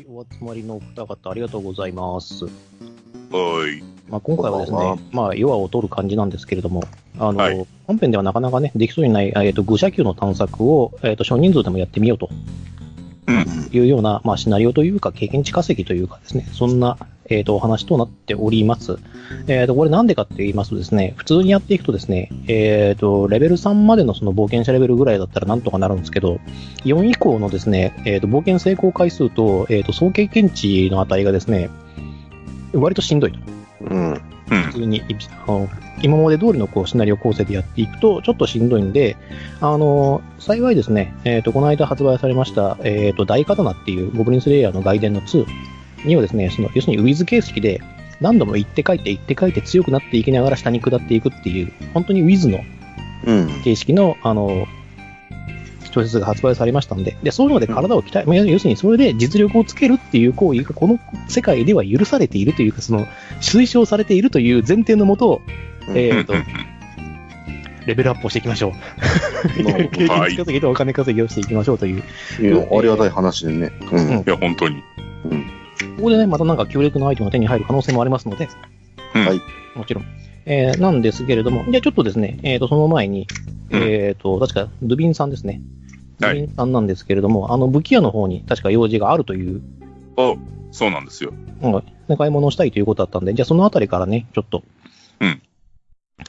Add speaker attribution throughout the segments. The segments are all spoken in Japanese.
Speaker 1: い、お集まりのお二方、ありがとうございます。
Speaker 2: はい。
Speaker 1: まあ、今回はです
Speaker 2: こんばんは
Speaker 1: ね、まあ、弱を取る感じなんですけれども、あの、
Speaker 2: はい
Speaker 1: 本編ではなかなかね、できそうにない、えっ、と、愚者級の探索を、えっ、と、少人数でもやってみようと
Speaker 2: うん。
Speaker 1: いうような、まあ、シナリオというか、経験値稼ぎというかですね、そんな、えっ、と、お話となっております。えっ、と、これなんでかって言いますとですね、普通にやっていくとですね、えっ、と、レベル3までのその冒険者レベルぐらいだったらなんとかなるんですけど、4以降のですね、えっ、と、冒険成功回数と、えっ、と、総経験値の値がですね、割としんどいと。
Speaker 3: うん。
Speaker 2: うん。
Speaker 1: 普通にいあの今まで通りのこうシナリオ構成でやっていくとちょっとしんどいんで、あの幸いですね、えーとこの間発売されました、えー、と大刀っていうゴブリンスレイヤーの外伝の2にはですねその要するにウィズ形式で何度も行って帰って行って帰って強くなっていきながら下に下っていくっていう本当にウィズの
Speaker 3: うん。
Speaker 1: 形式の、あの、小説が発売されましたんで、で、そういうので体を鍛え、まあ要要するにそれで実力をつけるっていう行為がこの世界では許されているというか、その、推奨されているという前提のもと、
Speaker 3: うん
Speaker 1: え
Speaker 2: う
Speaker 1: っ、
Speaker 2: ん
Speaker 1: と、レベルアップをしていきましょう。
Speaker 3: なるほ
Speaker 1: 経
Speaker 2: どは
Speaker 1: 験
Speaker 2: い
Speaker 1: 稼ぎとお金稼ぎをしていきましょうという。
Speaker 3: どいやありがたい話でね。
Speaker 2: いや、本当に。
Speaker 1: ここでね、またなんか強力なアイテムが手に入る可能性もありますので、
Speaker 2: うん
Speaker 3: はい
Speaker 1: もちろん。えーなんですけれども、じゃあちょっとですね、えっ、と、その前に、
Speaker 2: うん
Speaker 1: えっ、と、確か、ドゥビンさんですね。ド
Speaker 2: は
Speaker 1: ゥ
Speaker 2: い
Speaker 1: ビンさんなんですけれども、あの、武器屋の方に確か用事があるという、
Speaker 2: あ、そうなんですよ。
Speaker 1: うん、買い物をしたいということだったんで、じゃあそのあたりからね、ちょっと。
Speaker 2: うん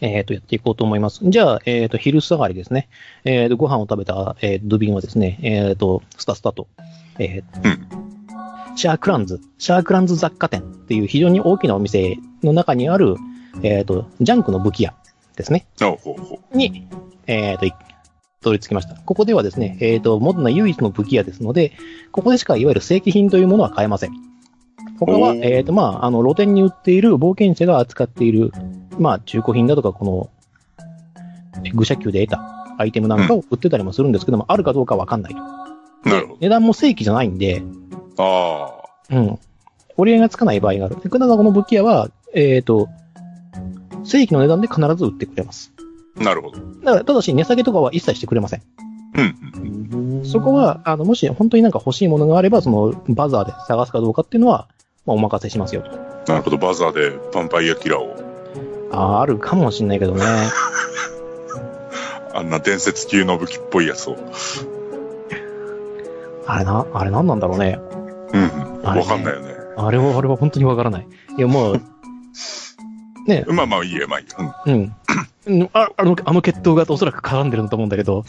Speaker 1: えっ、と、やっていこうと思います。じゃあ、えっ、と、昼下がりですね。えっ、と、ご飯を食べた、えードゥビンはですね、えっ、と、スタスタと、えー
Speaker 2: うん
Speaker 1: シャークランズ、シャークランズ雑貨店っていう非常に大きなお店の中にある、えっ、と、ジャンクの武器屋ですね。
Speaker 2: あ、ほうほ
Speaker 1: に、えっ、と、いたどり着きました。ここではですね、えっ、と、モドナ唯一の武器屋ですので、ここでしかいわゆる正規品というものは買えません。他は、
Speaker 3: おー
Speaker 1: えっ、と、まあ、あの、露店に売っている冒険者が扱っている、まあ、中古品だとか、この、愚者級で得たアイテムなんかを売ってたりもするんですけども、あるかどうかわかんないと。
Speaker 2: う。なるほ
Speaker 1: 値段も正規じゃないんで、
Speaker 2: ど。あ
Speaker 1: うん。折り合いがつかない場合がある。で、ただこの武器屋は、えっ、と、正規の値段で必ず売ってくれます。
Speaker 2: あ、なるほど。うん
Speaker 1: だから、ただし値下げとかは一切してくれません。
Speaker 2: うん。
Speaker 3: うん
Speaker 1: そこ、は、あの、もし本当になんか欲しいものがあれば、その、バザーで探すかどうかっていうのは、まあ、お任せしますよと。
Speaker 2: なるほど。バザーでヴァンパイアキラーを、
Speaker 1: あーあるかもしんないけどね。
Speaker 2: あんな伝説級の武器っぽいやつを。
Speaker 1: あれな、あれなんなんだろうね。
Speaker 2: うんうん。わかんないよね。
Speaker 1: あれは、あれは本当にわからない。いや、もう、ね、
Speaker 2: まあまあ、いいや、まあいいや。うん
Speaker 1: うん。うんああの、あの決闘がおそらく絡んでるんだと思うんだけど、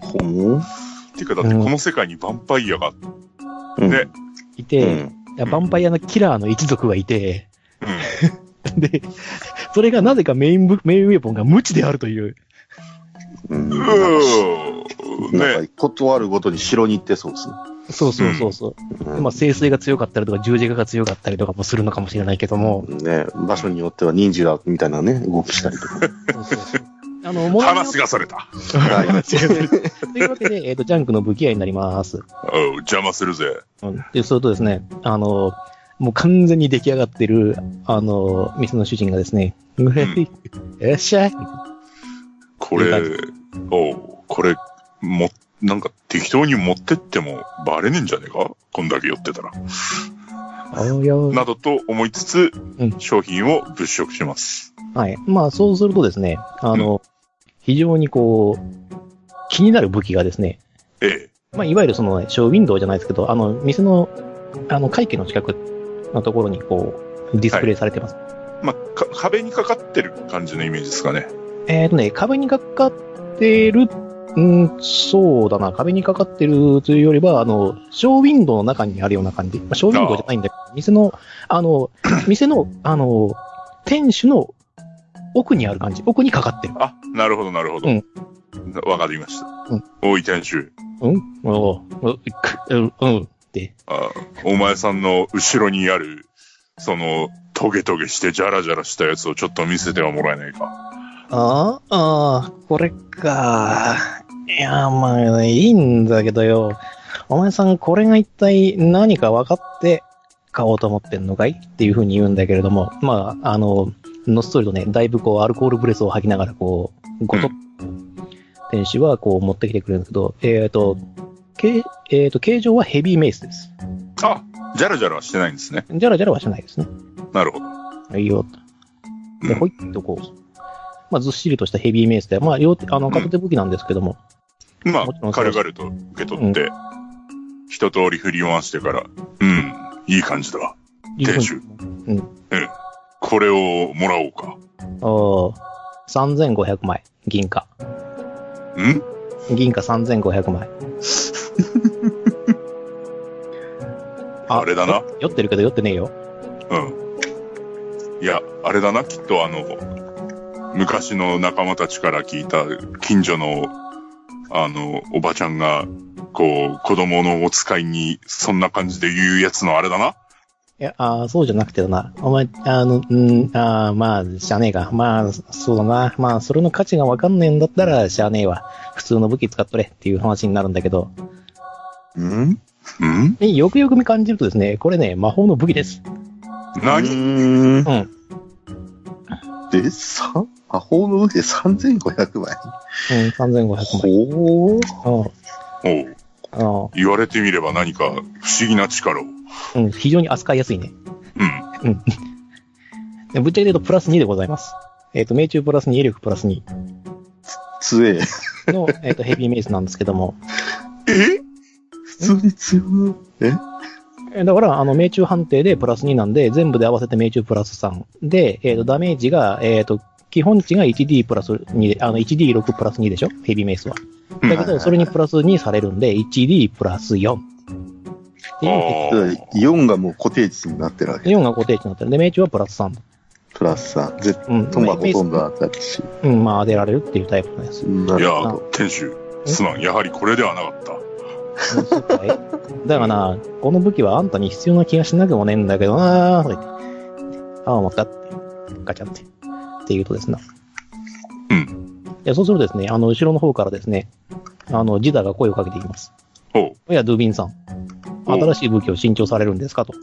Speaker 3: ほん
Speaker 2: っていうか、だってこの世界にヴァンパイアが、ね。
Speaker 1: いうて、
Speaker 3: ん。
Speaker 1: ヴァンパイアのキラーの一族がいて、
Speaker 2: う ん。
Speaker 1: で、それがなぜかメインブ、メインウェポンが無知であるという。
Speaker 3: うん。
Speaker 2: う
Speaker 3: なん
Speaker 2: ーね。
Speaker 3: か、断るごとに城に行ってそうですね。
Speaker 1: そうそうそうそう。
Speaker 3: う
Speaker 1: でまあ、聖水が強かったりとか、十字架が強かったりとかもするのかもしれないけども、
Speaker 3: んね、場所によっては忍者だみたいなね、動きしたりとか。
Speaker 1: あの、も
Speaker 2: 話がそれた。
Speaker 3: はい
Speaker 1: というわけで、えっ、と、ジャンクの武器屋になります。
Speaker 2: おう邪魔するぜ。
Speaker 1: うん。で、それとですね、あの、もう完全に出来上がってる、あの、店の主人がですね、いらっしゃい。
Speaker 2: こ
Speaker 1: いい
Speaker 2: れ
Speaker 1: 感、
Speaker 2: おうこれ、も、なんか適当に持ってってもバレねえんじゃねえかこんだけ寄ってたら。
Speaker 1: およ
Speaker 2: などと思いつつ、
Speaker 1: うん
Speaker 2: 商品を物色します。
Speaker 1: はい。まあ、そうするとですね、あの、非常にこう、気になる武器がですね、
Speaker 2: ええ。
Speaker 1: まあ、いわゆるその、ショーウィンドウじゃないですけど、あの、店の、あの、会計の近くのところに、こう、ディスプレイされてます。
Speaker 2: まあ、か壁にかかってる感じのイメージですかね。
Speaker 1: えっ、とね、壁にかかってる、うんそうだな、壁にかかってるというよりは、あの、ショーウィンドウの中にあるような感じ。まあ、ショーウィンドウじゃないんだけど、店の、あの、店の、あの、店主の奥にある感じ。奥にかかってる。
Speaker 2: あ、なるほど、なるほど。
Speaker 1: う
Speaker 2: わ
Speaker 1: ん、
Speaker 2: かりました。
Speaker 1: うん
Speaker 2: おい、店主。
Speaker 1: うんおううくうん、うん、って。
Speaker 2: あお前さんの後ろにある、その、トゲトゲしてジャラジャラしたやつをちょっと見せてはもらえないか。
Speaker 1: ああ、ああ、これか。いや、まあ、いいんだけどよ。お前さん、これが一体何か分かって買おうと思ってんのかいっていうふうに言うんだけれども、まあ、あの、のっそりとね、だいぶこう、アルコールブレスを吐きながら、こう、ごとっと、店主はこう持ってきてくれるんだけど、えっ、と、けえーと、形状はヘビーメイスです。
Speaker 2: あ、ジャラジャラはしてないんですね。
Speaker 1: じゃらじゃらはしないですね。
Speaker 2: なるほど。
Speaker 1: いいよ。で、
Speaker 2: うん
Speaker 1: ほいっとこう、まあ、ずっしりとしたヘビーメイスで、まあ、両手、あの、片手武器なんですけども、
Speaker 2: ま
Speaker 1: もちろ
Speaker 2: あ、
Speaker 1: んそう
Speaker 2: 軽
Speaker 1: です
Speaker 2: 々と受け取って、一通り振り回してから、うん、いい感じだ。
Speaker 1: 十分
Speaker 2: 店主これをもらおうか。
Speaker 1: おー3500枚、銀貨。
Speaker 2: ん
Speaker 1: 銀貨3500枚。
Speaker 2: あれだな。
Speaker 1: 酔ってるけど酔ってねえよ。
Speaker 2: うん。いや、あれだな、きっとあの、昔の仲間たちから聞いた近所の、あの、おばちゃんが、こう、子供のお使いに、そんな感じで言うやつのあれだな。
Speaker 1: いや、あーそうじゃなくてだな。お前、あの、うん、あーまあ、しゃあねえか。まあ、そうだな。まあ、それの価値がわかんねえんだったら、しゃあねえわ。普通の武器使っとれっていう話になるんだけど、
Speaker 3: うん
Speaker 2: ん
Speaker 1: えよくよく見感じるとですね、これね、魔法の武器です。
Speaker 2: 何
Speaker 3: うーん
Speaker 1: うん。
Speaker 3: で、三魔法の武器で3500枚
Speaker 1: うん、3500枚。
Speaker 3: ほう。
Speaker 1: うん
Speaker 2: おう
Speaker 1: うん
Speaker 2: 言われてみれば何か不思議な力を。うん。
Speaker 1: うん、非常に扱いやすいね。でぶっちゃけ言うとプラス2でございます。えっ、と、命中プラス2、威力プラス2
Speaker 3: 強え。
Speaker 1: の、えっとヘビーメイスなんですけども。
Speaker 2: え
Speaker 3: 普通に強い。え
Speaker 1: えーだから、あの、命中判定でプラス2なんで、全部で合わせて命中プラス3。で、えっ、と、ダメージが、えっ、と、基本値が 1D プラス2で、あの、1D6 プラス2でしょヘビーメイスは。
Speaker 2: うん
Speaker 1: だけど、それにプラス2されるんで、1D プラス4。っていう、
Speaker 2: あ
Speaker 3: だから4がもう固定値になってるわけ。
Speaker 1: 4が固定値になってるんで、命中はプラス3。
Speaker 3: プラス3。絶
Speaker 1: うん。
Speaker 3: 対まあ
Speaker 1: メ
Speaker 3: ほ
Speaker 1: イス
Speaker 3: とんど当たるし。
Speaker 1: うん、まあ、当てられるっていうタイプのやつ。
Speaker 3: ないる
Speaker 2: や
Speaker 3: ほど。、
Speaker 2: 店主、すまん、やはりこれではなかった。
Speaker 1: そうかいだからな、この武器はあんたに必要な気がしなくもねえんだけどなぁ、とか言って。ああ、またって。ガチャって。って言うとですね。
Speaker 2: う
Speaker 1: いや、そうするとですね、あの、後ろの方からですね、あの、ジダが声をかけていきます。
Speaker 2: おう
Speaker 1: いや、ドゥービンさん。
Speaker 2: おう
Speaker 1: 新しい武器を新調されるんですかと。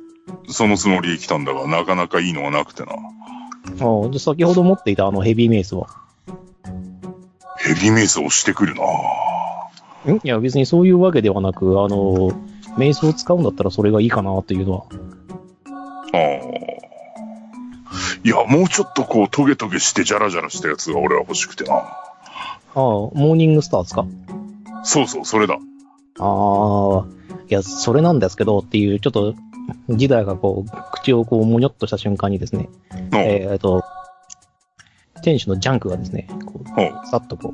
Speaker 2: そのつもりで来たんだが、なかなかいいのがなくてな。
Speaker 1: ああで先ほど持っていたあのヘビーメイスは。
Speaker 2: ヘビーメイスをしてくるな。
Speaker 1: んいや、別にそういうわけではなく、あの、メイスを使うんだったらそれがいいかなというのは。
Speaker 2: ああ。いや、もうちょっとこう、トゲトゲして、ジャラジャラしたやつが俺は欲しくてな。
Speaker 1: ああ、モーニングスターですか
Speaker 2: そうそう、それだ。
Speaker 1: ああ、いや、それなんですけどっていう、ちょっと、時代がこう、口をこう、もにょっとした瞬間にですね、
Speaker 2: おう
Speaker 1: えーっと、店主のジャンクがですね、こ
Speaker 2: おう
Speaker 1: う、さっとこう、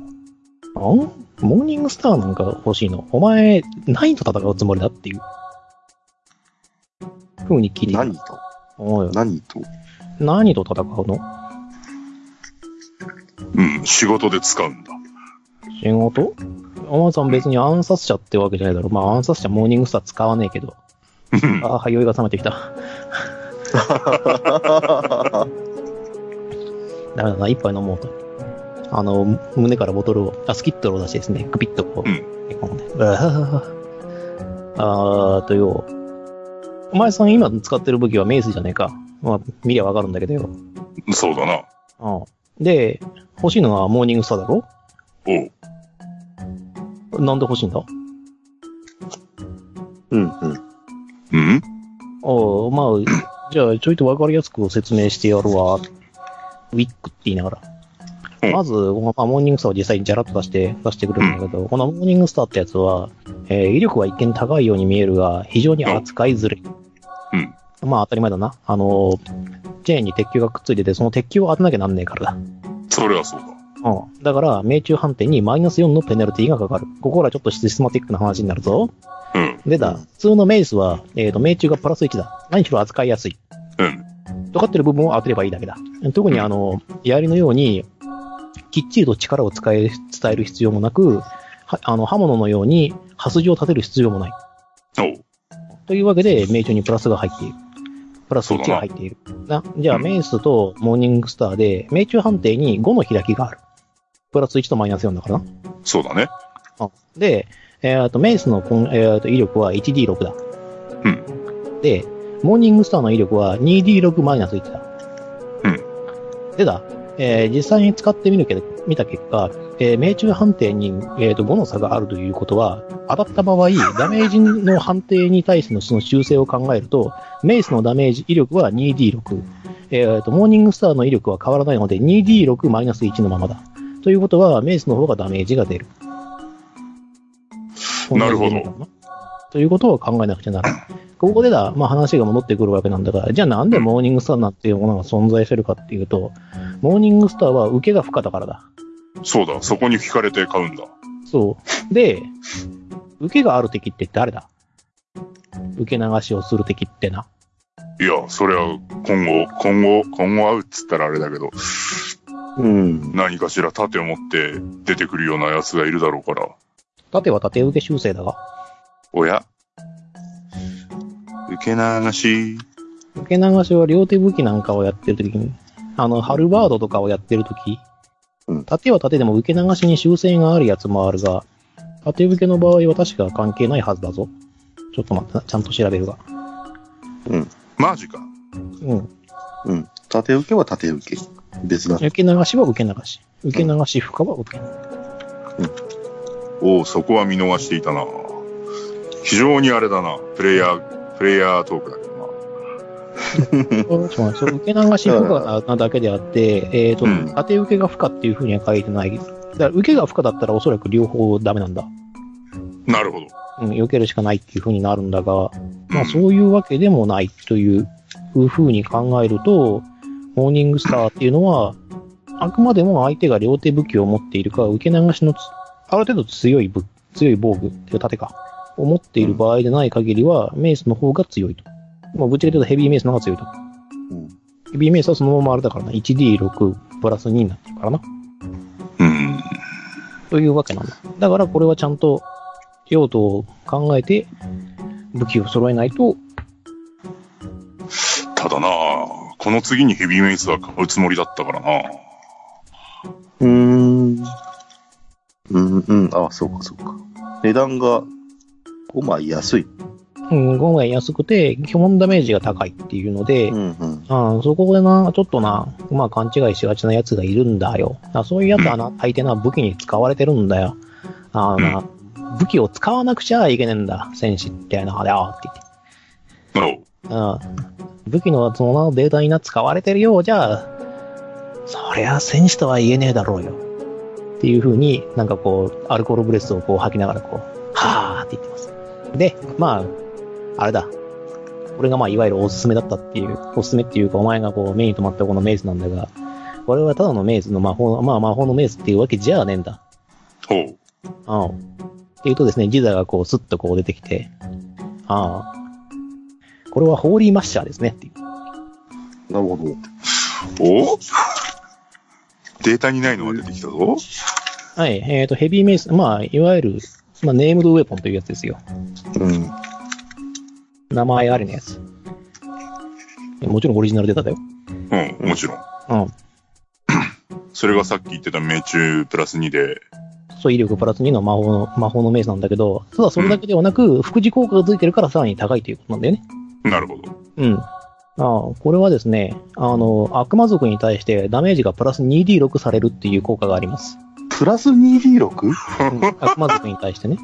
Speaker 1: あんモーニングスターなんか欲しいのお前、何と戦うつもりだっていう、ふうに聞いて
Speaker 3: 何と
Speaker 1: おい
Speaker 3: 何と
Speaker 1: 何と戦うの
Speaker 2: うん、仕事で使うんだ。
Speaker 1: 仕事お前さん別に暗殺者ってわけじゃないだろ。まあ暗殺者モーニングスター使わねえけど。
Speaker 2: うん
Speaker 1: ああ、酔いが覚めてきた。ダメだな、一杯飲もうと。あの、胸からボトルを、あ、スキットルを出してですね、グピッとこう、
Speaker 2: うん
Speaker 1: 飲んで、うわーあーっとよ、お前さん今使ってる武器はメイスじゃねえか。まあ、見りゃわかるんだけどよ。
Speaker 2: そうだな。
Speaker 1: うん。で、欲しいのはモーニングスターだろ
Speaker 2: おう
Speaker 1: なんで欲しいんだ
Speaker 3: うんうん。
Speaker 2: うん
Speaker 1: おうまあ、じゃあ、ちょいとわかりやすく説明してやるわ。ウィックって言いなが
Speaker 2: う
Speaker 1: ら。
Speaker 2: ん
Speaker 1: まず、まあ、モーニングスターを実際にジャラッと出して、出してくるんだけど、このモーニングスターってやつは、えー威力は一見高いように見えるが、非常に扱いづらい。
Speaker 2: うん。
Speaker 1: まあ、当たり前だな。あのー、チェーンに鉄球がくっついてて、その鉄球を当てなきゃなんねえからだ。
Speaker 2: それはそうだ。
Speaker 1: うん。だから、命中判定にマイナス4のペナルティがかかる。ここからちょっとシスマティックな話になるぞ。
Speaker 2: うん、
Speaker 1: で
Speaker 3: うん
Speaker 1: だ、普通のメイスは、えっ、と、命中がプラス1だ。何しろ扱いやすい。
Speaker 2: うん、
Speaker 1: 尖ってる部分を当てればいいだけだ。特にあの、槍のように、きっちりと力を使え、伝える必要もなく、はあの、刃物のように、刃筋を立てる必要もない。
Speaker 2: おう
Speaker 1: というわけで、命中にプラスが入っている。プラス
Speaker 2: そうだ
Speaker 1: 1
Speaker 2: な
Speaker 1: が入っている。な、じゃあ、
Speaker 2: うん
Speaker 1: メイスとモーニングスターで、命中判定に5の開きがある。プラス1とマイナス4だからな。
Speaker 2: そうだね。
Speaker 1: で、えっ、と、メイスのこん、えーと威力は 1D6 だ。
Speaker 2: うん。
Speaker 1: で、モーニングスターの威力は 2D6 マイナス1だ。。
Speaker 2: うん
Speaker 1: でだ、ええー実際に使ってみるけど、見た結果、えー命中判定に、えー、と5の差があるということは、当たった場合、ダメージの判定に対してのその修正を考えると、メイスのダメージ威力は 2D6、えーと、モーニングスターの威力は変わらないので、2D6 マイナス1のままだ。ということは、メイスの方がダメージが出る。
Speaker 2: なるほど
Speaker 1: 同じなのかな。ということを考えなくちゃならない。ここでだ、まあ話が戻ってくるわけなんだが、じゃあなんでモーニングスターなんていうものが存在してるかっていうと、モーニングスターは受けが不可だからだ。
Speaker 2: そうだ、そこに惹かれて買うんだ。
Speaker 1: そう。で、受けがある敵って誰だ受け流しをする敵ってな。
Speaker 2: いや、それは今後、今後、今後会うっつったらあれだけど、
Speaker 3: うん。
Speaker 2: 何かしら盾を持って出てくるような奴がいるだろうから。
Speaker 1: 盾は盾受け修正だが、
Speaker 2: おや受け流し。
Speaker 1: 受け流しは両手武器なんかをやってる時に、あの、ハルバードとかをやってる時
Speaker 3: うん
Speaker 1: 盾は盾でも受け流しに修正があるやつもあるが、盾受けの場合は確か関係ないはずだぞ。ちょっと待ってな、ちゃんと調べるが。
Speaker 2: マジか。
Speaker 1: うん。
Speaker 3: うん。縦受けは縦受け。別だ。
Speaker 1: 受け流しは受け流し。受け流し負荷は受け流し。
Speaker 2: おう、そこは見逃していたな。非常にあれだな。プレイヤー、プレイヤートークだけどな。
Speaker 1: そうそう受け流し負荷なだけであって、えっ、と、
Speaker 2: うん
Speaker 1: 当て受けが負荷っていうふうには書いてない。だから受けが負荷だったらおそらく両方ダメなんだ。
Speaker 2: なるほど。
Speaker 1: うん、避けるしかないっていうふうになるんだが、まあ
Speaker 2: うん
Speaker 1: そういうわけでもないというふうに考えると、モーニングスターっていうのは、あくまでも相手が両手武器を持っているか、受け流しのつある程度強い武強い防具っていう盾か、を持っている場合でない限りは、メイスの方が強いと。まあぶっちゃけ言うとヘビーメイスの方が強いと。
Speaker 3: うん。
Speaker 1: ヘビーメイスはそのままあれだからな。1D6 プラス2になってるからな。
Speaker 2: うん。
Speaker 1: というわけなんだ。だからこれはちゃんと用途を考えて武器を揃えないと、
Speaker 2: ただなこの次にヘビーメイスは買うつもりだったからな
Speaker 3: うーん。うん、うん。あ、そうか、そうか。値段が5枚安い。
Speaker 1: うん、ゴムが安くて基本ダメージが高いっていうので、
Speaker 3: うん、うん。
Speaker 1: ああそこでな、ちょっとな、まあ勘違いしがちなやつがいるんだよ。あそういうやつはな、相手な武器に使われてるんだよ。ああな、武器を使わなくちゃいけねえんだ、戦士ってな、あれあって言って。
Speaker 2: おう
Speaker 1: うん。武器のそのデータにな使われてるようじゃあ、そりゃ戦士とは言えねえだろうよ。っていう風に、なんかこう、アルコールブレスをこう吐きながらこう、はーって言ってます。で、まあ、あれだ。これがまあ、いわゆるおすすめだったっていう、おすすめっていうか、お前がこう、目に留まったこのメイズなんだが、これはただのメイズの魔法、まあ魔法のメイズっていうわけじゃねえんだ。
Speaker 2: おう。
Speaker 1: ああ。っていうとですね、ジザがこう、スッとこう出てきて、ああ。これはホーリーマッシャーですね、っていう。
Speaker 3: なるほど。
Speaker 2: おデータにないのが出てきたぞ。
Speaker 1: はい、えっ、と、ヘビーメイス、まあ、いわゆる、まあ、ネームドウェポンというやつですよ。
Speaker 3: うん。
Speaker 1: 名前ありのやつ。もちろんオリジナルデータだよ。
Speaker 2: うん、もちろん。
Speaker 1: うん。
Speaker 2: それがさっき言ってた命中プラス2で、
Speaker 1: そう、威力プラス2の魔法の、魔法のメイスなんだけど、ただそれだけではなく、副次効果がついてるからさらに高いということなんだよね。
Speaker 2: なるほど。
Speaker 1: うん。ああ、これはですね、あの、悪魔族に対してダメージがプラス 2D6 されるっていう効果があります。
Speaker 3: プラス 2D6?
Speaker 1: うん、悪魔族に対してね。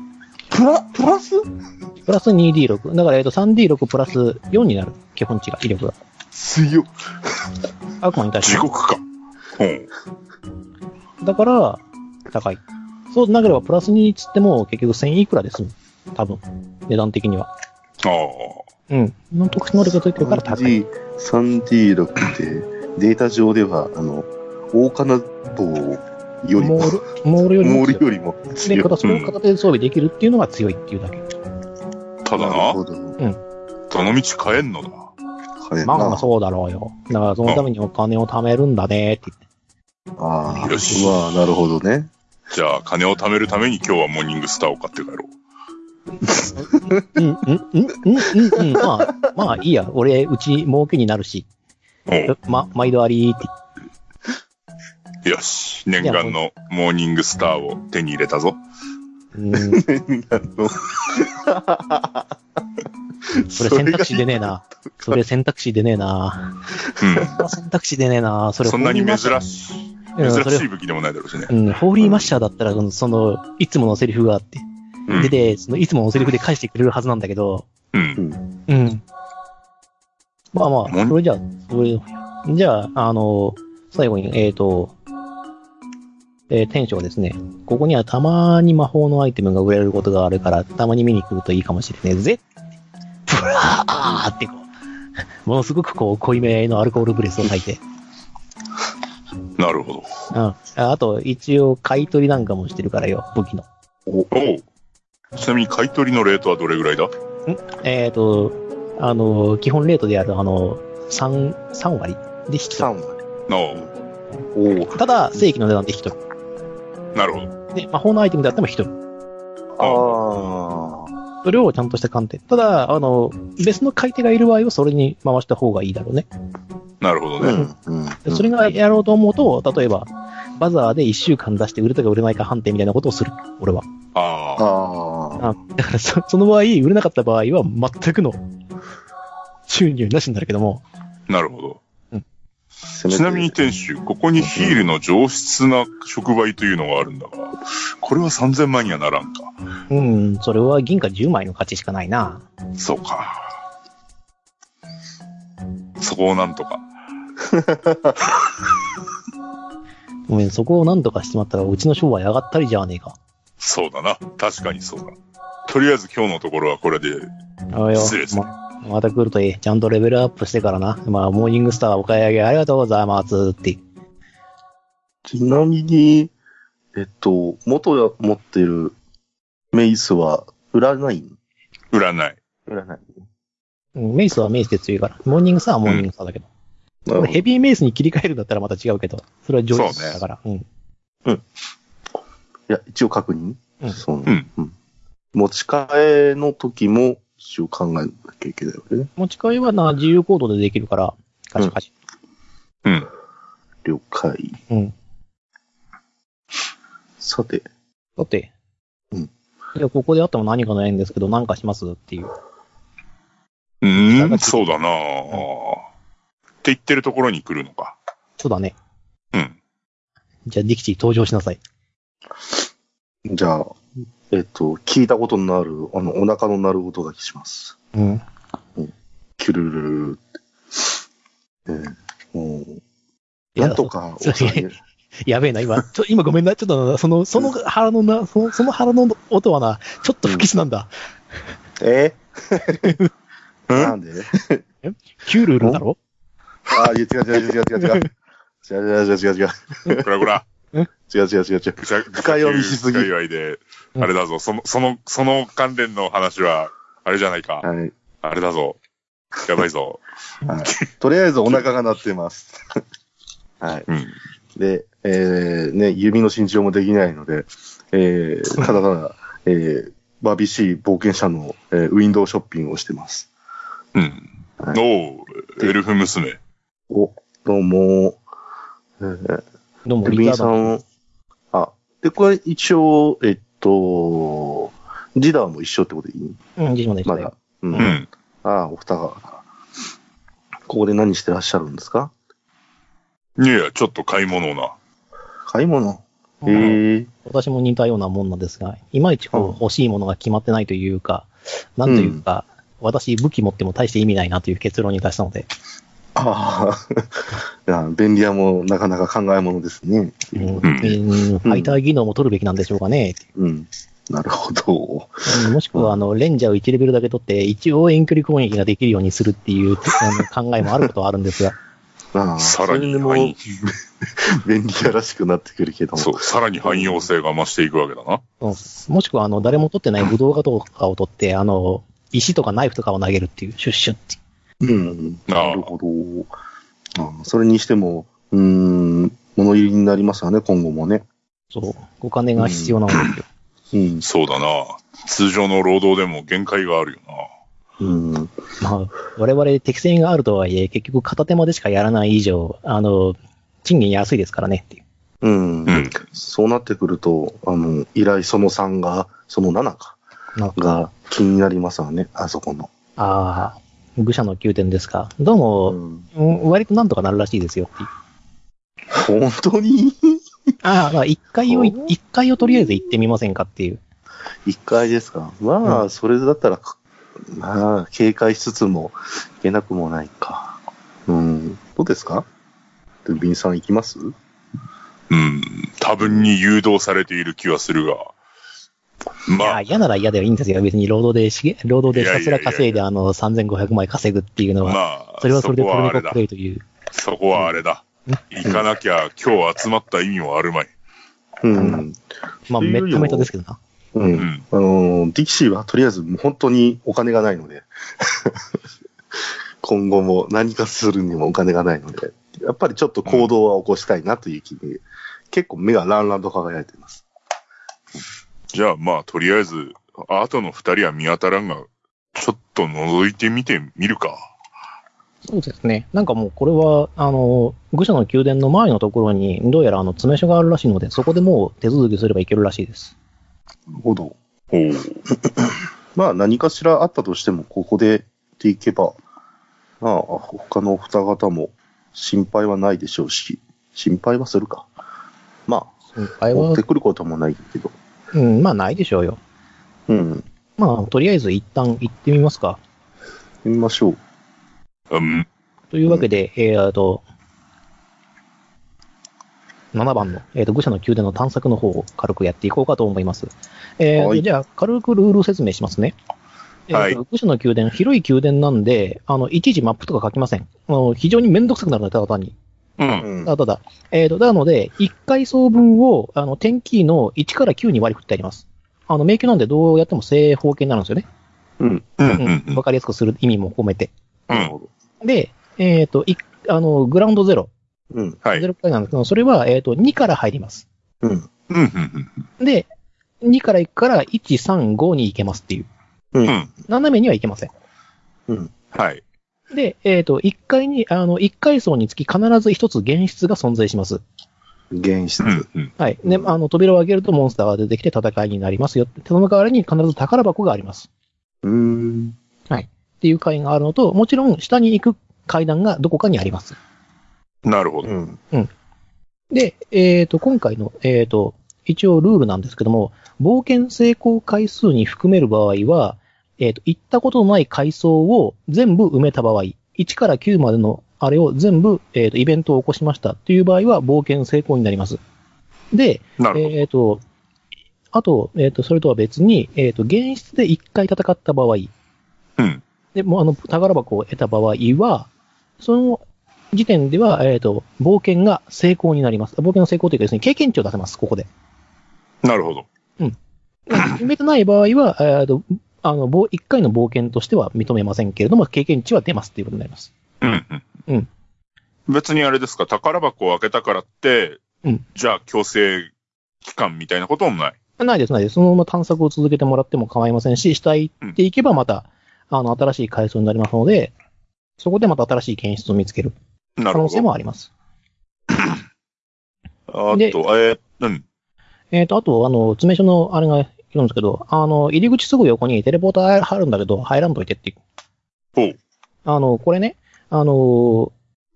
Speaker 3: プラ、プラス
Speaker 1: プラス 2D6。だから、えっと、3D6 プラス4になる。基本値が、威力が。
Speaker 3: 強っ。
Speaker 1: 悪魔に対して
Speaker 2: 地
Speaker 1: ね。
Speaker 2: 獄か。うん。
Speaker 1: だから、高い。そうなければ、プラス2つっても、結局1000いくらですむ。多分。値段的には。
Speaker 2: あ
Speaker 1: うん。の特殊能力がついてるから高い。
Speaker 3: 3D、3D6 って、データ上では、あの、大金棒より
Speaker 1: モ
Speaker 3: も、
Speaker 1: ール、モールより
Speaker 3: モ
Speaker 1: も
Speaker 3: ール
Speaker 1: 強い。
Speaker 3: よりも
Speaker 1: で、
Speaker 3: 強い。
Speaker 1: 片それを片手で装備できるっていうのが強いっていうだけ。
Speaker 2: あ、ただ
Speaker 3: なる
Speaker 2: な、
Speaker 3: ほど。
Speaker 2: どの道買えんのだ。
Speaker 3: 金
Speaker 1: まあまあそうだろうよ。だからそのためにお金を貯めるんだねって言って。
Speaker 3: ああ、
Speaker 2: よし
Speaker 3: まあ、なるほどね。
Speaker 2: じゃあ、金を貯めるために今日はモーニングスターを買って帰ろう。
Speaker 1: うん、うん、うん、うん、うん、うん。まあ、まあいいや。俺、うち儲けになるし。
Speaker 2: おう
Speaker 1: ま、毎度ありーって言って。
Speaker 2: よし。念願のモーニングスターを手に入れたぞ。
Speaker 1: うん、こ
Speaker 3: あの
Speaker 1: れ
Speaker 3: そ
Speaker 1: 選
Speaker 3: れ
Speaker 1: 択
Speaker 3: が
Speaker 1: 肢でねえな。それ選択肢でねえな。
Speaker 2: う
Speaker 1: 選択肢でねえな。そ
Speaker 2: ん。
Speaker 1: れ
Speaker 2: そんなに
Speaker 1: ホーリーマッシャー
Speaker 2: 珍しい。
Speaker 1: うんそれ
Speaker 2: 珍しい武器でもないだろうしね。
Speaker 1: うん、ホーリーマッシャーだったら、そのその、いつものセリフがあって、
Speaker 2: うん
Speaker 1: で、で、その、いつものセリフで返してくれるはずなんだけど、
Speaker 2: うん。
Speaker 1: うん。まあま
Speaker 2: も
Speaker 1: あ、
Speaker 2: ん
Speaker 1: それじゃあ、それ、じゃあ、あの、最後に、えっ、と、えー店長がですね、ここにはたまに魔法のアイテムが売れることがあるから、たまに見に来るといいかもしれねえぜ。ブラーってこう、 ものすごくこう、濃いめのアルコールブレスを吐いて、
Speaker 2: なるほど。
Speaker 1: うん。ああと、一応、買い取りなんかもしてるからよ、武器の。
Speaker 2: おお。ちなみに買い取りのレートはどれぐらいだ
Speaker 1: えっ、と、あの、基本レートである、あの、3、三割で引き
Speaker 3: 3
Speaker 1: 取
Speaker 3: 割。
Speaker 2: なお。
Speaker 3: おお。
Speaker 1: る。ただ、正規の値段で引き取る。
Speaker 2: なるほど。
Speaker 1: で、魔法のアイテムであっても引き取る。
Speaker 3: ああ。
Speaker 1: それをちゃんとした観点。ただ、あの、別の買い手がいる場合はそれに回した方がいいだろうね。
Speaker 2: なるほど
Speaker 3: う
Speaker 2: ね。
Speaker 3: ん。うん。
Speaker 1: でそれがやろうと思うと、例えば、バザーで1週間出して売れたか売れないか判定みたいなことをする。俺は。
Speaker 2: ああ。
Speaker 3: ああ。
Speaker 1: だからそ、その場合、売れなかった場合は全くの収入なしになるけども、
Speaker 2: なるほど。
Speaker 3: せめて
Speaker 2: ちなみに。店主、ここにヒールの上質な触媒というのがあるんだが、これは3000万にはならんか。
Speaker 1: うん、それは銀貨10枚の価値しかないな。
Speaker 2: そうか。そこをなんとか。
Speaker 1: ごめん、そこを何とかしてしまったら、うちの商売上がったりじゃねえか。
Speaker 2: そうだな。確かにそうだ。とりあえず今日のところはこれで、
Speaker 1: あよ
Speaker 2: 失礼ですね
Speaker 1: ままた来るといい。ちゃんとレベルアップしてからな。まあ、モーニングスターお買い上げありがとうございますって。
Speaker 3: ちなみに、えっと、元や持ってるメイスは売らない
Speaker 2: 売らない。
Speaker 3: 売らない。
Speaker 1: うんメイスはメイスで強いから。モーニングスターはモーニングスターだけど。
Speaker 3: なるほど
Speaker 1: ヘビーメイスに切り替えるんだったらまた違うけど。それは上手だから。うん。
Speaker 3: いや、一応確認。
Speaker 1: うん
Speaker 3: そう
Speaker 2: う
Speaker 3: ね
Speaker 2: ん。
Speaker 3: うん。持ち替えの時も一応考えなきゃいけないわけね。
Speaker 1: 持ち替えはな、自由行動でできるから。カシカシ。
Speaker 2: うん。
Speaker 3: 了解。
Speaker 1: うん。
Speaker 3: さて、
Speaker 1: だって。
Speaker 3: うん。
Speaker 1: いや、ここであっても何かないんですけど、何かしますっていう。
Speaker 2: うーん、そうだなって言ってるところに来るのか。
Speaker 1: そうだね。
Speaker 2: うん。
Speaker 1: じゃあ、ディキチー登場しなさい。
Speaker 3: じゃあ、えっと、聞いたことのある、あの、お腹の鳴る音がします。
Speaker 1: うん。
Speaker 3: キュルルルルって。ええもう、
Speaker 1: いや
Speaker 3: なんとか
Speaker 1: そ
Speaker 3: 抑える。
Speaker 1: やべえな、今、 ちょ、今ごめんな、ちょっとな、その、その腹のな、その、その腹の音はな、ちょっと不吉なんだ。
Speaker 3: え
Speaker 2: う
Speaker 3: なんんで
Speaker 1: キュールールだろ
Speaker 3: ああ、いや違う違う違う違う違う。違う違う違う違う違う。
Speaker 2: こらこ ら。
Speaker 3: 違う違う違う違う。
Speaker 2: 深
Speaker 3: 深読みしすぎ
Speaker 2: 界隈で、
Speaker 1: うん
Speaker 2: あれだぞ、その、その、その関連の話は、あれじゃないか。
Speaker 3: はい。
Speaker 2: あれだぞ。やばいぞ。
Speaker 3: はい。とりあえずお腹が鳴ってます。 はい。
Speaker 2: うん。
Speaker 3: で、えー、ね、指の身長もできないので、 えー、ただただ、えー、バビシー冒険者の、えー、ウィンドウショッピングをしてます。
Speaker 2: うん。
Speaker 3: は
Speaker 2: おう、エルフ娘。
Speaker 3: お、どうも、えー、
Speaker 1: どうも、
Speaker 3: ルビ
Speaker 1: リザ
Speaker 3: ン
Speaker 1: ー
Speaker 3: さ
Speaker 1: ドン。
Speaker 3: ん、あ、で、これ一応、えっと、ジダーも一緒ってことでいい
Speaker 1: うん、ジジマでし
Speaker 3: ま
Speaker 1: たよ
Speaker 3: だ。。うん。
Speaker 2: う
Speaker 3: あ
Speaker 2: ん。
Speaker 3: あ、お二方。ここで何してらっしゃるんですか
Speaker 2: いやいや、ちょっと買い物をな。
Speaker 3: 買い物。ええ
Speaker 1: うん
Speaker 3: ー、
Speaker 1: 私も似たようなもんなんですが、いまいちこ
Speaker 3: うん
Speaker 1: う欲しいものが決まってないというか、なんというか、私武器持っても大して意味ないなという結論に達したので、
Speaker 3: あ あ、いや便利屋もなかなか考えものですね。
Speaker 1: うん、
Speaker 2: うん
Speaker 1: うんファイター技能も取るべきなんでしょうかね。
Speaker 3: うん。なるほど。
Speaker 1: うんもしくは、あの、レンジャーを1レベルだけ取って、一応遠距離攻撃ができるようにするっていうあの考えもあることはあるんですが、
Speaker 3: ああ、
Speaker 2: さらに
Speaker 3: それでも
Speaker 2: 汎
Speaker 3: 便利屋らしくなってくるけども。
Speaker 2: そう、さらに汎用性が増していくわけだな。
Speaker 1: うんもしくは、あの、誰も取ってない武道家とかを取って、あの、石とかナイフとかを投げるっていう、シュッシュッって。
Speaker 3: うん。
Speaker 2: ああ
Speaker 3: なるほど。ああそれにしても、うーん、物入りになりますわね、今後もね。
Speaker 1: そう。お金が必要なのですよ。
Speaker 3: うん。
Speaker 2: そうだな。通常の労働でも限界があるよ
Speaker 3: うん。
Speaker 1: まあ、我々適性があるとはいえ、結局片手間でしかやらない以上、あの、賃金安いですからねっていう。
Speaker 3: うん。
Speaker 2: な。うん。
Speaker 3: そうなってくると、あの、依頼その3が、その7か、
Speaker 1: なんか
Speaker 3: が気になりますわね、あそこの。
Speaker 1: ああ、愚者の宮殿ですか。どう
Speaker 3: う
Speaker 1: も、
Speaker 3: ん。
Speaker 1: うん割となんとかなるらしいですよっていう。
Speaker 3: 本当に
Speaker 1: ああ、まあ、一回を、一回をとりあえず行ってみませんかっていう。
Speaker 3: 一回ですか。まあ、
Speaker 1: う
Speaker 3: それだったら、まあ、警戒しつつも、いけなくもないか。うん。どうですかドゥンビンさん行きます
Speaker 2: うん。多分に誘導されている気はするが。
Speaker 1: い
Speaker 2: ま
Speaker 1: や、
Speaker 2: あ、
Speaker 1: 嫌なら嫌ではいいんですよ。別に労働でしげ、労働でひたすら稼いで、あの、3500枚稼ぐっていうの
Speaker 2: ま
Speaker 1: は、
Speaker 2: あ、
Speaker 1: それはそれで
Speaker 2: こ
Speaker 1: ポル
Speaker 2: は
Speaker 1: ネコ
Speaker 2: あれ
Speaker 1: ッ
Speaker 2: だ
Speaker 1: プレ。イという。
Speaker 2: そこはあれだ。行かなきゃ今日集まった意味もあるまい。
Speaker 3: うん。
Speaker 1: まあ、
Speaker 3: っていう
Speaker 1: めっ
Speaker 3: よりも
Speaker 1: ためたですけどな。
Speaker 3: う。
Speaker 2: うんん。
Speaker 3: あの、ディキシーはとりあえずもう本当にお金がないので、 今後も何かするにもお金がないので、やっぱりちょっと行動は起こしたいなという気で、結構目がランランと輝いてます。
Speaker 2: じゃあまあ、とりあえず、あとの二人は見当たらんが、ちょっと覗いてみてみるか。
Speaker 1: そうですね。なんかもう、これは、あの、愚者の宮殿の前のところに、どうやら、あの、詰め所があるらしいので、そこでもう手続きすればいけるらしいです。
Speaker 3: なるほど。
Speaker 2: おう
Speaker 3: まあ何かしらあったとしても、ここでっていけば、まあ他のお二方も心配はないでしょうし、心配はするか。ま
Speaker 1: あ
Speaker 3: あ、
Speaker 1: れ
Speaker 3: 持
Speaker 1: は
Speaker 3: って、くることもないけど。
Speaker 1: うん、まあ、ないでしょうよ。
Speaker 3: うん。
Speaker 1: まあ、とりあえず一旦行ってみますか。
Speaker 3: 見ましょう。
Speaker 2: うん。
Speaker 1: というわけで、えーと、7番の、えーと、愚者の宮殿の探索の方を軽くやっていこうかと思います。えーと
Speaker 3: はい
Speaker 1: じゃあ、軽くルール説明しますね。えーと
Speaker 2: はい
Speaker 1: 愚者の宮殿、広い宮殿なんで、あの、いちいちマップとか書きません。あの非常にめんどくさくなるので、ただ単に。
Speaker 2: うん。
Speaker 3: うん
Speaker 1: ただただ。えーと、なので、1階層分を、あの、天気の1から9に割り振ってあります。あの、迷宮なんでどうやっても正方形になるんですよね。
Speaker 2: うん。う
Speaker 1: うんん。。わかりやすくする意味も込めて。
Speaker 2: う
Speaker 3: なる
Speaker 2: ん。
Speaker 3: ほど。
Speaker 1: で、えっ、と、い、あの、グラウンドゼロ。
Speaker 3: うん。
Speaker 2: はい
Speaker 1: ゼ。ロ回なんですけど、それは、えっ、と、2から入ります。
Speaker 3: うん。
Speaker 2: うん。うん。
Speaker 1: で、2から行くから、1、3、5に行けますっていう。
Speaker 3: うん
Speaker 2: うん。
Speaker 1: 斜めには行けません。
Speaker 3: うん。
Speaker 2: はい。
Speaker 1: で、えっ、と、1階に、あの、1階層につき必ず1つ原室が存在します。
Speaker 3: 現室
Speaker 2: う。ん。うん。
Speaker 1: はい。で、あの、扉を開けるとモンスターが出てきて戦いになりますよ。その代わりに必ず宝箱があります。
Speaker 3: うーん。
Speaker 1: っていう階があるのと、もちろん、下に行く階段がどこかにあります。
Speaker 2: なるほど。
Speaker 3: うん。
Speaker 1: で、えっ、と、今回の、えっ、と、一応ルールなんですけども、冒険成功回数に含める場合は、えっ、と、行ったことのない階層を全部埋めた場合、1から9までのあれを全部、えっ、と、イベントを起こしましたという場合は、冒険成功になります。で、
Speaker 2: なるほど。
Speaker 1: えっ、と、あと、えっ、と、それとは別に、えっ、と、現実で1回戦った場合、
Speaker 2: うん。
Speaker 1: で、もうあの、宝箱を得た場合は、その時点では、えっ、と、冒険が成功になります。冒険の成功というかですね、経験値を出せます、ここで。
Speaker 2: なるほど。
Speaker 1: 決めてない場合は、えっ、と、あの、ぼう一回の冒険としては認めませんけれども、経験値は出ますということになります。
Speaker 2: うん。
Speaker 1: うん。
Speaker 2: 別にあれですか、宝箱を開けたからって、
Speaker 1: うん
Speaker 2: じゃあ強制期間みたいなこともない。
Speaker 1: ないです、ないです。そのまま探索を続けてもらっても構いませんし、下へ行っていけばまた、あの、新しい階層になりますので、そこでまた新しい検出を見つける
Speaker 2: な
Speaker 1: 可
Speaker 2: るほ
Speaker 1: 能性
Speaker 2: ど。
Speaker 1: もあります。
Speaker 2: あと、
Speaker 1: で
Speaker 2: えー、うん。
Speaker 1: えっ、と、あと、あの、詰め所のあれがいるんですけど、あの、入り口すぐ横にテレポーター貼るんだけど、入らんといてっていう。
Speaker 2: ほう。
Speaker 1: あの、これね、あの、ちょ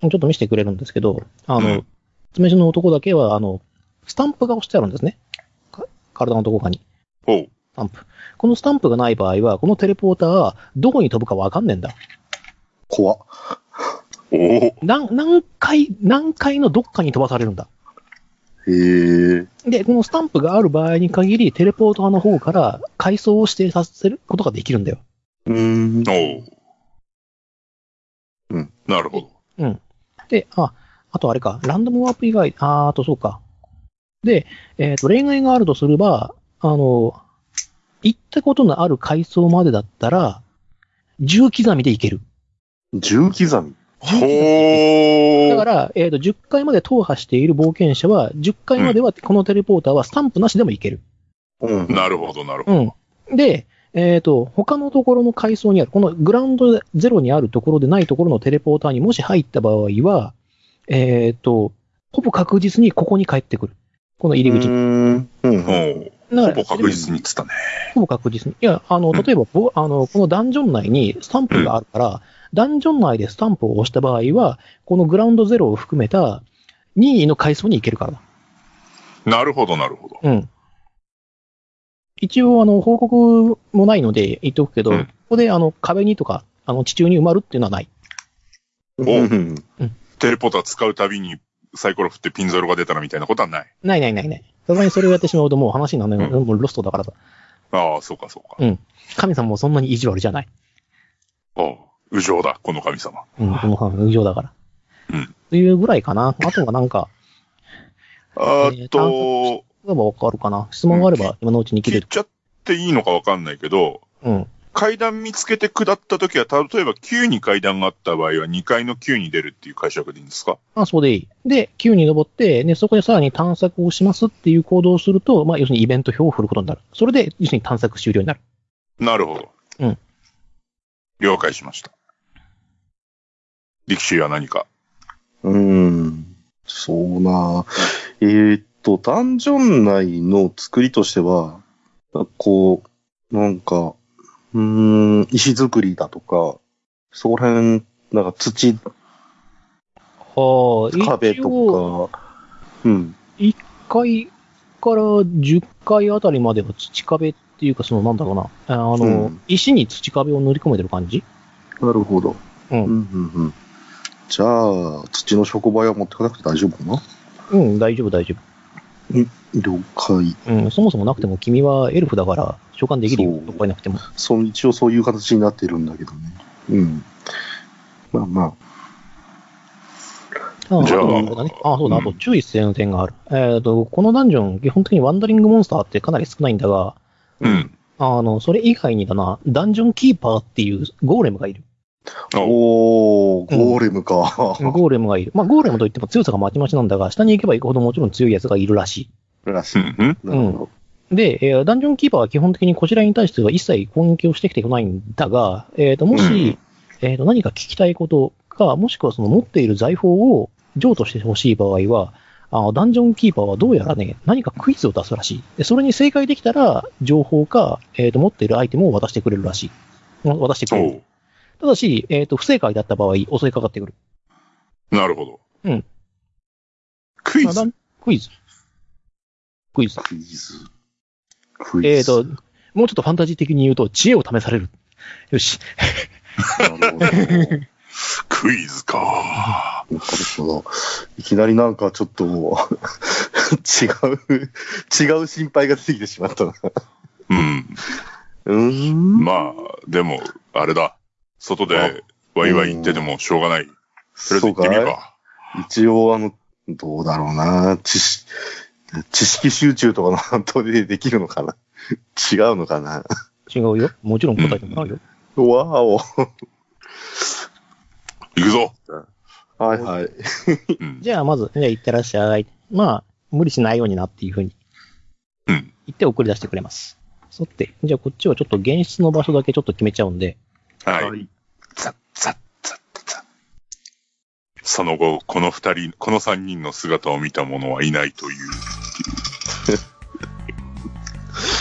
Speaker 1: っと見せてくれるんですけど、あの、
Speaker 2: うん
Speaker 1: 詰め所の男だけは、あの、スタンプが押してあるんですね。か体のどこかに。
Speaker 2: ほう。
Speaker 1: スタンプ。このスタンプがない場合は、このテレポーターは、どこに飛ぶかわかんねえんだ。
Speaker 3: 怖っ。
Speaker 2: おお。
Speaker 1: 何、何回、何回のどっかに飛ばされるんだ。
Speaker 3: へえ。
Speaker 1: で、このスタンプがある場合に限り、テレポーターの方から階層を指定させることができるんだよ。
Speaker 3: うーん。
Speaker 2: お
Speaker 3: う
Speaker 2: うんん。なるほど。
Speaker 1: で、あ、あとあれか、ランダムワープ以外、あーあとそうか。で、えっ、と、例外があるとすれば、あの、行ったことのある階層までだったら、10刻みで行ける。
Speaker 3: 重刻み。
Speaker 1: だか
Speaker 2: ほう。
Speaker 1: ら、えっ、と、10回まで踏破している冒険者は、10回までは、このテレポーターはスタンプなしでも行ける。
Speaker 3: うん。
Speaker 2: なるほど、なるほ
Speaker 1: うん。で、えっ、と、他のところの階層にある、このグラウンドゼロにあるところでないところのテレポーターにもし入った場合は、えっ、と、ほぼ確実にここに帰ってくる。この入り口に。
Speaker 3: うーん。う
Speaker 2: ど。
Speaker 3: ん。
Speaker 2: おう
Speaker 1: だから
Speaker 2: ほぼ確実に言ってたね。
Speaker 1: ほぼ確実に。いや、あの、
Speaker 2: うん
Speaker 1: 例えば、ぼあの、このダンジョン内にスタンプがあるから、ダンジョン内でスタンプを押した場合は、このグラウンドゼロを含めた、任意の階層に行けるからだ。
Speaker 2: なるほど、なるほど。
Speaker 1: うん。一応、あの、報告もないので言っておくけど、
Speaker 2: うん
Speaker 1: ここで、あの、壁にとか、あの、地中に埋まるっていうのはない。
Speaker 2: お
Speaker 3: うん
Speaker 2: テレポーター使うたびにサイコロ振ってピンゾロが出たらみたいなことはない。
Speaker 1: ないないないない。さすがにそれをやってしまうともう話にならない、もうロストだからさ。
Speaker 2: ああ、そうか、そうか。
Speaker 1: 神様もそんなに意地悪じゃない。
Speaker 2: ああ、無情だ、この神様。
Speaker 1: うん、この無情だから。
Speaker 2: うん。
Speaker 1: というぐらいかな。あとはなんか、え
Speaker 2: あ
Speaker 1: ー
Speaker 2: ーっと、
Speaker 1: 例えばわかるかな。質問があれば今のうちに切
Speaker 2: 切
Speaker 1: れ
Speaker 2: っ
Speaker 1: る。
Speaker 2: ちゃっていいのかわかんないけど、
Speaker 1: うん。
Speaker 2: 階段見つけて下った時は、例えば9に階段があった場合は2階の9に出るっていう解釈でいいんですか
Speaker 1: まあ、そうでいい。で、9に登って、ね、そこでさらに探索をしますっていう行動をすると、まあ、要するにイベント表を振ることになる。それで、要するに探索終了になる。
Speaker 2: なるほど。
Speaker 1: うん。
Speaker 2: 了解しました。力士は何か。
Speaker 3: うーん。そうなえーっと、ダンジョン内の作りとしては、こう、なんか、うーん、石作りだとか、そこら辺、なんか土、
Speaker 1: は
Speaker 3: 壁とか、うん。
Speaker 1: 1階から10階あたりまでは土壁っていうか、そのなんだろうな、あの、
Speaker 3: うん
Speaker 1: 石に土壁を塗り込めてる感じ
Speaker 3: なるほど。
Speaker 1: うん
Speaker 3: うん、うん、うん。じゃあ、土の触媒は持ってかなくて大丈夫かな
Speaker 1: うん、大丈夫、大丈
Speaker 3: 了解。
Speaker 1: 夫。うん、そもそもなくても君はエルフだから召喚できるよ
Speaker 3: そ、う
Speaker 1: どこになくても。
Speaker 3: そう、一応そういう形になってるんだけどね。うん。まあまあ、
Speaker 1: ああ
Speaker 2: じゃあ
Speaker 1: とあれだね。ああ、そうだ、
Speaker 2: うん
Speaker 1: あと注意する点がある。えっ、と、このダンジョン、基本的にワンダリングモンスターってかなり少ないんだが、
Speaker 2: うん。
Speaker 1: あの、それ以外にだな、ダンジョンキーパーっていうゴーレムがいる。
Speaker 2: お
Speaker 3: おー、ゴーレムか。
Speaker 1: ゴーレムがいる。まあ、ゴーレムといっても強さがまちまちなんだが、下に行けば行くほどもちろん強いやつがいるらしい。
Speaker 3: らし
Speaker 2: う
Speaker 3: い。
Speaker 2: ん、うん。
Speaker 3: なるほ
Speaker 1: で、えーダンジョンキーパーは基本的にこちらに対しては一切攻撃をしてきてこないんだが、えっ、と、もし、えっ、と、何か聞きたいことか、もしくはその持っている財宝を譲渡してほしい場合は、あのダンジョンキーパーはどうやらね、何かクイズを出すらしい。でそれに正解できたら、情報か、えっ、と、持っているアイテムを渡してくれるらしい。うん渡してくれる。
Speaker 2: お
Speaker 1: ただし、えっ、と、不正解だった場合、襲いかかってくる。
Speaker 2: うなるほど。
Speaker 1: うん。
Speaker 2: クイ
Speaker 1: まあダ
Speaker 2: ズ
Speaker 1: ンクイズ。クイズ
Speaker 3: ど。。クイズ。クイズ。
Speaker 1: えっ、と、もうちょっとファンタジー的に言うと、知恵を試される。よし。
Speaker 3: なるほど。な
Speaker 2: クイズか。
Speaker 3: るほど。いきなりなんかちょっと、 違う、 違う心配が出てきてしまったな。
Speaker 2: うん。
Speaker 3: うーん。
Speaker 2: まあ、でも、あれだ。外でワイワイ言っててもしょうがない。とりあえず
Speaker 3: そ
Speaker 2: 行
Speaker 3: う
Speaker 2: ってみる
Speaker 3: かい。
Speaker 2: か。
Speaker 3: 一応、あの、どうだろうな。知識、知識集中とかの後でできるのかな。違うのかな。
Speaker 1: 違うよ。もちろん答えてもらうよ。
Speaker 3: わーお。
Speaker 2: 行くぞ。
Speaker 3: はいはい。
Speaker 2: うん。
Speaker 1: じゃあ、まず、じゃあ、行ってらっしゃい。まあ、無理しないようになっていうふうに
Speaker 2: うん。
Speaker 1: 言って送り出してくれます。さて、じゃあ、こっちはちょっと現実の場所だけちょっと決めちゃうんで、
Speaker 2: はい。
Speaker 3: い。
Speaker 2: ザッザッザッザッその後、この二人、この三人の姿を見た者はいないという。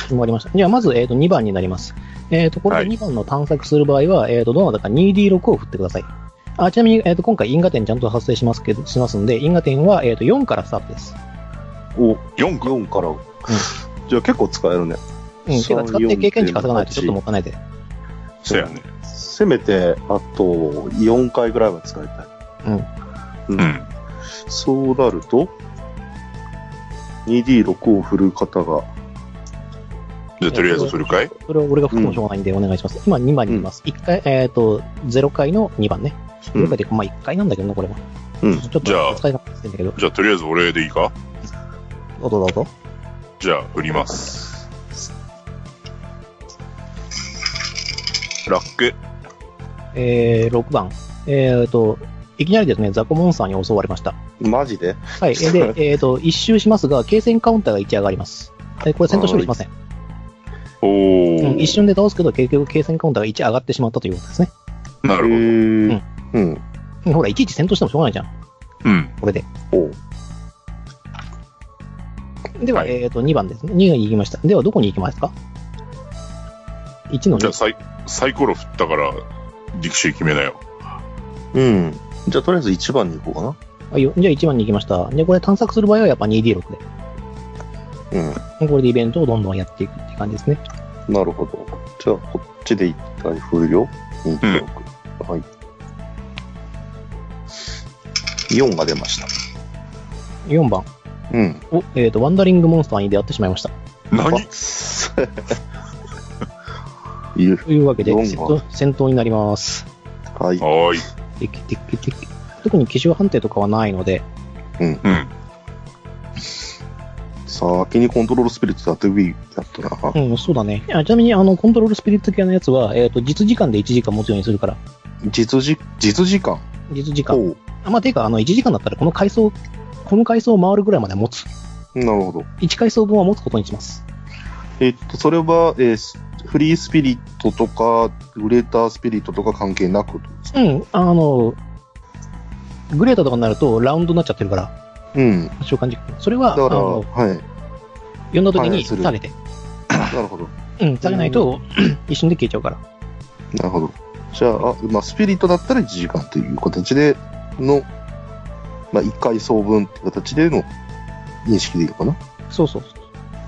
Speaker 1: 決まりました。じゃあ、まず、えっ、と、2番になります。えっ、と、これ
Speaker 2: はい
Speaker 1: で2番の探索する場合は、えっ、と、どなたか 2D6 を振ってください。あ、ちなみに、えっ、と、今回因果点ちゃんと発生しますけど、しますんで、因果点は、えっ、と、4からスタートです。
Speaker 3: お、
Speaker 2: 4か。
Speaker 3: 4から。じゃあ結構使えるね。
Speaker 1: うん。てか、使って経験値稼がないと
Speaker 3: 4.8
Speaker 1: ちょっともったいないで。
Speaker 2: そうやね。
Speaker 3: せめて、あと、4回ぐらいは使いたい。
Speaker 2: う。
Speaker 3: うんそうなると、2D6 を振る方が、
Speaker 2: じゃあ、とりあえず振るかい
Speaker 1: それは俺が振ってもしょうがないんで、お願いします。今、2番にいます。1回、えっ、と、0回の2番ね。
Speaker 3: うん
Speaker 1: 0回で、まあ、1回なんだけどな、これは。
Speaker 3: うん
Speaker 1: ちょっと
Speaker 2: じゃあ
Speaker 1: 使いなくてんだけど、
Speaker 2: じゃあ、とりあえずお礼でいいか
Speaker 1: どうぞどうぞ。
Speaker 2: じゃあ、振ります。ラック。
Speaker 1: えー、6番。えっ、と、いきなりですね、ザコモンスターに襲われました。
Speaker 3: マジで
Speaker 1: はい。で、えっ、と、一周しますが、継戦カウンターが1上がります。えこれ戦闘処理しません。
Speaker 2: お
Speaker 1: う
Speaker 2: ー。
Speaker 1: ん、一瞬で倒すけど、結局継戦カウンターが1上がってしまったということですね。
Speaker 2: な
Speaker 3: へ
Speaker 2: る
Speaker 3: ーう
Speaker 1: う
Speaker 3: ん。
Speaker 1: んほら、いちいち戦闘してもしょうがないじゃん。
Speaker 2: ほど。うん。
Speaker 1: これで。
Speaker 3: おう
Speaker 1: では、
Speaker 2: はい
Speaker 1: えっ、と、2番ですね。2が行きました。では、どこに行きますか ?1 の
Speaker 2: じゃあ
Speaker 1: 2。
Speaker 2: サイ、サイコロ振ったから、力士決めなよ。
Speaker 3: うん。じゃあとりあえず1番に行こうかな。
Speaker 1: あよじゃあ1番に行きました。で、これ探索する場合はやっぱ 2D6
Speaker 3: うん。
Speaker 1: で。これでイベントをどんどんやっていくって感じですね。
Speaker 3: なるほど。じゃあ、こっちで一体風量うん
Speaker 2: うん
Speaker 3: はい。4が出ました。
Speaker 1: 4番。
Speaker 3: うん。
Speaker 1: お、えっ、と、ワンダリングモンスターに出会ってしまいました。
Speaker 2: 何
Speaker 3: いう
Speaker 1: というわけで、
Speaker 3: 四番
Speaker 1: 戦闘戦闘になります。
Speaker 3: はい。
Speaker 2: はーい。
Speaker 1: テキテキテキ特に機種判定とかはないので、
Speaker 2: うん。
Speaker 3: 先にコントロールスピリッツやってウィーやったな。
Speaker 1: うん、そうだね。あちなみに、あの、コントロールスピリッツ系のやつは、えっ、と、実時間で1時間持つようにするから、
Speaker 3: 実時、実時間
Speaker 1: 実時間。
Speaker 3: おう
Speaker 1: あまあ、ていうか、あの、1時間だったら、この階層、この階層を回るぐらいまで持つ。
Speaker 3: なるほど。
Speaker 1: 1階層分は持つことにします。
Speaker 3: えっと、それは、えースフリースピリットとか、グレータースピリットとか関係なくです
Speaker 1: う
Speaker 3: か
Speaker 1: ん、あの、グレーターとかになると、ラウンドになっちゃってるから、
Speaker 3: うん。だ
Speaker 1: そういう感じ。それは、あ
Speaker 3: から、
Speaker 1: の、
Speaker 3: はい。
Speaker 1: 呼んだ時
Speaker 3: 反
Speaker 1: に
Speaker 3: 映する
Speaker 1: 下げて。
Speaker 3: なるほど。
Speaker 1: うん、下げないと、一瞬で消えちゃうから。
Speaker 3: なるほど。じゃあ、あまあ、スピリットだったら1時間という形での、まあ、1回総分って形での認識でいいのかな。
Speaker 1: そうそう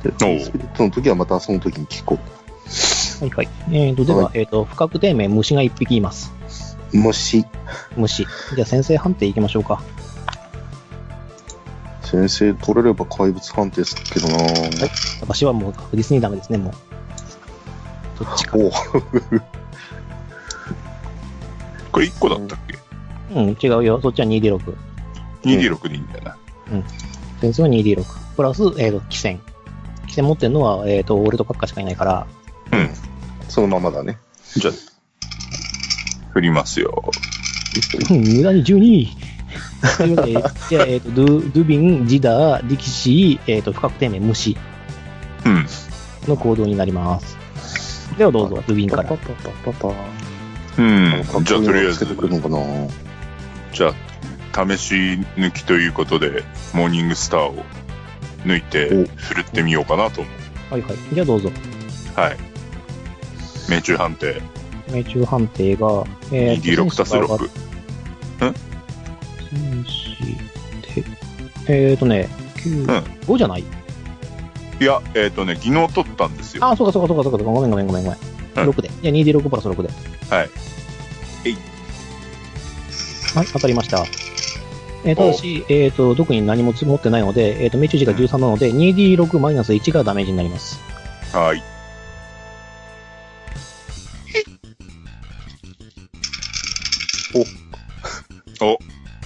Speaker 1: そう。
Speaker 3: で
Speaker 2: おう
Speaker 3: スピリットの時はまたその時に聞こ
Speaker 1: はいはい。えーと、では、
Speaker 3: は
Speaker 1: えっ、と、不確定名、虫が1匹います。
Speaker 3: う。もし、
Speaker 1: 虫。じゃあ、先生判定いきましょうか。
Speaker 3: 先生取れれば怪物判定ですけどなぁ。
Speaker 1: 私はもう確実にダメですね、もう。どっちか。
Speaker 3: おう
Speaker 2: これ1個だったっけ
Speaker 1: うん、違うよ。そっちは 2D6。
Speaker 2: ?2D6 でいいんだよな。
Speaker 1: 先生は 2D6。プラス、えっ、と、汽船。汽船持ってるのは、えっ、と、俺とカッカしかいないから、
Speaker 2: うん。
Speaker 3: そのままだね。
Speaker 2: じゃあ、振りますよ。
Speaker 1: うん無駄に12。というわけで、じゃあ、えっ、と、ドゥ、ドゥビン、ジダー、力士、えっ、と、不確定名、虫
Speaker 2: うん。
Speaker 1: の行動になります。ではどうぞ、ドゥビンか
Speaker 3: パ
Speaker 1: ら
Speaker 3: パ。パパパパ。
Speaker 2: うん。じゃあ、とりあえ
Speaker 3: つけて
Speaker 2: ず
Speaker 3: く、るのかなぁ。
Speaker 2: じゃあ、試し抜きということで、モーニングスターを抜いて、
Speaker 3: お
Speaker 2: 振るってみようかなと思
Speaker 1: はいはい。じゃあどうぞ。
Speaker 2: う。はい。命中判定、
Speaker 1: 命中判定が、え
Speaker 2: 2D6 足す
Speaker 1: ロック
Speaker 2: 6。
Speaker 1: えっ、ー、とね、9、5じゃない
Speaker 2: いや、えっ、とね、技能取ったんですよ。
Speaker 1: あ、そうかそうかそうかそうか。ごめんごめんごめんごめん。
Speaker 2: うん
Speaker 1: 6で。じゃあ 2D6 プラス6で。
Speaker 2: はい。えい
Speaker 1: はい、当たりました。えーただし、えっ、と、特に何も持ってないので、えっ、と、命中時が13なので、2D6 マイナス1がダメージになります。
Speaker 2: はい。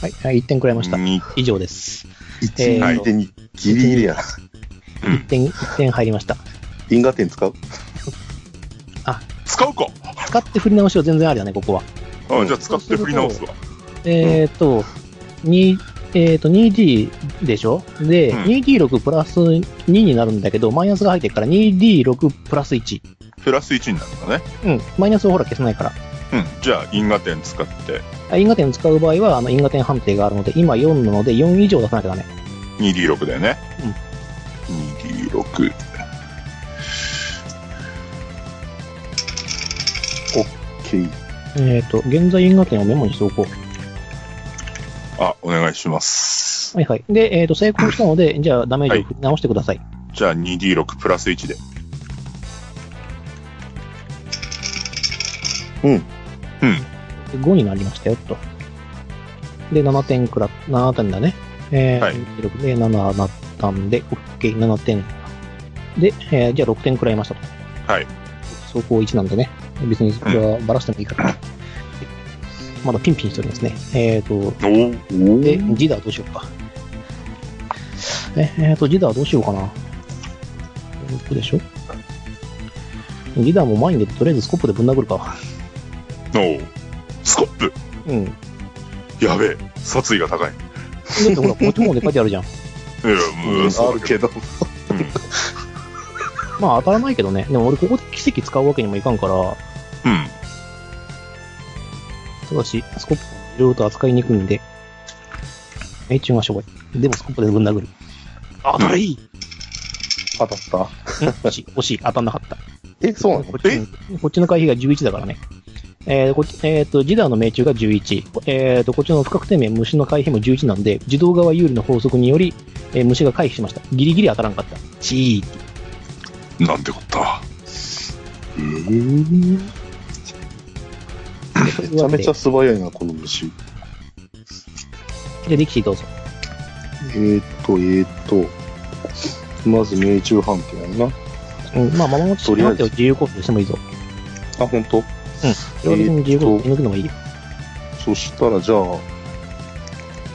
Speaker 1: はい、はい、1点くらいました。
Speaker 2: に
Speaker 1: 以上です。え
Speaker 3: 1、
Speaker 1: ー
Speaker 3: 2で2、ギリギリや。
Speaker 1: 1点、1点入りました。
Speaker 3: 因果点使う
Speaker 2: 使うか
Speaker 1: 使って振り直しは全然ありだね、ここは。
Speaker 2: あ、
Speaker 3: うん
Speaker 2: じゃあ使って振り直すわ。
Speaker 1: えっ、と、にえー、と 2D でしょで、
Speaker 2: うん
Speaker 1: 2D6 プラス2になるんだけど、マイナスが入ってるから 2D6 プラス1。
Speaker 2: プラス1になるのかね。
Speaker 1: うん。マイナスをほら消せないから。
Speaker 2: うん。じゃあ、因果点使って、
Speaker 1: あ因果点使う場合は、あの、因果点判定があるので、今4なので4以上出さなきゃダメ。
Speaker 2: 2D6 だよね。2D6。
Speaker 3: ?OK。
Speaker 1: えっ、と、現在因果点をメモにしておこう。
Speaker 2: あ、お願いします。
Speaker 1: はいはい。で、えっ、と、成功したので、じゃあダメージを振り直してください。
Speaker 2: じゃあ、2D6 プラス1で。
Speaker 3: うん
Speaker 2: うん。
Speaker 1: で5になりましたよ、と。で、7点くら、7点だね。えー、
Speaker 2: はい
Speaker 1: 6で7なったんで、OK、7点。で、えーじゃあ6点くらいましたと。
Speaker 2: はい。
Speaker 1: 走行1なんでね。別にそれはバラしてもいいから。まだピンピンしておりますね。えっ、と、
Speaker 2: おー
Speaker 3: おー
Speaker 1: で、ジダーどうしようか。え、えーと、ジダーどうしようかな。6でしょジダーも前に出て、とりあえずスコップでぶん殴るか。
Speaker 2: おースコップ
Speaker 1: うん。
Speaker 2: やべえ。殺意が高
Speaker 1: だ
Speaker 2: い。
Speaker 1: ってほら、こっちもで書いてあるじゃん。
Speaker 2: いや、もう、
Speaker 3: あ
Speaker 2: そう
Speaker 3: る
Speaker 2: だけ
Speaker 3: けど。
Speaker 2: ど。うん
Speaker 1: まあ当たらないけどね。でも俺ここで奇跡使うわけにもいかんから、
Speaker 2: うん。
Speaker 1: ただし、スコップいろいろと扱いにくいんで、命中がしょぼい。でもスコップでぶん殴る。当たり
Speaker 3: 当たった
Speaker 1: 惜しい、惜しい、当たんなかった。
Speaker 3: え、そうなの
Speaker 1: こっちのこっちの回避が11だからね。えーこっちえーと、ジダーの命中が11、えーと、こっちの不確定面、虫の回避も11なんで、自動側有利の法則により、えー虫が回避しました。ギリギリ当たらんかった。チー
Speaker 2: なんてこった。
Speaker 3: えー、めちゃめちゃ素早いな、この虫。
Speaker 1: で、力士どうぞ。
Speaker 3: えー、っと、えー、っと、まず命中判定やな。
Speaker 1: うん、まあ、ま持ち
Speaker 3: とりあえ
Speaker 1: 判
Speaker 3: ず
Speaker 1: 定を自由コースとしてもいいぞ。
Speaker 3: あ、本当。
Speaker 1: それは別に自由コースを抜くのがいいよ。
Speaker 3: そしたら、じゃあ、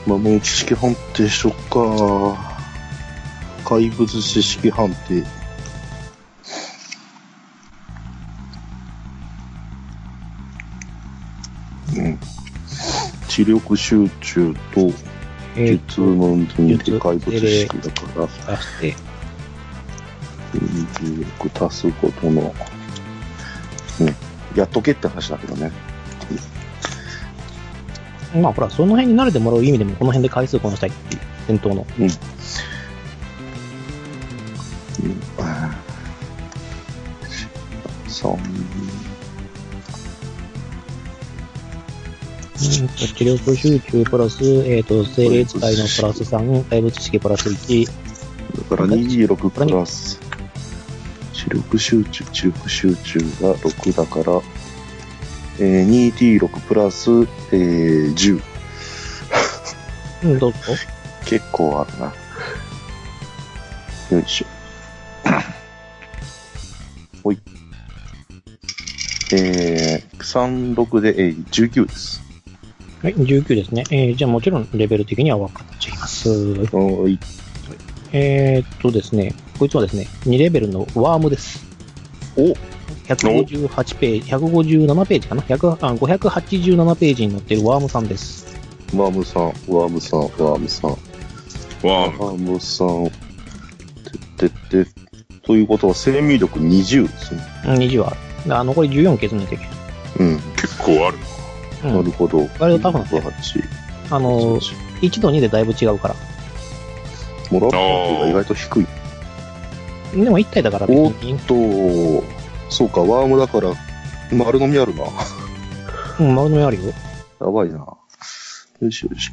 Speaker 3: まあ、もう知識判定しよっか。怪物知識判定。うん。知力集中と
Speaker 1: えー
Speaker 3: 術の運動にて怪物知識だから、
Speaker 1: 出して、
Speaker 3: 26足すことの、うん、やっとけって話だけどね。
Speaker 1: まあ、ほら、その辺に慣れてもらう意味でも、この辺で回数こなしたいっていう、戦闘の。
Speaker 3: そう。
Speaker 1: うんと、知力集中プラス、えっ、と、精霊使いのプラス3、怪物知識プラス1、
Speaker 3: だから26プラス、知力集中、知力集中が6だから、えー、2D6 プラス、えー、10。
Speaker 1: うん、どうぞ。
Speaker 3: 結構あるな。よいしょ。 ほい。えー、36で、えー、19です。
Speaker 1: はい、19ですね。えー、じゃあもちろんレベル的には分かっちゃいます。
Speaker 3: おーい。
Speaker 1: えー、っとですね、こいつはですね、2レベルのワームです。
Speaker 3: お
Speaker 1: 158ページ、157ページかな100あ ?587 ページに載ってるワームさんです。
Speaker 3: ワームさん、ワームさん、ワームさん。
Speaker 2: わあ、
Speaker 3: ハムさん、てってって、ということは生命力20ですね。
Speaker 1: うん20はある。あ残り14削んないといけ
Speaker 3: うん、
Speaker 2: 結構あるな。
Speaker 1: ない。う
Speaker 3: なんる、ほど。
Speaker 1: 割とタフなんだよ
Speaker 3: 8。
Speaker 1: あの、1と2でだいぶ違うから。
Speaker 3: もらった方が意外と低い。
Speaker 1: でも1体だから別に、
Speaker 3: と、そうか、ワームだから、丸飲みあるな。
Speaker 1: うん、丸の目あるよ。
Speaker 3: やばいな。よしよし。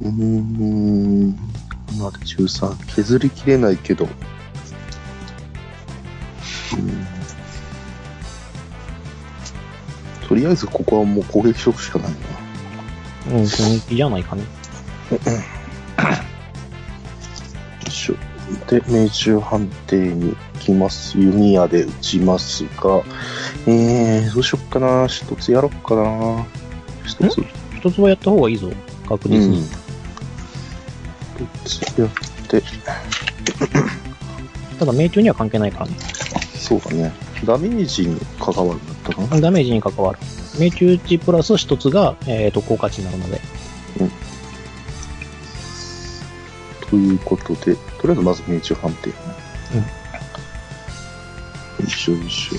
Speaker 3: うーん。まだ13。削りきれないけど。うーん。とりあえずここはもう攻撃色しかないな。
Speaker 1: うん、雰囲気じゃないかね。
Speaker 3: よいしょ。で、命中判定に行きます。弓矢で打ちますが、えー、どうしよっかな。一つやろっかな。一つ
Speaker 1: 一つはやった方がいいぞ、確実に。
Speaker 3: ぶつやって、
Speaker 1: ただ命中には関係ないからね。
Speaker 3: そうだね。ダメージに関わるんだったかな。
Speaker 1: ダメージに関わる。命中値プラス一つが、えー、と効果値になるので。
Speaker 3: ということで、とりあえずまず命中判定、ね。うん。よいしょよいしょ。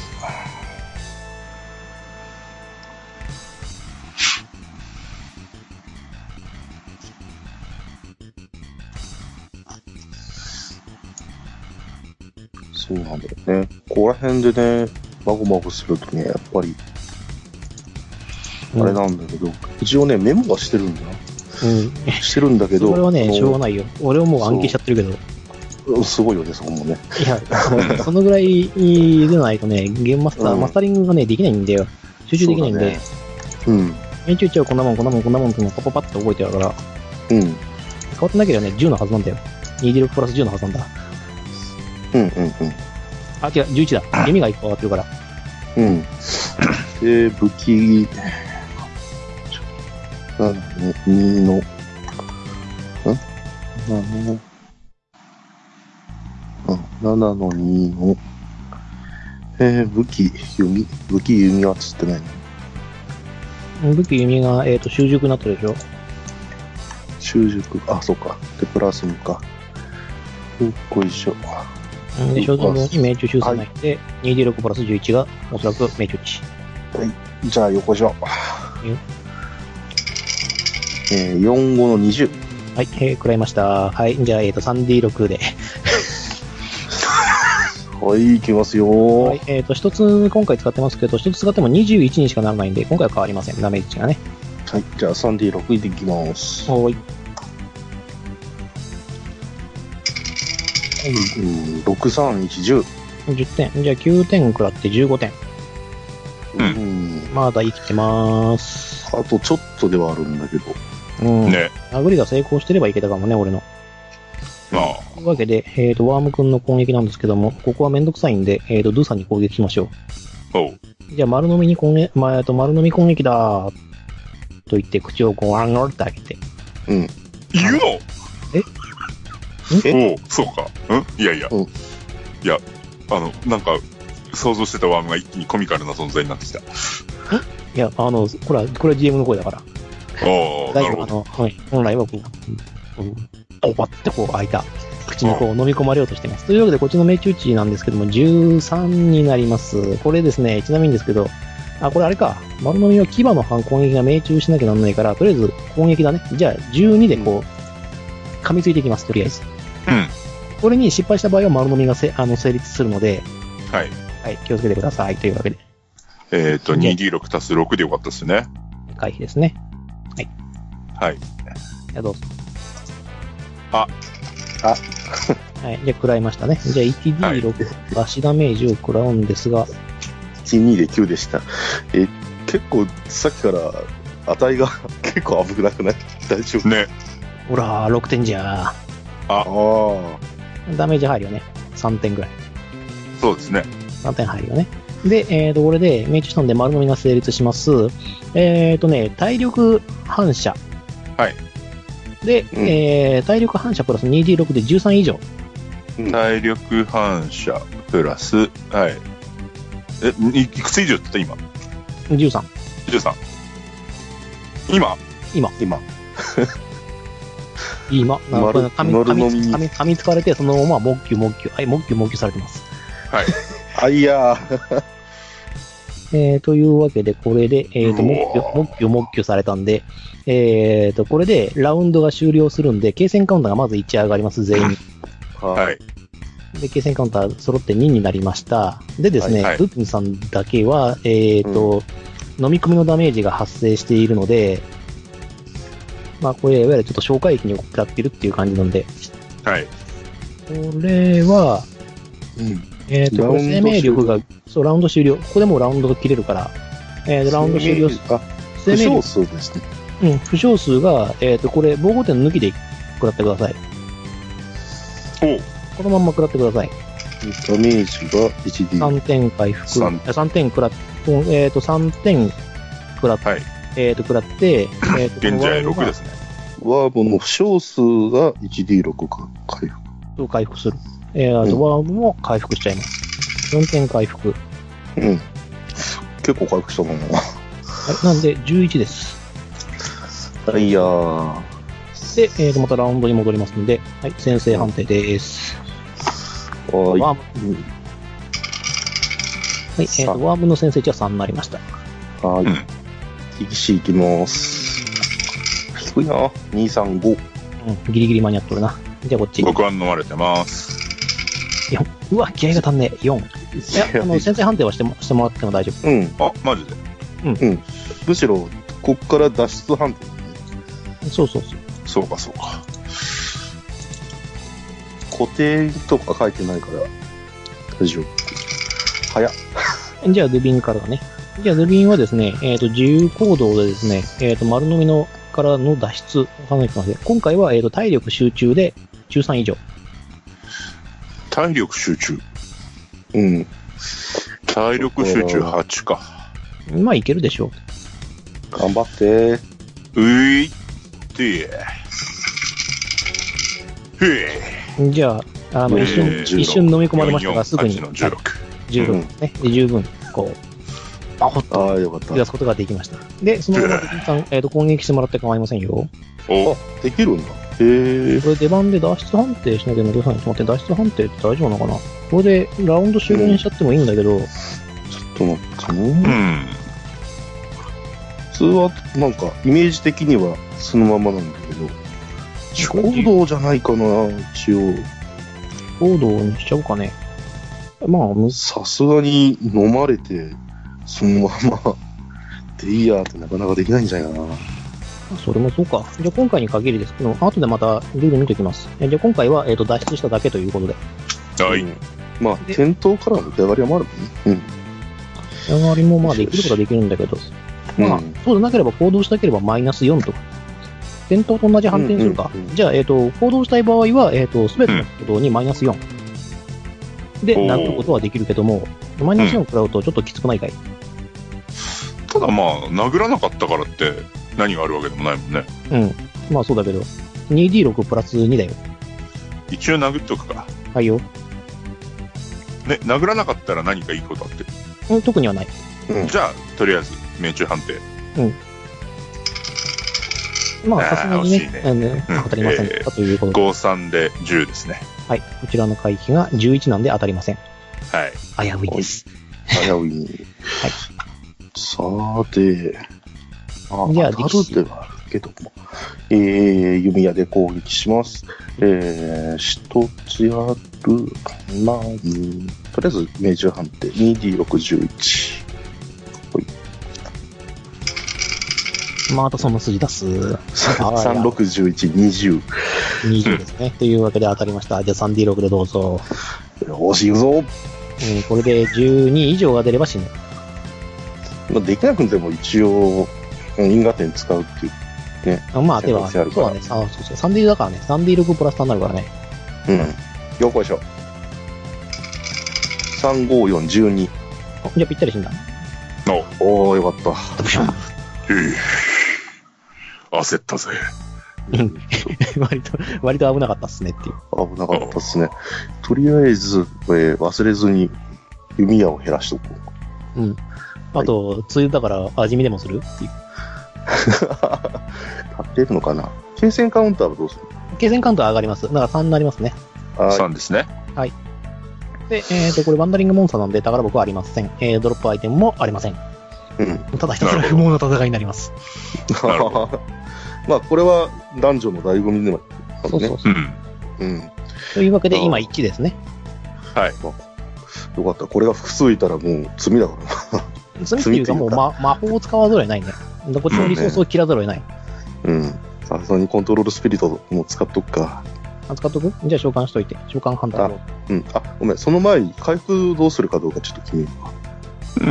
Speaker 3: そうなんだよね。ここら辺でね、まごまごするとね、やっぱりあれなんだけど、一応ね、メモはしてるんだよ。
Speaker 1: うん。
Speaker 3: してるんだけど、
Speaker 1: それはね、しょうが
Speaker 3: な
Speaker 1: ないよ。俺はもう暗記しちゃってるけど。い
Speaker 3: すごいよね、そこもね。
Speaker 1: や、 そうそのぐらいでないとね、ゲームマスター、
Speaker 3: うん
Speaker 1: マスタリングがね、できないんだよ。集中できないんで、
Speaker 3: うん。
Speaker 1: 命中値はこんなもん、こんなもん、こんなもんってのをパパパッと覚えてやるから、
Speaker 3: うん。
Speaker 1: 変わってなければね、10のはずなんだよ。2D6 プラス10のはずなんだ。
Speaker 3: うんうん
Speaker 1: あ、違う、11だ。弓が1個上がってるから。
Speaker 3: うん。うん。で、武器、なのね、2の、んなの、うん、7の2の、えー、武器、弓、武器弓はつってないの。
Speaker 1: 武器弓が、えっ、と、習熟になってるでしょ。
Speaker 3: 習熟、あ、そうか。で、プラス2か。よっこいしょ。
Speaker 1: うんで、小
Speaker 3: そう
Speaker 1: 僧
Speaker 3: か
Speaker 1: に命中修正ないんで、2D6 プラス11が、おそらく命中値。
Speaker 3: じゃあ、横じゃ。
Speaker 1: よ
Speaker 3: えー、4、5の20。
Speaker 1: はい、えー、食らいました。はい、じゃあ、えっ、と、3D6 で。
Speaker 3: そはい、いきますよ。
Speaker 1: はい、えっ、と、一つ今回使ってますけど、一つ使っても21にしかならないんで、今回は変わりません、ダメージがね。
Speaker 3: はい、じゃあ 3D6 いっていきます。
Speaker 1: はい。
Speaker 3: うん、63110。
Speaker 1: 10点。じゃあ9点食らって15点。
Speaker 2: う
Speaker 3: うん。
Speaker 1: まだ生きてます。
Speaker 3: あとちょっとではあるんだけど。
Speaker 1: うん。
Speaker 2: ね。
Speaker 1: 殴りが成功してればいけたかもね、俺の。
Speaker 2: まあ、
Speaker 1: というわけで、えっ、と、ワーム君の攻撃なんですけども、ここはめんどくさいんで、えっ、と、ドゥさんに攻撃しましょ
Speaker 2: おう。
Speaker 1: う。じゃあ、丸飲みに攻撃、まあ、えっと、丸飲み攻撃だーと言って、口をこう、あんがってあげて。
Speaker 2: 言うの
Speaker 3: え
Speaker 2: おう、そうか。うんいやいや。
Speaker 3: うん
Speaker 2: いや、あの、なんか、想像してたワームが一気にコミカルな存在になってきた。
Speaker 1: いや、あの、これは、これは GM の声だから。
Speaker 2: おおな
Speaker 1: 大丈
Speaker 2: る
Speaker 1: 夫、
Speaker 2: ほ
Speaker 1: あ
Speaker 2: ど。
Speaker 1: の、はい。本来はこう、うん、おばってこう開いた口にこう飲み込まれようとしています。というわけで、こっちの命中値なんですけども、13になります。これですね、ちなみにですけど、あ、これあれか。丸飲みは牙の反攻撃が命中しなきゃなんないから、とりあえず攻撃だね。じゃあ、12でこう、噛みついていきます、とりあえず。
Speaker 2: うん。
Speaker 1: これに失敗した場合は丸飲みがせあの成立するので、
Speaker 2: はい。
Speaker 1: はい、気をつけてください。というわけで、
Speaker 2: えっ、と、2D6 足す6でよかったっすね。
Speaker 1: 回避ですね。
Speaker 2: はい。
Speaker 1: じゃあどうぞ。
Speaker 2: あ。
Speaker 3: あ。
Speaker 1: はい。じゃあ、食らいましたね。じゃあ、1D6、足ダメージを食らうんですが、
Speaker 3: 12で9でした。え、結構さっきから値が 結構危なくない大丈夫
Speaker 2: ね。
Speaker 1: ほら、6点じゃ
Speaker 3: あ
Speaker 1: ダメージ入るよね。3点ぐらい。
Speaker 2: そうですね。
Speaker 1: 3点入るよね。で、えっ、と、これで、命中したんで丸飲みが成立します。えっ、とね、体力反射。
Speaker 2: はい。
Speaker 1: で、
Speaker 3: うん
Speaker 1: えー、体力反射プラス 2D6 で13以上。
Speaker 3: あ。
Speaker 2: 体力反射プラス、はい。え、いいくつ以上って言った今
Speaker 1: 13。
Speaker 2: ?13。今
Speaker 3: 今。
Speaker 1: 今、なんかこれ
Speaker 3: 丸
Speaker 1: 噛み、
Speaker 3: 丸
Speaker 1: 噛み
Speaker 3: 飲みに
Speaker 1: 噛み、噛みつかれて、そのまま、もっきゅうもっきゅう。はい、もっきゅうもっきゅうされてます。
Speaker 3: あ、いやー。
Speaker 1: えー、というわけで、これで、えっ、ー、と、
Speaker 2: う
Speaker 1: もっきゅ
Speaker 2: わー
Speaker 1: う、もっきゅうもっきゅうされたんで、えっ、ー、と、これで、ラウンドが終了するんで、継戦カウンターがまず1上がります、全員。
Speaker 3: は。
Speaker 2: はいい。
Speaker 1: で、継戦カウンター揃って2になりました。でですね、
Speaker 2: はいはい
Speaker 1: ルピンさんだけは、えっ、ー、と、飲み込みのダメージが発生しているので、まあ、これ、いわゆるちょっと消化液に食らってるっていう感じなんで、
Speaker 2: はい。
Speaker 1: これは、えっ、と、これ生命力
Speaker 3: ラウ
Speaker 1: が、そう、ラウンド終了。ここでもうラウンドが切れるから、えー、ラウンド終了、
Speaker 3: あ、
Speaker 1: 生
Speaker 3: 不
Speaker 1: 命力
Speaker 3: 少数ですね。
Speaker 1: うん、負傷数が、えっ、と、これ、防護点抜きで食らってください。
Speaker 2: おう
Speaker 1: このまんま食らってください。
Speaker 3: ダメージが 1D。
Speaker 1: 3点回復。
Speaker 2: 三
Speaker 1: 3点食らっ、えっ、と、3点食らっ、
Speaker 2: はい
Speaker 1: えっ、と、食らって、えっ、と、。
Speaker 2: 現在6ですすね。
Speaker 3: ワーボの不少数が 1D6 か回復。
Speaker 1: 回復する。えー、あ
Speaker 3: う
Speaker 1: と、
Speaker 3: ん
Speaker 1: ワームも回復しちゃいます。4点回復。
Speaker 3: うん。結構回復したもんな。
Speaker 1: はい、なんで、11です。
Speaker 3: あ、いやー。
Speaker 1: で、えっ、と、またラウンドに戻りますので、はい、先制判定です。
Speaker 3: は
Speaker 1: ワ
Speaker 3: い。
Speaker 1: ーム。はい、えっ、と、ワームの先制値は3になりました。
Speaker 3: は
Speaker 2: うん
Speaker 3: い。力士いきます。低いな。235。
Speaker 1: うん、ギリギリ間に合っとるな。じゃあ、こっち。
Speaker 2: 僕は飲まれてます。
Speaker 1: うわ、気合が足んねえ。4。いや、あの、先生判定はしてもしてもらっても大丈
Speaker 3: うん。
Speaker 2: あ、マジで。
Speaker 3: むしろ、こっから脱出判定だね。
Speaker 1: 夫。そうそうそう。
Speaker 2: そうか、そうか。
Speaker 3: 固定とか書いてないから、大丈夫。早っ。
Speaker 1: じゃあ、ルビンからだね。じゃあ、ルビンはですね、えっ、と、自由行動でですね、えっ、と、丸飲みのからの脱出を考えてますね。今回は、えっ、と、体力集中で13以上。
Speaker 2: 体力集中。
Speaker 3: うん。
Speaker 2: 体力集中8か。
Speaker 1: まあ、いけるでしょ
Speaker 3: 頑張って。
Speaker 2: ういって。ふえ。
Speaker 1: う。じゃあ、あの、
Speaker 3: えー
Speaker 1: 一瞬、
Speaker 2: 16
Speaker 1: 一瞬飲み込まれましたが、すぐに、は
Speaker 2: 44 8の
Speaker 1: い
Speaker 2: 16。
Speaker 1: 十分ですね。で十分、こう、あほっと
Speaker 3: ああ、よかった
Speaker 1: 出。すことができました。で、そのまま、ルビンさん、えっ、と、攻撃してもらって構いませんよ。
Speaker 2: お、
Speaker 3: あ、できるんだ。へえ。
Speaker 1: これ出番で脱出判定しなきゃならない。ちょっと待って、脱出判定って大丈夫なのかなこれでラウンド終了にしちゃってもいいんだけど、
Speaker 3: ちょっと待って
Speaker 2: う
Speaker 3: ね。
Speaker 2: ん。
Speaker 3: 普通は、なんか、イメージ的にはそのままなんだけど、衝動じゃないかな、一応。
Speaker 1: 行動にしちゃおうかね。まあ、む
Speaker 3: さすがに飲まれて、そのまま、でいいやってなかなかできないんじゃないかな。
Speaker 1: それもそうか。じゃあ今回に限りですけど、後でまたルール見ておきます。えじゃあ今回は、えー、と脱出しただけということで。
Speaker 2: はい。
Speaker 3: うんまあ、
Speaker 1: で
Speaker 3: 店頭からの出上がりはもあるもんね。うん。
Speaker 1: 仕上がりもまあできることはできるんだけど、まあ
Speaker 3: うん、
Speaker 1: そうでなければ行動したければマイナス4とか。戦闘と同じ反転するか。
Speaker 3: うんうんうん
Speaker 1: じゃあ、えっ、と、行動したい場合は、えっ、と、すべての行動にマイナス4。で、
Speaker 2: おー
Speaker 1: なることはできるけども、マイナス4を食らうとちょっときつくないかい。
Speaker 2: ただまあ、殴らなかったからって何があるわけでもないもんね。
Speaker 1: うん。まあそうだけど、2D6 プラス2だよ。
Speaker 2: 一応殴っとくか。
Speaker 1: はいよ。
Speaker 2: ね、殴らなかったら何かいいことあって。
Speaker 1: うん、特にはない。
Speaker 3: うん
Speaker 2: じゃあ、とりあえず、命中判定。
Speaker 1: まあ、
Speaker 2: あー
Speaker 1: さすがに
Speaker 2: 惜しい
Speaker 1: ね
Speaker 2: ね、
Speaker 1: あの当たりません
Speaker 2: え
Speaker 1: でし
Speaker 2: ー
Speaker 1: たということで、
Speaker 2: 53で10ですね。
Speaker 1: はい。こちらの回避が11なんで当たりません。
Speaker 2: はい。
Speaker 1: 危ういです。
Speaker 3: 早いに。
Speaker 1: はい
Speaker 3: さて、あ
Speaker 1: じゃあ
Speaker 3: 当たるではあるけども、えー、弓矢で攻撃します。えー、一つやるかな、うんとりあえず、命中判定、2D611。
Speaker 1: またその数字出す。
Speaker 3: 3、6、11、20。
Speaker 1: 20ですね。というわけで当たりました。じゃあ 3D6 でどうぞ。
Speaker 3: よし、行くぞ。
Speaker 1: うん、これで12以上が出れば死ぬ。
Speaker 3: まあ、できなくても一応、うん因果点使うっていう。
Speaker 1: あまあ、では、
Speaker 3: 選
Speaker 1: そう
Speaker 3: 択肢あ
Speaker 1: だね。あ
Speaker 3: る
Speaker 1: そうそう。3D だからね。3D6 プラス3になるからね。
Speaker 3: うん。よっこいしょ。3、5、4、12。
Speaker 1: あじゃあぴったり死んだ。
Speaker 3: おー、よかった。
Speaker 1: ブシャン。
Speaker 2: うぅ焦ったぜ。
Speaker 1: うん割と、割と危なかったっすねっていう。
Speaker 3: 危なかったですね。とりあえず、えー忘れずに弓矢を減らしとこう。
Speaker 1: うん。あと、梅雨だから味見でもするっていう。
Speaker 3: 立てるのかな継戦カウンターはどうする
Speaker 1: 経線感度は上がります。だから3になりますね。
Speaker 3: は
Speaker 2: 3ですね。
Speaker 1: で、えっ、と、これワンダリングモンスターなんで宝箱はありません。えー、ドロップアイテムもありません。
Speaker 3: い。うん。
Speaker 1: ただひたすら不毛な戦いになります。
Speaker 2: なるほ
Speaker 3: まあ、これは男女の醍醐味でもある
Speaker 1: そう
Speaker 3: ね。
Speaker 1: そうそうう。
Speaker 2: ん。
Speaker 3: うん。よ
Speaker 1: というわけで、今1ですね。
Speaker 3: かった。これが複数いたらもう罪だからな。
Speaker 1: 罪っていうか、もう、ま、魔法を使わざるを得ないね。こっちのリソースを切らざるを得ない。
Speaker 3: うん。さすがにコントロールスピリットも使っとくか。
Speaker 1: 扱っとくじゃあ召喚しといて。召喚ハンターを。
Speaker 3: うん。あ、ごめん。その前に回復どうするかどうかちょっと決めようか。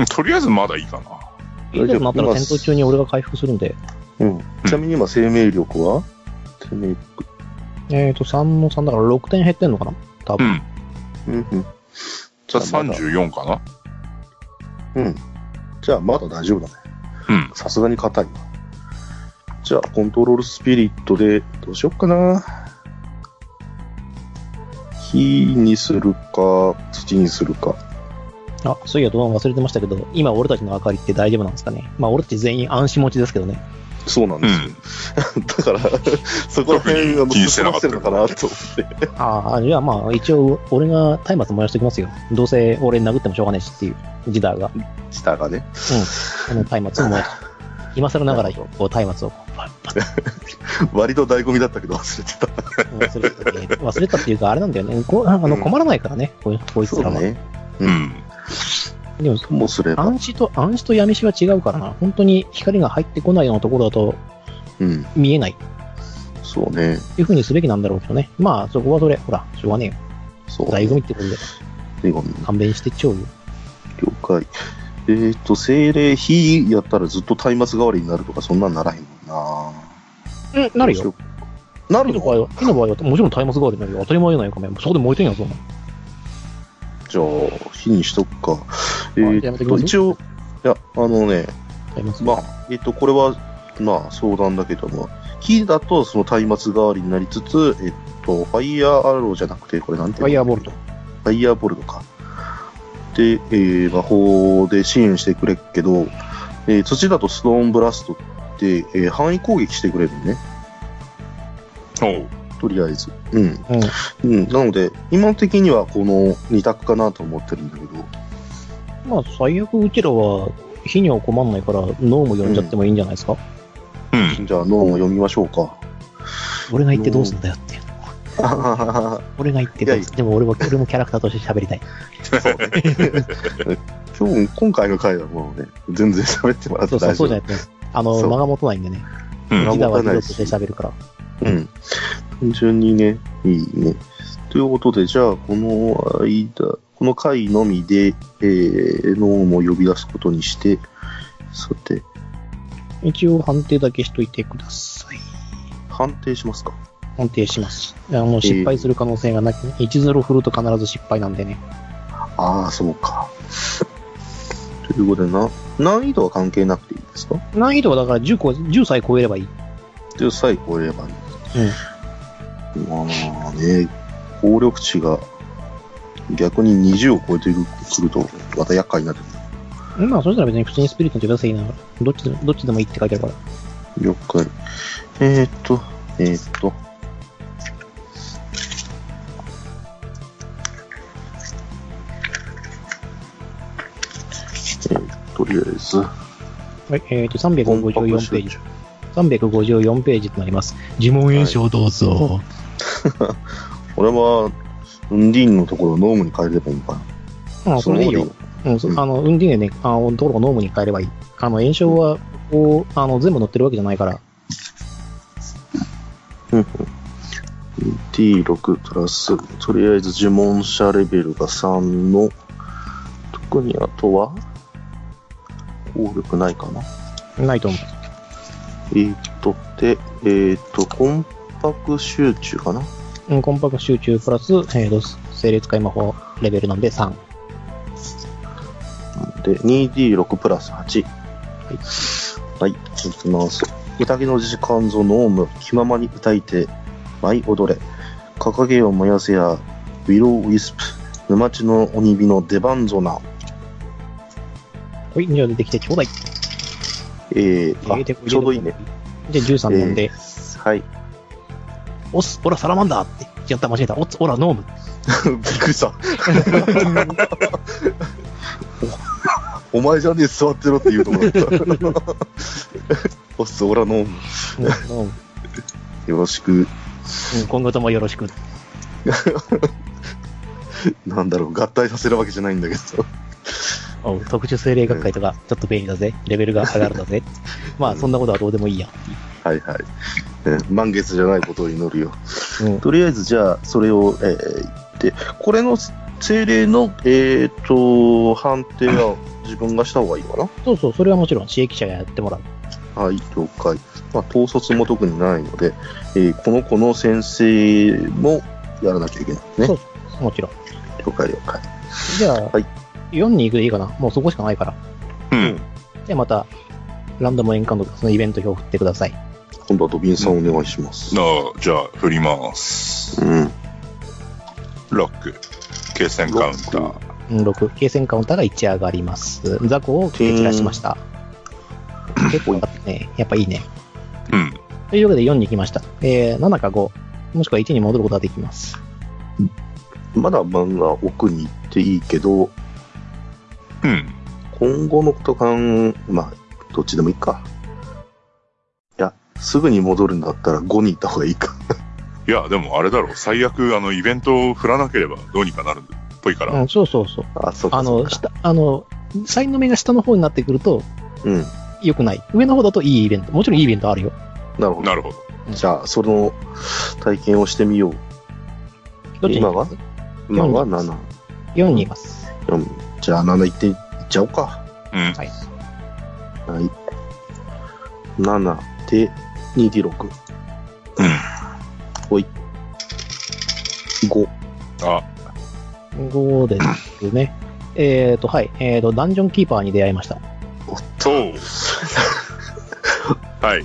Speaker 2: うん、とりあえずまだいいかな。
Speaker 1: いいことになったら戦闘中に俺が回復するんで。
Speaker 3: うん。ちなみに今生命力は生命
Speaker 1: えっ、と、3の3だから6点減ってんのかな多
Speaker 2: う
Speaker 1: 分。
Speaker 2: ん。
Speaker 3: うんうん。
Speaker 2: じゃあ
Speaker 3: まだ
Speaker 2: 34かな。
Speaker 3: うん。じゃあ、まだ大丈夫だね。
Speaker 2: うん。
Speaker 3: さすがに硬いな。じゃあ、コントロールスピリットで、どうしよっかな。火にするか、土にするか。
Speaker 1: あ、そういや、どうも忘れてましたけど、今俺たちの明かりって大丈夫なんですかねまあ、俺たち全員暗視持ちですけどね。
Speaker 3: そうなん
Speaker 2: う
Speaker 3: です
Speaker 2: ん。
Speaker 3: よ。だから、そこら辺が
Speaker 2: 特に気にしてなかった
Speaker 3: るのかなと思って。
Speaker 1: ああ、じゃあまあ、一応、俺が松明燃やしておきますよ。どうせ俺殴ってもしょうがないしっていう、ジダーが。
Speaker 3: 下がね。
Speaker 1: この松明を燃やして。今更ながら、こう、松明をこうパッパッ
Speaker 3: 割と醍醐味だったけど忘れてた。
Speaker 1: 忘れてたね、忘れたっていうか、あれなんだよね。こあの
Speaker 3: うん
Speaker 1: 困らないからね、こいこいつらは。
Speaker 3: ね。う。
Speaker 2: うんん。
Speaker 1: でも、
Speaker 3: ともすれば。
Speaker 1: 暗視と、暗視と闇視は違うからな。本当に光が入ってこないようなところだと
Speaker 3: うん。
Speaker 1: 見えないっ
Speaker 3: そうね。
Speaker 1: ていう風にすべきなんだろうけどね。まあ、そこはそれ、ほら、しょうがね
Speaker 3: そ
Speaker 1: え
Speaker 3: う。
Speaker 1: よ。醍醐味ってことで、
Speaker 3: 醍醐味
Speaker 1: 勘弁してちょうよ。
Speaker 3: 了解。えっ、と、精霊、火やったらずっと松明代わりになるとか、そんなんならへんもんな。
Speaker 1: うん、なるよ。。
Speaker 3: な
Speaker 1: 火
Speaker 3: る
Speaker 1: の
Speaker 3: の
Speaker 1: 場合は、火の場合は、もちろん松明代わりになるよ。当たり前じゃないかね。そこで燃えてんやん、そんな。
Speaker 3: じゃあ、火にしとくか。えっ、
Speaker 1: やめてく
Speaker 3: と、
Speaker 1: れる
Speaker 3: 一応、いや、あのね、
Speaker 1: 松明。
Speaker 3: まあ、えっ、と、これは、まあ、相談だけども、火だとその松明代わりになりつつ、えっ、と、ファイヤーアローじゃなくて、これなんてい
Speaker 1: フ
Speaker 3: うの
Speaker 1: ァイアーボルト。
Speaker 3: ファイヤーボルトか。で、えー魔法で支援してくれっけど、えー土だとストーンブラストって、えー範囲攻撃してくれるのね。
Speaker 2: おう。
Speaker 3: とりあえず。うん。
Speaker 1: うん。
Speaker 3: うん。なので、今的にはこの二択かなと思ってるんだけど、
Speaker 1: まあ、最悪うちらは、火には困んないから、ノーム呼んじゃってもいいんじゃないですか、
Speaker 2: う ん。
Speaker 3: じゃあ、ノーンを読みましょうか。
Speaker 1: 俺が言ってどうすんだよっていう。
Speaker 3: あ
Speaker 1: 俺が言って
Speaker 3: いや
Speaker 1: ま
Speaker 3: いや
Speaker 1: す。でも俺も、俺もキャラクターとして喋りたい。
Speaker 3: ーそうね 今日、今回の回はもうね、全然喋ってもらっ
Speaker 1: そ
Speaker 3: て
Speaker 1: うそう、そ
Speaker 3: 大
Speaker 1: うじゃ
Speaker 3: 丈夫。
Speaker 1: ないとね、あの、
Speaker 3: そう
Speaker 1: 間が持たないんでね。
Speaker 2: うん
Speaker 1: ギターは授業
Speaker 3: 間が持
Speaker 1: と
Speaker 3: た
Speaker 1: して喋るから。
Speaker 3: うん。単純にね、いいね。ということで、じゃあ、この間、この回のみで、えー、ノームを呼び出すことにして、さて、
Speaker 1: 一応判定だけしといてください。
Speaker 3: 判定しますか
Speaker 1: 判定します。あの、失敗する可能性がなく、1-0振ると必ず失敗なんでね。
Speaker 3: ああ、そうか。ということでな、難易度は関係なくていいですか
Speaker 1: 難易度はだから10個、10さえ超えればいい。
Speaker 3: で、さえ超えればいい。まあね、効力値が逆に20を超えてくると、また厄介になってく
Speaker 1: うん。まあ、そしたら別に普通にスピリットの手出せいいなら、どっちでも、どっちでもいいって書いてあるから。
Speaker 3: る。了解。えー、っと、えー、っと。えーとりあえず、
Speaker 1: はい、えっ、と、
Speaker 3: コンパクト
Speaker 1: 354ページ。354ページとなります。呪文演唱どうぞ。
Speaker 3: 俺は、ウンディーンのところをノームに変えればいいのか
Speaker 1: あ
Speaker 3: な。
Speaker 1: それでいいよ。うん、そあの、運転でね、あの、ところがノームに変えればいい。あの、炎症は、こう、あの、全部乗ってるわけじゃないから、
Speaker 3: T6 プラス、とりあえず呪文者レベルが3の、特にあとは、効力ないかな。
Speaker 1: ないと思
Speaker 3: えー、っと、で、えー、っと、魂魄集中かな。
Speaker 1: う。うん、コンパクト集中プラス、えーと、精霊使い魔法レベルなんで3。
Speaker 3: で、2D6 プラス8。はい。はい、いきます。宴の時間ぞノーム、気ままに歌いて、舞い踊れ。掲げを燃やせや、ウィローウィスプ、沼地の鬼火の出番ぞな。
Speaker 1: ほい、じゃあ出てきてちょうだい。
Speaker 3: えー、
Speaker 1: 入れて
Speaker 3: あ、ちょうどいいね。。
Speaker 1: で、13なんで、
Speaker 3: はい。
Speaker 1: オス、オラ、サラマンダーって、やった、間違えた。オツ、オラ、ノーム。
Speaker 3: びっくりした。お前じゃねえ、座ってろって言うところだ った。おっそ、俺はの、
Speaker 1: うん、ノーム。
Speaker 3: よろしく、
Speaker 1: うん、今後ともよろしく。
Speaker 3: なんだろう、合体させるわけじゃないんだけど。
Speaker 1: おう特殊精霊学会とか、ちょっと便利だぜ。レベルが上がるだぜ。まあ、そんなことはどうでもいいや。
Speaker 3: はいはい。えー満月じゃないことを祈るよ。
Speaker 1: うん。
Speaker 3: とりあえず、じゃあ、それを、えー言って、これの精霊の、えっ、と、判定は自分がした方がいいかな。
Speaker 1: そうそう、それはもちろん、刺激者がやってもらう。
Speaker 3: はい、了解。まあ、統率も特にないので、えーこの子の先生もやらなきゃいけないね。
Speaker 1: そうもちろん。
Speaker 3: 了解了解。
Speaker 1: じゃあ、
Speaker 3: はい
Speaker 1: 4に行くでいいかな。もうそこしかないから。
Speaker 2: うん。
Speaker 1: じゃあまた、ランダムエンカウントとかそのイベント表を振ってください。
Speaker 3: 今度はドビンさんお願いします。
Speaker 2: なあ、じゃあ、振ります。
Speaker 3: うん。
Speaker 2: ロック。決戦カウンター。
Speaker 1: うん6、継戦カウンターが1上がります。雑魚を蹴散らしました。結構上がってね、やっぱいいね。
Speaker 2: うん。
Speaker 1: というわけで4に行きました。えー、7か5、もしくは1に戻ることができます。
Speaker 3: まだ漫画奥に行っていいけど、
Speaker 2: うん。
Speaker 3: 今後のことかん、まあ、どっちでもいいか。いや、すぐに戻るんだったら5に行った方がいいか。
Speaker 2: いや、でもあれだろう。最悪、あの、イベントを振らなければどうにかなるっぽいから。
Speaker 1: うん、そうそうそう。
Speaker 3: あ、そうか。
Speaker 1: あ
Speaker 3: そう
Speaker 1: の、
Speaker 3: か
Speaker 1: 下、あの、サインの目が下の方になってくると
Speaker 3: うん。
Speaker 1: 良くない。上の方だといいイベント。もちろんいいイベントあるよ。
Speaker 3: なるほど。
Speaker 2: なるほど。
Speaker 3: じゃあ、その体験をしてみよう。
Speaker 1: どっちに
Speaker 3: 今は今は7。
Speaker 1: ?4 にいます。
Speaker 3: うんじゃあ7行っていっちゃおうか。
Speaker 2: うん。
Speaker 1: はい。
Speaker 3: はい。7で 2D6。
Speaker 2: うん。
Speaker 3: 5。
Speaker 2: あ、
Speaker 1: 5ですね。 えっと、はい。えっ、と、ダンジョンキーパーに出会いました。
Speaker 2: そう。 はい。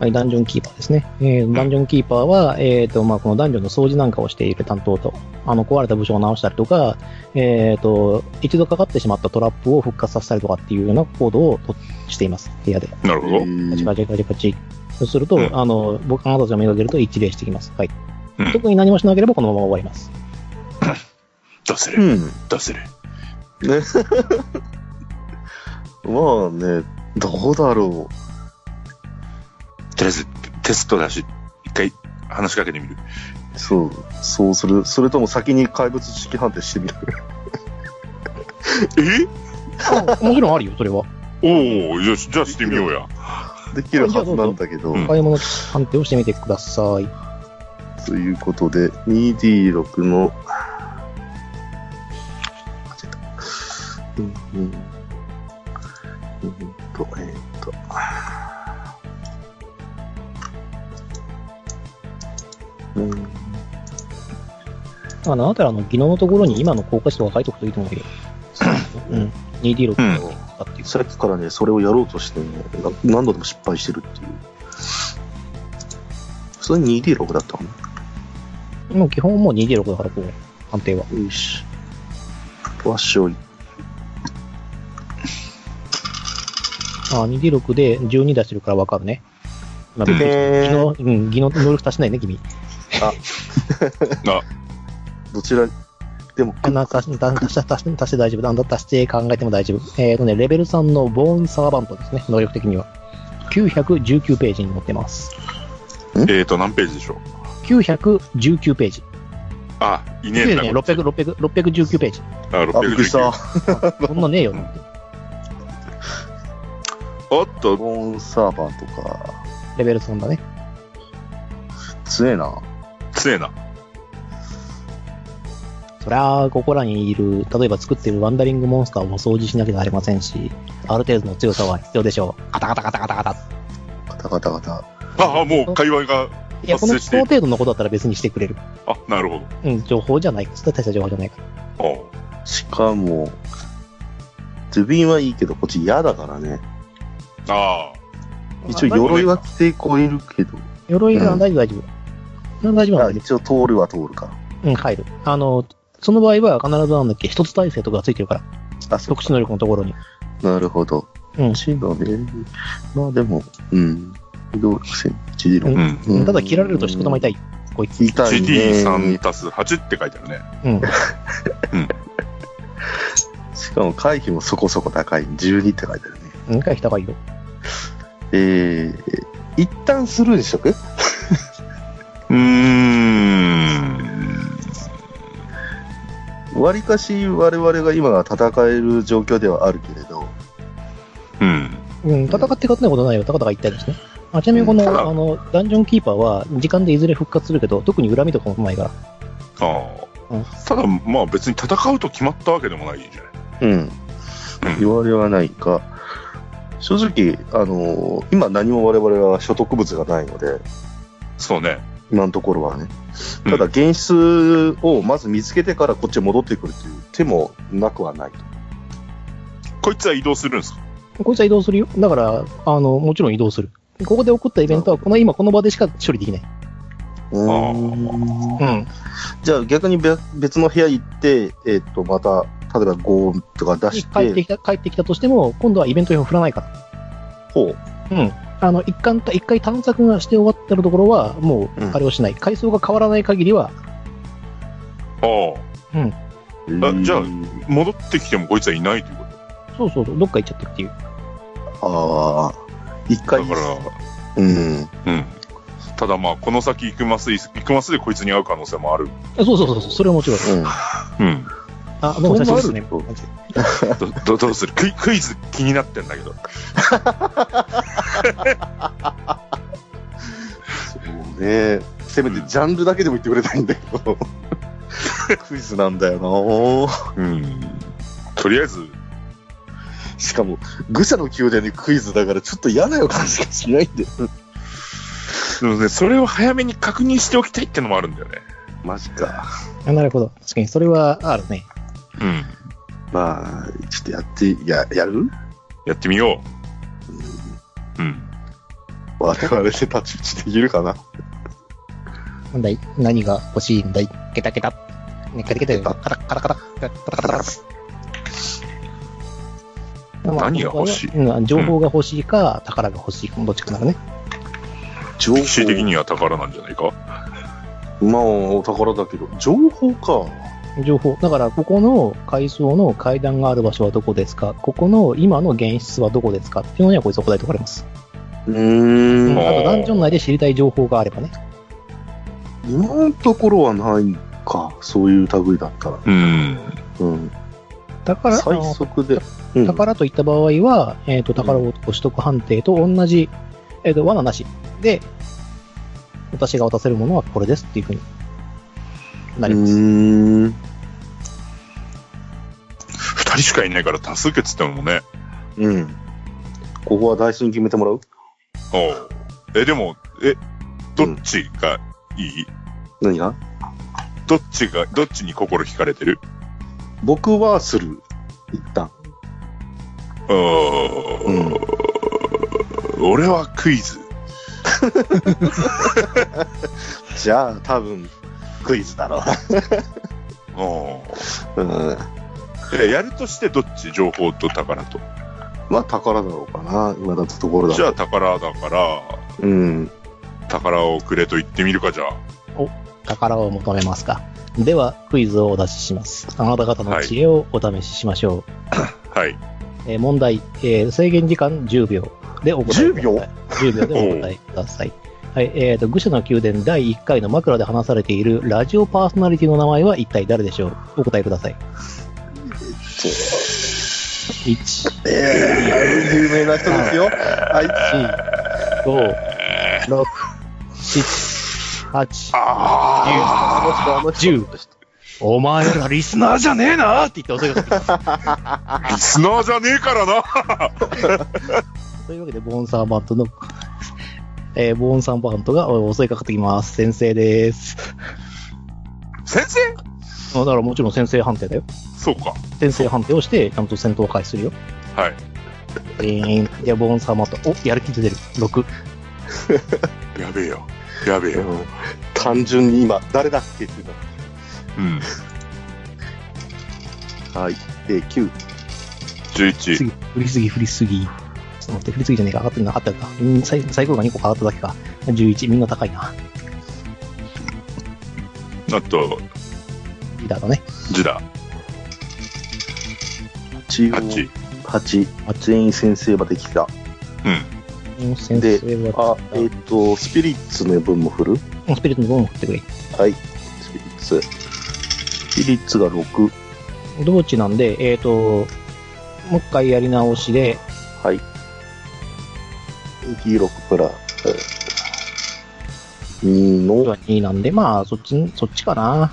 Speaker 1: はい、ダンジョンキーパーですね。えー、ダンジョンキーパーは、えっ、と、まあ、このダンジョンの掃除なんかをしている担当と、あの、壊れた部署を直したりとか、えっ、と、一度かかってしまったトラップを復活させたりとかっていうような行動をとしています、部屋で。
Speaker 2: なるほど。
Speaker 1: カチカチカチカチ。そうすると、
Speaker 2: うん
Speaker 1: あの、僕、あなたたちを見かけると一礼してきます。はい。
Speaker 2: うん
Speaker 1: 特に何もしなければこのまま終わります。
Speaker 2: 出せ
Speaker 3: う
Speaker 2: る。
Speaker 3: ん。
Speaker 2: 出せる。
Speaker 3: ね。 まあね、どうだろ
Speaker 2: とりあえず、テストだし、一回、話しかけてみる。
Speaker 3: そう、そうする。それとも先に怪物知識判定してみる。
Speaker 1: もちろんあるよ、それは。
Speaker 2: えおお、よし、じゃあしてみようや。
Speaker 3: できるはずなんだけど。
Speaker 2: うん
Speaker 1: 買い物判定をしてみてください。
Speaker 3: ということで、2D6 の、間違えたうんうんうんと、えーっと、うん
Speaker 1: あなたらの技能のところに今の効果値とか書いておくといいと 思うよ。うん。2D6 を使っていく。
Speaker 3: さっきからね、それをやろうとして、ね、な何度でも失敗してるっていう。それ 2D6 だったかな
Speaker 1: もう基本もう 2D6 だから、こう、判定は。
Speaker 3: よし。わっしょい。
Speaker 1: あ 2D6 で12出してるからわかるね。まあびっくりした技能、うん、技能能力足しないね、君。
Speaker 3: どちら、でも、
Speaker 1: あな足し、足し、足し、足して大丈夫。あな足して考えても大丈夫。えっ、とね、レベル3のボーンサーバントですね、能力的には。919ページに載ってます。
Speaker 2: えっ、ー、と、何ページでしょう
Speaker 1: 919ページ。
Speaker 2: あ、いねえんだ。
Speaker 1: ね、600、600、619ページ。
Speaker 2: あ、
Speaker 3: あ、びっくりし
Speaker 2: 619。
Speaker 3: た。
Speaker 1: そんなねえよ。
Speaker 2: おっと、
Speaker 3: ボーンサーバーとか、
Speaker 1: レベル3だね。
Speaker 3: 強えな。
Speaker 2: 強えな。
Speaker 1: そりゃあ、ここらにいる、例えば作ってるワンダリングモンスターを掃除しなきゃなりませんし、ある程度の強さは必要でしょう。ガタガタガタガタガタ。
Speaker 3: ガタガタガタ。
Speaker 2: ああ、もう会話が、
Speaker 1: いや、この、
Speaker 2: 発生し
Speaker 1: こ
Speaker 2: て
Speaker 1: の程度のことだったら別にしてくれる。
Speaker 2: あ、なるほ
Speaker 1: うん、情報じゃない。大した情報じゃないから。
Speaker 2: ど。おう
Speaker 3: しかも、ドゥビンはいいけど、こっち嫌だからね。
Speaker 2: あ
Speaker 3: 一応、鎧は着てこえるけど、
Speaker 1: 鎧が
Speaker 3: うん
Speaker 1: 大丈夫、大丈夫。大丈夫なん
Speaker 3: あ
Speaker 1: だけ
Speaker 3: 一応通るは通るか。
Speaker 1: ど、うん、入る。あの、その場合は必ずなんだっけ、一つ耐性とかがついてるから、
Speaker 3: あ、そっ
Speaker 1: 特殊能力のところに。
Speaker 3: か。なるほど。
Speaker 1: うん
Speaker 3: シードね。まあでも、うん。移動力線、一時
Speaker 2: あ。
Speaker 3: 論。
Speaker 2: うん。
Speaker 3: うん
Speaker 1: ただ、切られるとしこたま痛い。こいつ。
Speaker 3: 痛いね。
Speaker 2: GT3 足す8って書いてあるね。
Speaker 1: うん。
Speaker 3: しかも回避もそこそこ高い。12って書いてあるね。
Speaker 1: 2回した方がいいよ。
Speaker 3: えー、一旦スルーにしとく
Speaker 2: うーん。
Speaker 3: わりかし我々が今は戦える状況ではあるけれど、
Speaker 2: うん。
Speaker 1: うん、戦って勝てないことないよ。たかたか言ったりですね。あちなみにこの、
Speaker 2: うんただ
Speaker 1: あの、ダンジョンキーパーは、時間でいずれ復活するけど、特に恨みとかもないから。
Speaker 2: ああ
Speaker 1: うん。
Speaker 2: ただ、まあ別に戦うと決まったわけでもないじゃない。
Speaker 3: うん。言われはないか。正直、あのー今何も我々は所得物がないので、
Speaker 2: そうね。
Speaker 3: 今のところはね。
Speaker 2: うん
Speaker 3: ただ、現実をまず見つけてからこっちへ戻ってくるという手もなくはない。
Speaker 2: こいつは移動するんですか
Speaker 1: こいつは移動するよ。だから、あの、もちろん移動する。ここで起こったイベントは、この今この場でしか処理できない。
Speaker 3: うん
Speaker 1: うん。
Speaker 3: じゃあ逆にべ別の部屋行って、えっと、また、例えば5とか出し
Speaker 1: 帰って
Speaker 3: て、
Speaker 1: きた、帰ってきたとしても、今度はイベント表を振らないから。
Speaker 3: ほう。
Speaker 1: うん。あの、一貫、一回探索がして終わってるところは、もう
Speaker 3: う、ん
Speaker 1: あれをしない。階層が変わらない限りは、
Speaker 2: ああ。あじゃあ戻ってきてもこいつはいないというこ
Speaker 1: そうそうそう、どっか行っちゃってるっていう。
Speaker 3: ああ、一
Speaker 2: と。
Speaker 3: 回
Speaker 2: だ、か
Speaker 3: うん。
Speaker 2: ら、うん。ただまあ、この先行くます、行くますでこいつに会う可能性もある。
Speaker 1: あそうそうそうそう、それはもちろん。
Speaker 3: う
Speaker 2: う
Speaker 3: ん
Speaker 2: ん。
Speaker 1: あ、もう久しぶりですね。
Speaker 3: そうなる
Speaker 2: どどどうするクイクイズ気になってんだけど。
Speaker 3: そうね。せめてジャンルだけでも言ってくれたいんだけ ど。クイズなんだよ
Speaker 2: うん。とりあえず、
Speaker 3: なしかも、愚者の宮殿でクイズだからちょっと嫌な予感しかしないんだよ。
Speaker 2: でもね、それを早めに確認しておきたいってのもあるんだよね。
Speaker 3: マジか。
Speaker 1: あなるほど。確かに、それはあるね。
Speaker 2: うん。
Speaker 3: まあ、ちょっとやって、や、やる
Speaker 2: やってみよう。うん。
Speaker 3: 我々で立ち打ちできるかな。
Speaker 1: なんだい何が欲しいんだいケタケタ。ね、ケタケタよ。カタカタカタ。カタカタカタ。まあ
Speaker 2: 何が欲しい
Speaker 1: うん情報が欲しいか、宝が欲しいか、どっちかならね。
Speaker 3: 情
Speaker 2: 歴史的には宝なんじゃないか
Speaker 3: まあ、お宝だけど、情報か。
Speaker 1: 情報。だから、ここの階層の階段がある場所はどこですかここの今の現実はどこですかっていうのにはこいつは答えておかれます。
Speaker 3: う
Speaker 1: うん
Speaker 3: ーん。
Speaker 1: あと、ダンジョン内で知りたい情報があればね。
Speaker 3: 今のところはないか、そういう類だったら。
Speaker 2: うん。
Speaker 3: うん。
Speaker 1: だから、あ
Speaker 3: 最
Speaker 1: の
Speaker 3: 速で。うん
Speaker 1: 宝といった場合は、えっ、と、宝を取得判定と同じ、えっ、と、罠なしで、私が渡せるものはこれですっていうふうになります。
Speaker 3: うーん。
Speaker 2: 二人しかいないから多数決ってのもね。
Speaker 3: うん。ここはダイスに決めてもらう
Speaker 2: おうえ、でも、え、どっちがいい、
Speaker 3: 何が
Speaker 2: どっちが、どっちに心惹かれてる
Speaker 3: 僕はする。一旦。
Speaker 2: うーん。俺はクイズ。
Speaker 3: じゃあ、多分、クイズだろ
Speaker 2: お
Speaker 3: う。うん。
Speaker 2: うえやるとしてどっち情報と宝と。
Speaker 3: まあ、宝だろうかな。今だったところだ。
Speaker 2: じゃあ宝だから、
Speaker 3: うん。
Speaker 2: 宝をくれと言ってみるかじゃあ。
Speaker 1: 宝を求めますか。では、クイズをお出しします。あなた方の知恵をお試ししましょ
Speaker 2: はい。
Speaker 1: う。えー問題、えー制限時間10秒でお答えください。
Speaker 3: 10秒
Speaker 1: ?10 秒でお答えください。はい、えっ、と、愚者の宮殿第1回の枕で話されているラジオパーソナリティの名前は一体誰でしょうお答えください。1、
Speaker 3: ええ有名な人です よ。はい。
Speaker 1: 4、5、6、7、8、
Speaker 2: あ
Speaker 3: もしくはあの人
Speaker 1: 10。お前らリスナーじゃねえなーって言って遅かった。
Speaker 2: あリスナーじゃねえからな
Speaker 1: というわけで、ボーンサーバントの、えーボーンサーバントがお襲いかかってきます。先生です。
Speaker 2: 先生
Speaker 1: あだからもちろん先生判定だよ。
Speaker 2: そうか。
Speaker 1: 先生判定をして、ちゃんと戦闘を開始するよ。
Speaker 2: はい。
Speaker 1: えー、いや、ボーンサーバント。お、やる気出てる。6。
Speaker 2: やべえよ。やべえよ。
Speaker 3: うん単純に今、誰だっけっていうの。
Speaker 2: うん。
Speaker 3: はい。で、9。
Speaker 2: 11。
Speaker 1: 次、振りすぎ、振りすぎ。ちょっと待って、振りすぎじゃねえか。上がってるな、上がってるな。うん最最高が2個上がっただけか。11、みんな高いな。
Speaker 2: あと、
Speaker 1: リーダーだね。
Speaker 2: ジダ、
Speaker 3: 8
Speaker 2: ハッチ。
Speaker 3: 八全員先生まで来た。
Speaker 2: うん。
Speaker 1: うん先
Speaker 3: で
Speaker 1: 生は、
Speaker 3: あ、えっ、と、スピリッツの分も振る
Speaker 1: うんスピリットの分を振ってくれ。
Speaker 3: はい。スピリッツ。スピリッツが6。
Speaker 1: 同値なんで、えっ、と、もう一回やり直しで、
Speaker 3: はい。D6 プラ、2の、
Speaker 1: 2なんで、まあ、そっち、そっちかな。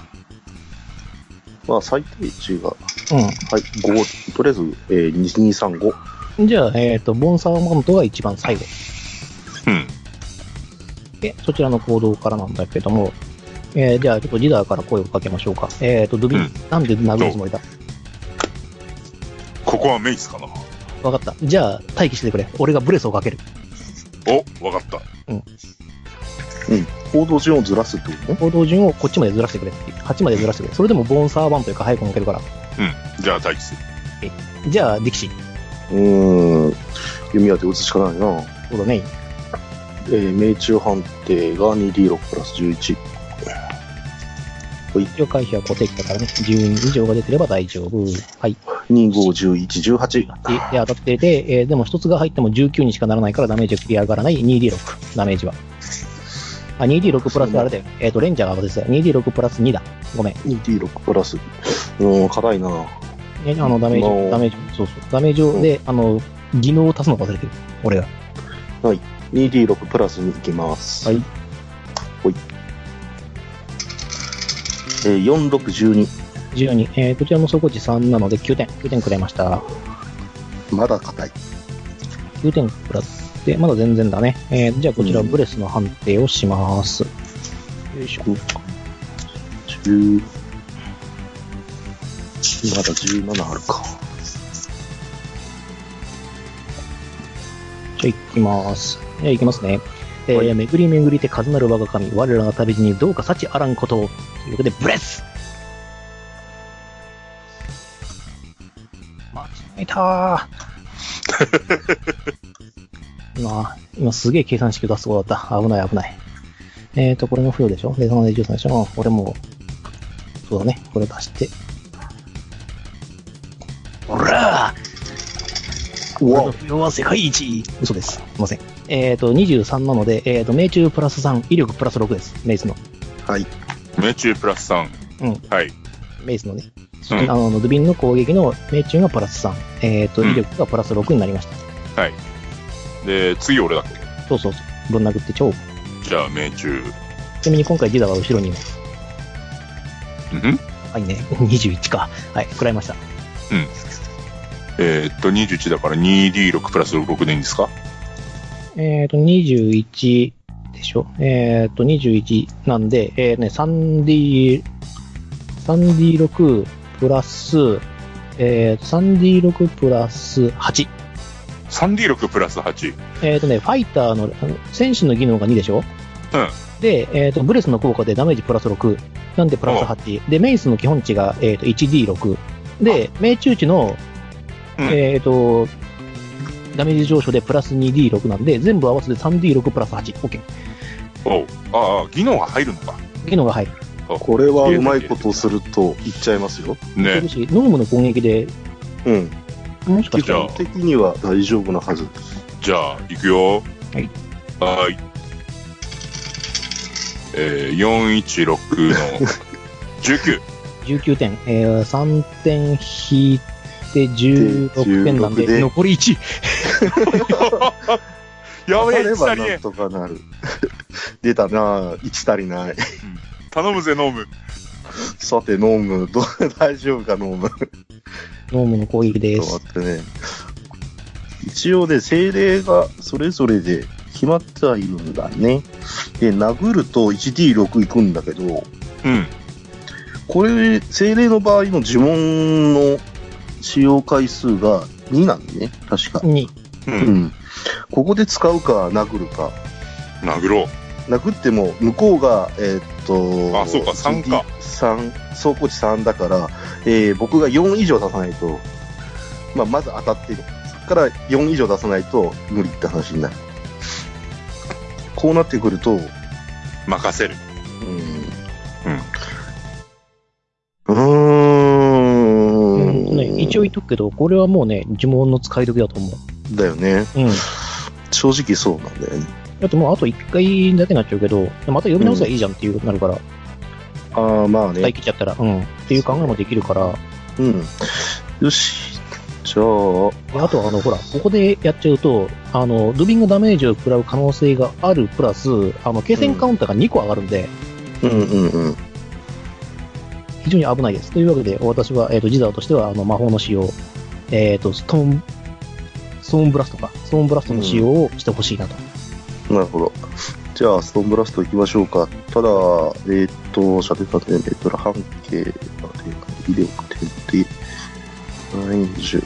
Speaker 3: まあ、最低値が、は
Speaker 1: うん。
Speaker 3: い、5、とりあえず、えー、2、2、3、5。
Speaker 1: じゃあ、えっ、と、ボンサーマントが一番最後。
Speaker 2: うん。
Speaker 1: で、そちらの行動からなんだけども、えーじゃあ、ちょっとリーダーから声をかけましょうか。えっ、と、ドゥビン、
Speaker 2: うん
Speaker 1: なんで殴るつもりだ
Speaker 2: ここはメイスかな
Speaker 1: わかった。じゃあ、待機しててくれ。俺がブレスをかける。
Speaker 2: お、わかった。
Speaker 3: 行動順をずらすってことね。
Speaker 1: 行動順をこっちまでずらしてくれっていう。8までずらしてくれ。それでもボンサーバンというか早く抜けるから。
Speaker 2: うん。じゃあ待機する。
Speaker 1: じゃあ、ディキシー。
Speaker 3: うーん。弓矢で打つしかないな。
Speaker 1: そうだね。
Speaker 3: えー、命中判定が 2D6 プラス11。
Speaker 1: 一応回避は固定機だからね。12以上が出てれば大丈夫。はい。
Speaker 3: 2、5、11、18。
Speaker 1: で、で当たってて、えーでも一つが入っても19にしかならないからダメージが繰り上がらない 2D6、ダメージは。あ、2D6 プラスあれだよ。えっ、と、レンジャーがですね、2D6 プラス2だ。ごめん。
Speaker 3: 2D6 プラス。うーん、硬いな。
Speaker 1: えあの、ダメージ
Speaker 3: も
Speaker 1: を、
Speaker 3: う
Speaker 1: ダメージを、そうそう。ダメージを、で、あの、技能を足すの忘れてる。俺が。
Speaker 3: 2D6 プラスに行きます。
Speaker 1: はい。
Speaker 3: ほい。えー、4、6、
Speaker 1: 12。えーこちらも底値3なので9点。9点くれました。
Speaker 3: 12。まだ硬い。
Speaker 1: 9点プラスで、まだ全然だね。えーじゃあこちらブレスの判定をします。よいしょ。
Speaker 3: 10。まだ17あるか。
Speaker 1: じゃあ行きます。じゃあ行きますね。えー
Speaker 3: はい
Speaker 1: 巡り巡りて数なる我が神、我らの旅路にどうか幸あらんことを。ということで、ブレス間違えた ー今、今すげえ計算式出すことだった。危ない危ない。えーと、これも不要でしょで、そので13でしょこれも、そうだね。これ出して。ほらー
Speaker 3: う
Speaker 1: 俺
Speaker 3: わ
Speaker 1: の、不要は世界一嘘です。すいません。えっ、と、23なので、えっ、と、命中プラス3、威力プラス6です。メイスの。
Speaker 3: はい。
Speaker 2: 命中プラス3。
Speaker 1: うん
Speaker 2: はい。
Speaker 1: メイスのね。
Speaker 2: うん
Speaker 1: あの、ドゥビンの攻撃の命中がプラス3。えっ、と、
Speaker 2: うん
Speaker 1: 威力がプラス6になりました。
Speaker 2: で、次俺だっけ
Speaker 1: そうそうそう。ぶん殴って超。
Speaker 2: じゃあ、命中。
Speaker 1: ちなみに今回ジダは後ろにいます。
Speaker 2: うん
Speaker 1: はいね。21か。 はい。食らいました。
Speaker 2: えーっと、21だから 2D6 プラス6でいいんですか
Speaker 1: えっ、と、21でしょ。えっ、と、21なんで、えー、ね、3D、3D6 プラス、えー、3D6 プラス8。
Speaker 2: ?3D6 プラス8。
Speaker 1: えっ、とね、ファイターの、あの戦士の技能が2でしょ
Speaker 2: う
Speaker 1: で、えっ、と、ブレスの効果でダメージプラス6。なんでプラス8。で、メイスの基本値が、えっ、と、1D6。で、命中値の、
Speaker 2: うん
Speaker 1: えっ、と、ダメージ上昇でプラス 2D6 なんで、全部合わせて 3D6 プラス 8OK。
Speaker 2: おうああ、技能が入るのか。
Speaker 1: 技能が入る。
Speaker 3: これはうまいことすると言っちゃいますよ。
Speaker 1: す
Speaker 2: ね
Speaker 1: る。し、ノームの攻撃で、
Speaker 3: うん。
Speaker 1: もしか
Speaker 3: 基
Speaker 1: したら、
Speaker 3: 本的には大丈夫なはず。
Speaker 2: じゃあ、いくよ。
Speaker 1: はい。
Speaker 2: はーい。えー、416の19。
Speaker 1: 19点、えー、3点引いて16点なんで、
Speaker 3: で16で
Speaker 1: 残り1。
Speaker 2: やべえ、
Speaker 3: れ
Speaker 2: 1
Speaker 3: ば
Speaker 2: 足り
Speaker 3: な
Speaker 2: ね
Speaker 3: んとかなる。出たなぁ、1足りない。
Speaker 2: え。頼むぜ、ノーム。
Speaker 3: さて、ノーム、ど大丈夫か、ノーム。
Speaker 1: ノームの攻撃
Speaker 3: ち
Speaker 1: で
Speaker 3: ょっ
Speaker 1: す。
Speaker 3: と待ってね。一応ね、精霊がそれぞれで決まってはいるんだね。で、殴ると 1D6 いくんだけど、
Speaker 2: うん。
Speaker 3: これ、精霊の場合の呪文の使用回数が2なんだね、確か。
Speaker 1: 2。
Speaker 2: う。
Speaker 3: うんん。ここで使うか、殴るか。
Speaker 2: 殴ろう。
Speaker 3: 殴っても、向こうが、えーっと、
Speaker 2: あそうか三か。
Speaker 3: 3、走行値3だから、えー僕が4以上出さないと、まあ、まず当たってる。そこから4以上出さないと無理って話になる。こうなってくると、うん。
Speaker 2: 任せる。
Speaker 1: う
Speaker 3: うんーん。
Speaker 1: ね、一応言っとくけど、これはもうね、呪文の使い時だと思
Speaker 3: だよね。
Speaker 1: う。うん。
Speaker 3: 正直そうなんだよね。
Speaker 1: だってもうあと1回だけになっちゃうけど、また読み直せばいいじゃんっていうことになるから、
Speaker 3: ああ、まあね。
Speaker 1: 使い切っちゃったら、うん。っていう考えもできるから、
Speaker 3: うん。よし。じゃあ、
Speaker 1: であとはあの、ほら、ここでやっちゃうと、あの、ドゥビングダメージを食らう可能性があるプラス、あの、継戦カウンターが2個上がるんで、
Speaker 3: うんうんうん。
Speaker 1: 非常に危ないです。というわけで、私は、えっ、と、ジダーとしては、あの、魔法の使用、えっ、と、ストーン、ストーンブラストか、ストーンブラストの使用をしてほしいなと。
Speaker 3: なるほど。じゃあ、ストーンブラスト行きましょうか。ただ、えーっと、射程立て、ベトラ半径が威力点で、90。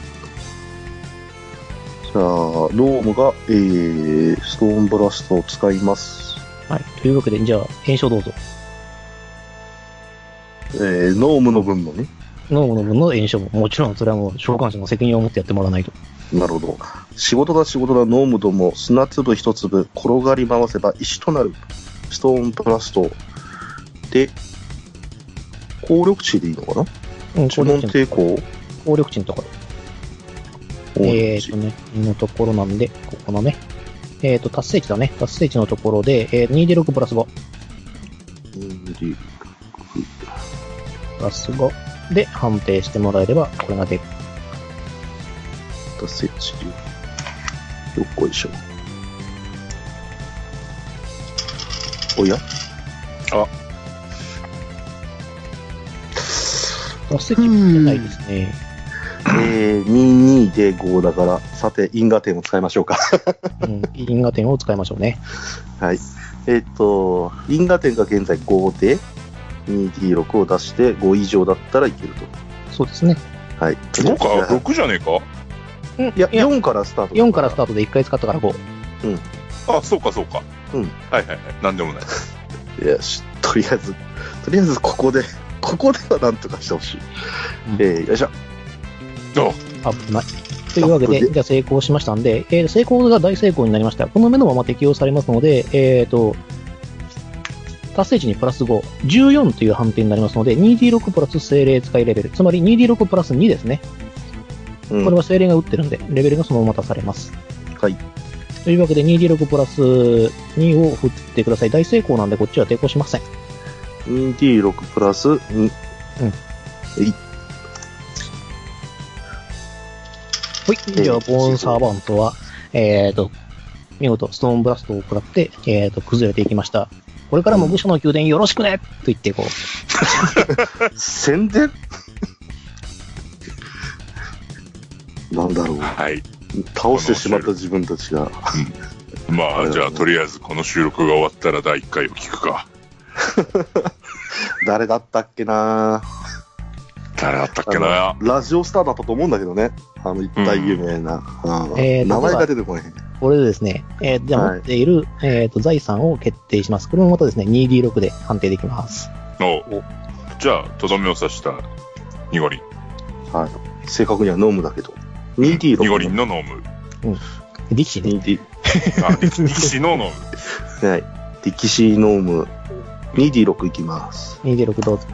Speaker 3: じゃあ、ロームが、えー、ストーンブラストを使います。
Speaker 1: はい。というわけで、じゃあ、検証どうぞ。
Speaker 3: えー、ノームの分のね。
Speaker 1: ノームの分の炎症も、もちろんそれはもう召喚者の責任を持ってやってもらわないと。
Speaker 3: なるほど。仕事だ仕事だ、ノームども、砂粒一粒、転がり回せば石となる。ストーンブラスト。で、効力値でいいのかな
Speaker 1: うん、
Speaker 3: 呪文抵抗
Speaker 1: 効力値のところ。
Speaker 3: 効
Speaker 1: え
Speaker 3: 力
Speaker 1: ー
Speaker 3: 値
Speaker 1: とね、のところなんで、ここのね、えっ、と、達成値だね。達成値のところで、えー、2D6 プラス5。
Speaker 3: 2D
Speaker 1: プラス5で判定してもらえれば、これが出る。
Speaker 3: 達成値。よっこいしょ。お や
Speaker 1: 達成値もないですね。
Speaker 3: えー、22で5だから、さて、因果点を使いましょうか。
Speaker 1: うん、因果点を使いましょうね。
Speaker 3: はい。えっ、と、因果点が現在5で、2D6 を出して5以上だったらいけると。
Speaker 1: そうですね。
Speaker 3: はい。
Speaker 2: 5か ?6 じゃねえか
Speaker 1: うん、
Speaker 3: いや、4からスタート。
Speaker 1: 4からスタ
Speaker 3: ー
Speaker 1: ートで1回使ったから5。
Speaker 2: あ、そうかそうか。
Speaker 3: うん
Speaker 2: はいはいはい。なんでもない。
Speaker 3: ト。よし、とりあえず、とりあえずここで、ここではなんとかしてほしい。
Speaker 1: うん
Speaker 3: えー、よいしょ。
Speaker 1: 危ない。というわけ
Speaker 3: あこれ
Speaker 1: で、
Speaker 3: で
Speaker 1: じゃあ成功しましたんで、えー成功が大成功になりました。この目のまま適用されますので、えっ、と、達成値にプラス5、14という判定になりますので、2D6 プラス精霊使いレベル、つまり 2D6 プラス2ですね。
Speaker 3: うん
Speaker 1: これは精霊が打ってるんで、レベルがそのまま足されます。
Speaker 3: はい。
Speaker 1: というわけで、2D6 プラス2を振ってください。大成功なんで、こっちは抵抗しません。
Speaker 3: 2D6 プラス2。うん。はい。
Speaker 1: ほい。じゃあ、ボーンサーバントは、えーと、見事、ストーンブラストを食らって、えーと、崩れていきました。これからも武者の宮殿よろしくねと言って、こう、
Speaker 3: 宣 伝なんだろう。
Speaker 2: はい。
Speaker 3: 倒してしまった自分たちが。
Speaker 2: まあ、じゃあ、とりあえずこの収録が終わったら第1回を聞くか。
Speaker 3: 誰だったっけな
Speaker 2: 誰だったっけな
Speaker 3: あ。のラジオスターだったと思うんだけどね。あの、一体有名な。うん
Speaker 1: えー
Speaker 3: 名前が出てこない。
Speaker 1: これでですね、えー、じゃあ
Speaker 3: はい
Speaker 1: 持っている、えーと、財産を決定します。これもまたですね、2D6 で判定できます。
Speaker 2: おじゃあ、とどめを刺した、ニゴリン。
Speaker 3: はい。正確にはノムだけど。2D6。
Speaker 2: ニゴリンのノーム。
Speaker 1: 力士で。
Speaker 3: 2D。
Speaker 2: あ、力士のノーム。
Speaker 3: はい。ディキシーノーム。2D6 いきます。
Speaker 1: 2D6 どうぞ。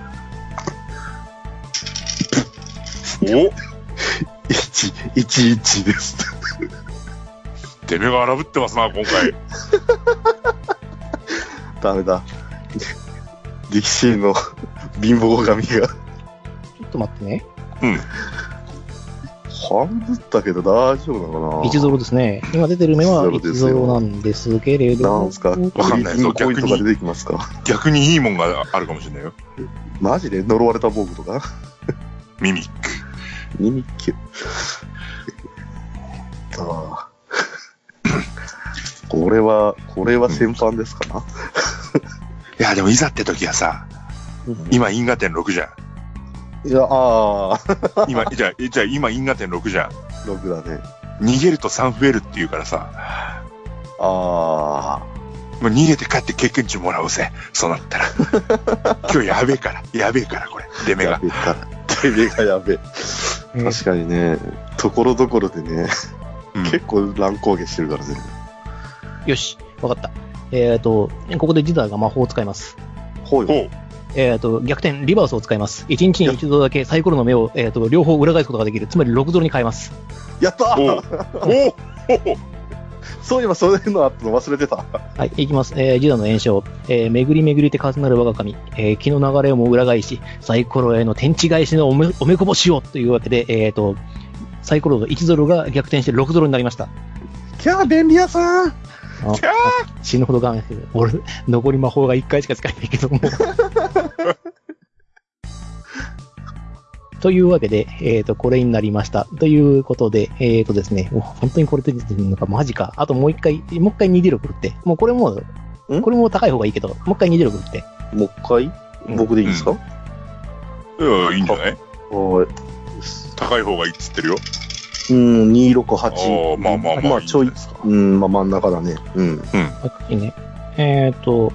Speaker 2: お
Speaker 3: 1、1、1です。
Speaker 2: てめえが荒ぶってますな、今回。
Speaker 3: ダメだ。ディキシーの貧乏神が。
Speaker 1: ちょっと待ってね。
Speaker 3: 半分だけど大丈夫なのかな
Speaker 1: 一ゾロですね。今出てる目は
Speaker 3: 一ゾロ
Speaker 1: 一
Speaker 3: ですよ
Speaker 1: ゾロなんですけれども。
Speaker 3: なんすか
Speaker 2: わかんないぞ
Speaker 3: コインとか
Speaker 2: 逆に
Speaker 3: 出てきますか
Speaker 2: 逆にいいもんがあるかもしれないよ。
Speaker 3: マジで呪われた防具とか
Speaker 2: ミミック。
Speaker 3: ミニキュ。 ああ。これは、これは先般ですかな、
Speaker 2: いや、でもいざって時はさ、今因果点6じゃん。
Speaker 3: いや、ああ、
Speaker 2: 今、じゃあ、じゃあ今因果点6じゃん。
Speaker 3: 6だね。
Speaker 2: 逃げると3増えるって言うからさ、
Speaker 3: ああ。
Speaker 2: もう逃げて帰って経験値もらおうぜ。そうな ったら。今日やべえから、やべえから、これ。出目
Speaker 3: や
Speaker 2: が。
Speaker 3: べえか。てめえがやべえ。
Speaker 1: えー
Speaker 3: 確かにね、ところどころでね、
Speaker 2: うん
Speaker 3: 結構乱高下してるからね。
Speaker 1: よし、わかった。えっ、と、ここでジザーが魔法を使います。
Speaker 3: ほい。
Speaker 2: おう
Speaker 1: えー、と逆転、リバースを使います。1日に1度だけサイコロの目を、えー、と両方裏返すことができる、つまり6ドルに変えます。
Speaker 3: やった
Speaker 2: おう
Speaker 3: ー
Speaker 2: おう おう
Speaker 3: そういえばそういうのあったの忘れてた。
Speaker 1: はい、いきます。えー、ジダの炎症、えー、巡り巡りて数なる我が神、えー気の流れをも裏返し、サイコロへの天地返しのおめおめこぼしをというわけで、えー、とサイコロの1ドルが逆転して6ドルになりました。
Speaker 3: キャー、便利屋さん
Speaker 2: キャー
Speaker 1: 死ぬほど我慢してる。俺、残り魔法が1回しか使えないけど も。というわけで、えっ、と、これになりました。ということで、えっ、とですね、もう本当にこれ出てるのか、マジか。あともう一回、もう一回 2D6 振って。もうこれも、
Speaker 3: ん
Speaker 1: これも高い方がいいけど、もう一回 2D6 振って。
Speaker 3: もう一
Speaker 1: う
Speaker 3: 回
Speaker 1: ん
Speaker 3: 僕でいいんですか、
Speaker 2: うん、いいんじゃない
Speaker 3: はい。
Speaker 2: 高い方がいいっつってるよ。
Speaker 3: うん、268。
Speaker 2: おーまあまあまあ。
Speaker 3: まあちょい
Speaker 2: んじゃなですか
Speaker 3: うん、まあ真ん中だね。うん。
Speaker 1: あいいね。えっ、と、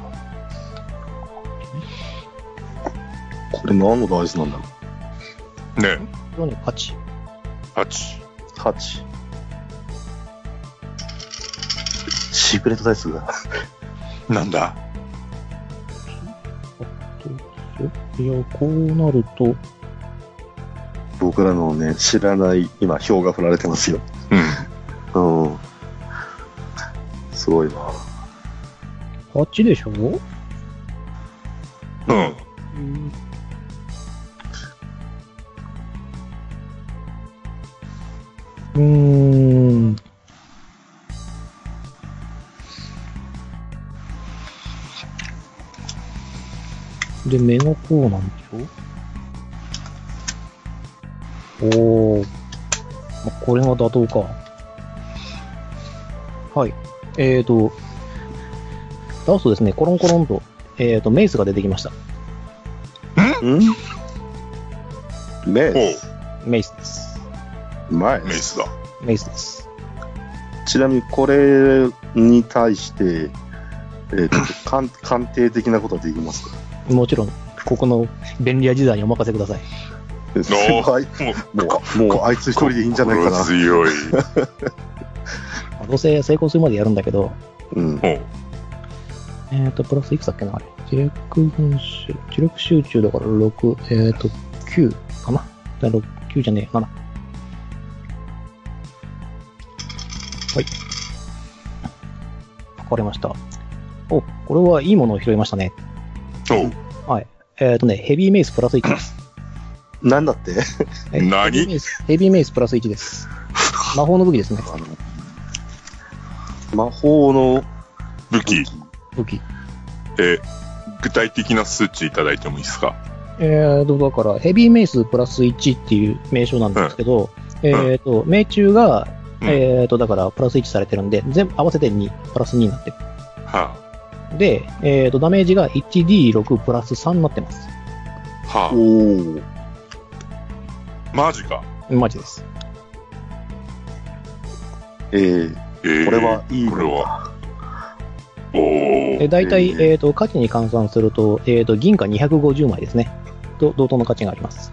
Speaker 3: これ何のダイスなんだろ
Speaker 2: ね
Speaker 1: これはね、8。
Speaker 2: 8。
Speaker 3: う ?8。シークレットダイスが。
Speaker 2: なんだ
Speaker 1: いや、こうなると、
Speaker 3: 僕らのね、知らない、今、票が振られてますよ。
Speaker 2: うん。
Speaker 3: うん。すごいな。
Speaker 1: 8でしょ
Speaker 2: うん。
Speaker 1: うーん。で、目がこうなんでしょおお、まあこれが妥当か。はい。えーと、倒すとですね、コロンコロンと、えーと、メイスが出てきました。
Speaker 3: んメイス。
Speaker 1: メイスです。
Speaker 3: うまい
Speaker 2: メイスだ。
Speaker 1: メイスです。
Speaker 3: ちなみに、これに対して、えっ、と、鑑鑑定的なことはできますか
Speaker 1: もちろん、ここの便利屋時代にお任せください。
Speaker 3: すごい。
Speaker 2: も
Speaker 3: もう、もう、あいつ一人でいいんじゃないかな
Speaker 2: 心。強い。
Speaker 1: まあどうせ成功するまでやるんだけど、
Speaker 3: うん。
Speaker 2: おう
Speaker 1: えっ、と、プラスいくつだっけな、あれ。知力分集、知力集中だから6、えっ、と、9かな。だ6、9じゃねえ、7。はい。わかりました。お、これはいいものを拾いましたね。
Speaker 2: おう
Speaker 1: はい。えっ、とね、ヘビーメイスプラス1です。
Speaker 3: なんだって
Speaker 1: え
Speaker 2: 何
Speaker 1: ヘビーメイスヘビーメイスプラス1です。魔法の武器ですね。
Speaker 3: あの、魔法の
Speaker 2: 武器、
Speaker 1: 武器。
Speaker 2: えー具体的な数値いただいてもいいですか
Speaker 1: えっ、と、だから、ヘビーメイスプラス1っていう名称なんですけど、えっ、と、命中が、
Speaker 2: うん
Speaker 1: えっ、と、だから、プラス1されてるんで、全部合わせて2、プラス2になってる。
Speaker 2: は
Speaker 1: で、えっ、と、ダメージが 1D6 プラス3になってます。
Speaker 2: あ、は
Speaker 3: おお。
Speaker 2: あ、マジか。
Speaker 1: マジです。
Speaker 3: えー、
Speaker 2: えー、
Speaker 3: これはいいの
Speaker 2: こ
Speaker 3: か
Speaker 2: れは。お
Speaker 1: で
Speaker 2: ー。
Speaker 1: 大体、
Speaker 3: えー
Speaker 1: えっ、と、価値に換算すると、えっ、と、銀貨250枚ですね。と、同等の価値があります。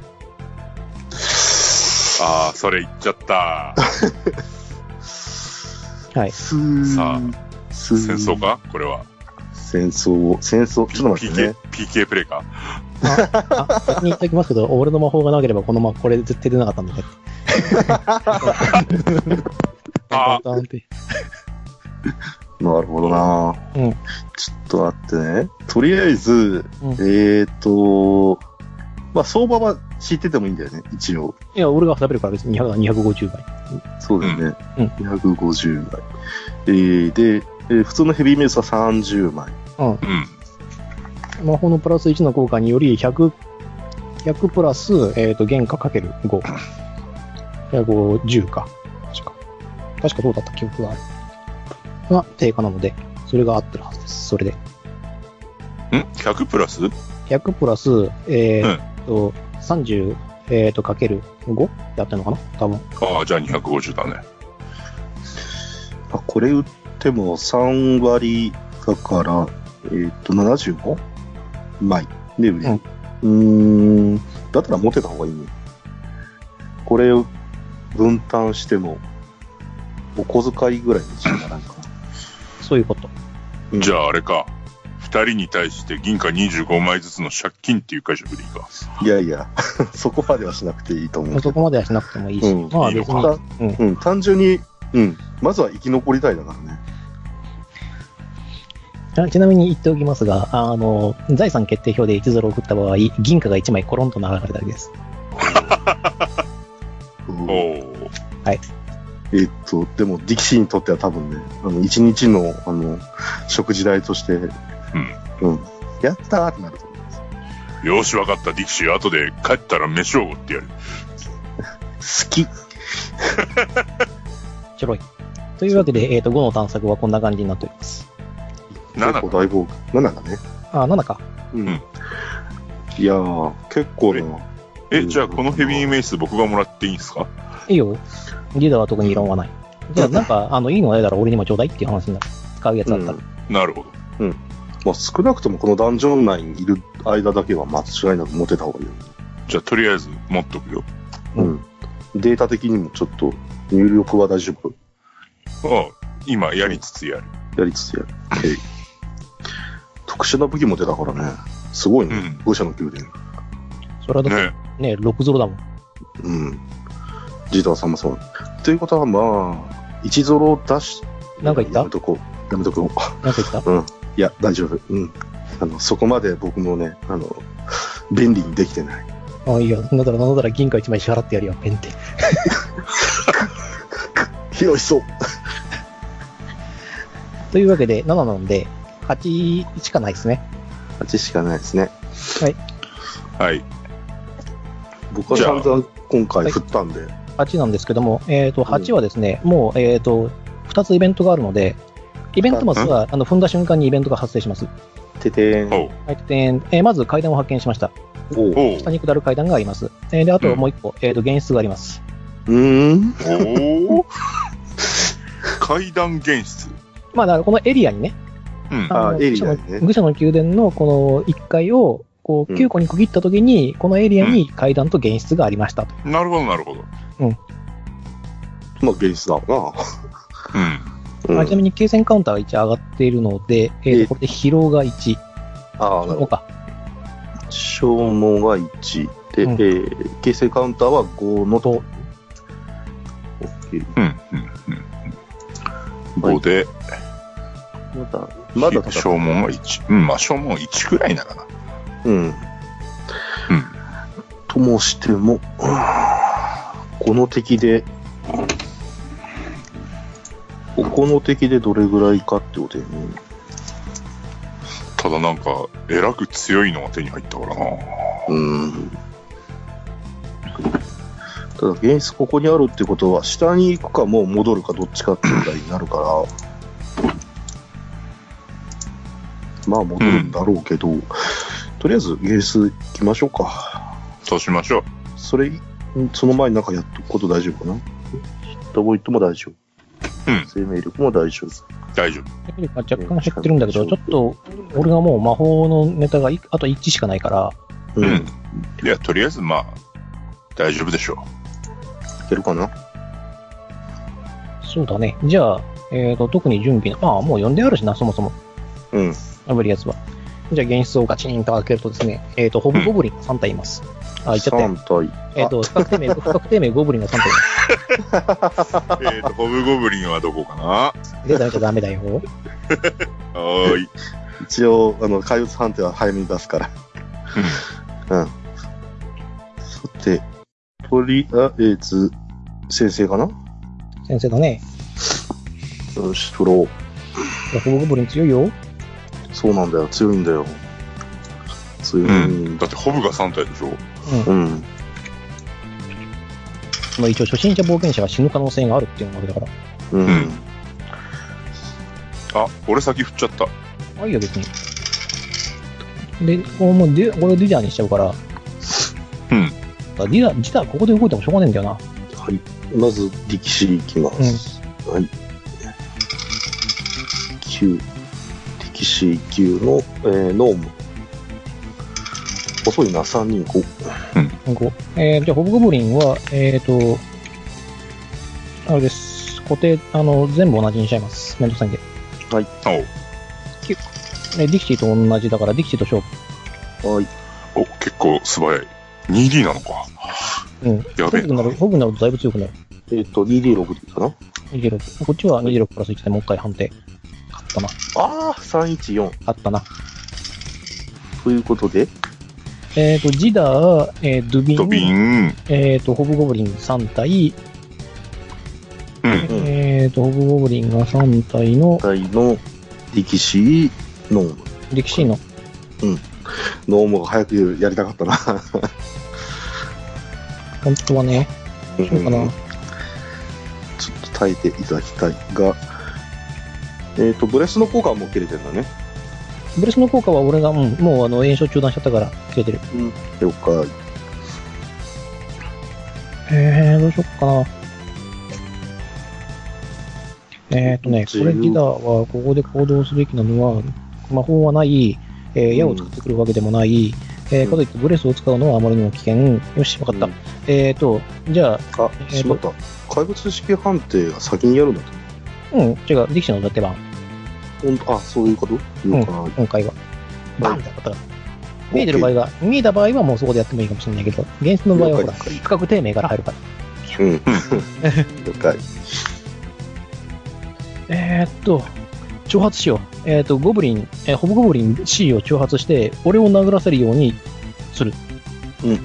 Speaker 2: ああ、それ言っちゃった。
Speaker 1: はい。
Speaker 3: すー
Speaker 2: さ
Speaker 3: すー
Speaker 2: 戦争かこれは。
Speaker 3: 戦争、戦争、ちょっと待ってね
Speaker 2: PK。、PK プレイか。
Speaker 1: あ、先に言っておきますけど、俺の魔法がなければ、このま、これ絶対出なか ったんだね。
Speaker 2: あ
Speaker 1: パンパンって
Speaker 3: なるほどな、
Speaker 1: うん
Speaker 3: ちょっと待ってね。とりあえず、
Speaker 1: うん
Speaker 3: えーと、まあ、相場は知っててもいいんだよね、一応。
Speaker 1: いや、俺が喋るから別に200 250倍。
Speaker 3: そうだよね。
Speaker 1: うんうん
Speaker 3: 250枚。えー、で、えー普通のヘビーメイスは30枚。
Speaker 2: うん。
Speaker 1: 魔法のプラス1の効果により、100、100プラス、えっ、と、原価かける5。150か。確か。確かどうだった記憶がある。が、定価なので、それが合ってるはずです。それで。
Speaker 2: ん ?100 プラス
Speaker 1: 100プラス、えっと、30、えっ、と、かける5ってあってるのかな多分。
Speaker 2: ああ、じゃあ250だね。
Speaker 3: あ、これ売っても3割だから、えーと、75枚で売れる。うーん、だったら持てた方がいいね。これを分担しても、お小遣いぐらいの値段になら んかな。
Speaker 1: そういうこと。
Speaker 3: うん
Speaker 2: じゃああれか。二人に対して銀貨25枚ずつの借金っていう解釈でいいか。
Speaker 3: いやいや、 そこまではしなくていいと思うけ
Speaker 1: そこ
Speaker 3: ど。
Speaker 1: まではしなくてもいいし。
Speaker 3: うん
Speaker 1: まあ
Speaker 2: いいの
Speaker 1: 別
Speaker 2: か
Speaker 1: に、
Speaker 3: た
Speaker 1: うん
Speaker 3: うん、単純に、うん、まずは生き残りたいだからね。
Speaker 1: あちなみに言っておきますが、あの、財産決定票で1-0を送った場合、銀貨が1枚コロンと流れるだけです。
Speaker 3: うん
Speaker 2: おお。
Speaker 3: えっと、でも、力士にとっては多分ね、あの、一日の、あの、食事代として、うん。うん。やったーってなると思いま
Speaker 2: よし、わかった、ディキシー。後で帰ったら飯をおごってやる。
Speaker 3: す。好き。
Speaker 1: ちょろい。というわけで、えっ、と、5の探索はこんな感じになっております。
Speaker 2: 7
Speaker 3: 結構大暴君。7だね。
Speaker 1: あ、7か。
Speaker 3: うんん。いやー、結構な、
Speaker 2: え、じゃあこのヘビーメイス僕がもらっていいんですか
Speaker 1: いいよ。リーダーは特に異論はない。じゃあ、なんか、あの、いいのないだら俺にもちょうだいっていう話になる。使うやつだったら。
Speaker 3: うん
Speaker 2: なるほど。
Speaker 3: まあ、少なくともこのダンジョン内にいる間だけは間違いなく持てた方がいいよね。
Speaker 2: じゃあとりあえず持っとくよ。
Speaker 1: う
Speaker 3: うんん。データ的にもちょっと、入力は大丈夫。
Speaker 2: ああ、今やりつつやる。
Speaker 3: やりつつやる。えい特殊な武器も出たからね。すごいね
Speaker 2: うん。
Speaker 3: 武者の宮殿。
Speaker 1: それはだって
Speaker 2: ね。
Speaker 1: ね、6-0だもん。
Speaker 3: うん。ジーターさんもそう。ということは、まあ、一ゾロ出し、
Speaker 1: なんか言った
Speaker 3: やめとこう。やめと こ
Speaker 1: なんか言った
Speaker 3: う。うん。いや、大丈夫。うん。あの、そこまで僕もね、あの、便利にできてない。
Speaker 1: あ、いいよ。なんだらなんだら銀貨1枚支払ってやるよ、ペンって。
Speaker 3: 広いそう。
Speaker 1: というわけで、7なので、8しかないですね。
Speaker 3: 8しかないですね。
Speaker 2: はい。
Speaker 3: 僕は
Speaker 2: じゃ
Speaker 3: 散
Speaker 2: あ
Speaker 3: 々今回振ったんで。
Speaker 1: 8なんですけども、えー、と
Speaker 3: ん
Speaker 1: 8はですね、もう、えー、と2つイベントがあるので、イベントマスはあの踏んだ瞬間にイベントが発生します。
Speaker 3: ててーん。
Speaker 2: お
Speaker 1: は
Speaker 2: う。
Speaker 1: いえーえーまず階段を発見しました。
Speaker 3: おう
Speaker 2: おう
Speaker 1: 下。に下る階段があります。えーであと
Speaker 2: うん
Speaker 1: もう1個、えー、と現実があります。
Speaker 3: うーん。
Speaker 2: おお。階段現出。
Speaker 1: まあ、だからこのエリアにね、
Speaker 2: うん。
Speaker 3: あ
Speaker 1: あの
Speaker 3: エリアに
Speaker 1: 愚者
Speaker 3: ね
Speaker 1: の愚者の宮殿のこの1階をこう
Speaker 3: うん
Speaker 1: 9個に区切ったときに、このエリアに階段と現実がありましたと。
Speaker 2: なるほど、なるほど。
Speaker 3: まあ、現実だろ
Speaker 2: う
Speaker 1: ま
Speaker 2: ん。
Speaker 3: うな。う、
Speaker 1: あちなんみに継戦カウンターが一応上がっているので、えー
Speaker 3: え
Speaker 1: とこれで疲労が1、
Speaker 3: ああ、なる
Speaker 1: こ
Speaker 3: ほ
Speaker 1: う
Speaker 3: ど。
Speaker 1: か
Speaker 3: 消耗が1。で、
Speaker 1: うん
Speaker 3: えー、形成カウンターは5のと。OK
Speaker 2: うん。うん。
Speaker 3: はい
Speaker 2: 5で、
Speaker 3: まだ、まだ
Speaker 2: 消耗は1。うん、まあ消耗1くらいならな。
Speaker 3: うん。ともしても、うんこの敵で、ここの敵でどれぐらいかってことだよね。
Speaker 2: ただなんか、えらく強いのが手に入ったからな。
Speaker 3: うん。ただ、現実ここにあるってことは、下に行くかもう戻るかどっちかっていうぐらいになるから、まあ戻るんだろうけど、とりあえず現実行きましょうか。
Speaker 2: そうしましょう。
Speaker 3: それ、んその前になんかやっとくこと大丈夫かなヒットボイットも大丈夫。
Speaker 2: うん
Speaker 3: 生命力も大丈夫。
Speaker 2: 大丈夫。
Speaker 1: 若干減ってるんだけど、ちょっと、俺がもう魔法のネタがいあと1しかないから、
Speaker 3: うん。
Speaker 2: うん
Speaker 3: い
Speaker 2: いや、とりあえずまあ、大丈夫でしょ
Speaker 3: けるかな
Speaker 1: そうだね。じゃあ、えっ、と、特に準備の、まあ、もう呼んであるしな、そもそも。
Speaker 3: うん。
Speaker 1: アブリアスは。じゃあ、現実をガチンと開けるとですね、えっ、と、ホブゴブリンが3体います。あ、いっちゃったよ。
Speaker 3: 3体。
Speaker 1: えっ、と、不確定名、不確定名ゴブリンが3体います。
Speaker 2: う。 えっと、ホブゴブリンはどこかなは
Speaker 1: 出ないとダメだよ。
Speaker 2: ーい。
Speaker 3: 一応、あの、怪物判定は早めに出すから。うん。さて、とりあえず、先生かな
Speaker 1: 先生だね。
Speaker 3: よし、取ろ
Speaker 1: ホブゴブリン強いよ。
Speaker 3: う。そうなんだよ、強いんだよ。強い。
Speaker 2: うん。だって、ホブが3体でしょ
Speaker 3: うん。
Speaker 1: まあ、一応、初心者冒険者が死ぬ可能性があるっていうわけだから。
Speaker 3: うん。
Speaker 2: うんあ、俺先振っちゃった。
Speaker 1: あ、いいよ、別に。で、こうもうデュ、これディダーにしちゃうから。
Speaker 2: うん
Speaker 1: あ。ディダー、ディダーここで動いてもしょうがねえんだよな。
Speaker 3: はい。まず、力士いきます。はい。9。力士9の、えー、ノーム。遅いな、3人5。
Speaker 1: こうえー、じゃあ、ホブゴブリンは、えっ、ー、と、あれです。固定、あの、全部同じにしちゃいます。めんどくさいんで。
Speaker 2: おう
Speaker 1: えディキシーと同じだから、ディキシーと勝
Speaker 3: はい。
Speaker 2: お、結構素早い。2D なのか。
Speaker 1: 負。うん。
Speaker 2: や
Speaker 1: ホ
Speaker 2: べえ
Speaker 1: ブにな
Speaker 2: な。
Speaker 1: る、ホブになるとだいぶ強くなる。
Speaker 3: えっ、と、2D6 でいいかな
Speaker 1: 26。こっちは26プラス1でもう一回判定。勝ったな。
Speaker 3: ああ、314。
Speaker 1: 勝ったな。
Speaker 3: ということで、
Speaker 1: えっ、ー、と、ジダー、えー、ドゥビン、
Speaker 2: ドビーン。
Speaker 1: えっ、ー、と、ホブゴブリン3体、
Speaker 2: うん。
Speaker 3: うん
Speaker 1: えっ、ー、と、ホブゴブリンが3体の
Speaker 3: 体の力士、ノーム。
Speaker 1: 歴史の、
Speaker 3: ノームが早くやりたかったな。
Speaker 1: 本当はね、
Speaker 3: うん
Speaker 1: そうかな。
Speaker 3: ちょっと耐えていただきたいが、えっ、と、ブレスの効果はもう切れてるんだね。
Speaker 1: ブレスの効果は俺が、うん、もうあの炎症中断しちゃったから切れてる。
Speaker 3: 了解。
Speaker 1: えー、どうしよっかな。えっ、ー、とね、こ
Speaker 3: 自由
Speaker 1: れリーダーはここで行動すべきなのは、魔法はない、えー、矢を使ってくるわけでもない、えー、かといってブレスを使うのはあまりにも危険。よし、わかった。
Speaker 3: うん
Speaker 1: えっ、ー、と、じゃあ、
Speaker 3: あ、しまった。怪物式判定が先にやるんだと。
Speaker 1: うん、違う、力士のだって番、
Speaker 3: ほんとあ、そういうこと了解。
Speaker 1: 今回は。バンって当たった。見えてる場合が、見えた場合はもうそこでやってもいいかもしれないけど、現実の場合はほら、
Speaker 3: 了解
Speaker 1: 不確定名から入るから。
Speaker 3: うん。了解。
Speaker 1: えーっと、挑発しよう。えーっと、ゴブリン、えーホブゴブリン C を挑発して、俺を殴らせるようにする。
Speaker 2: おう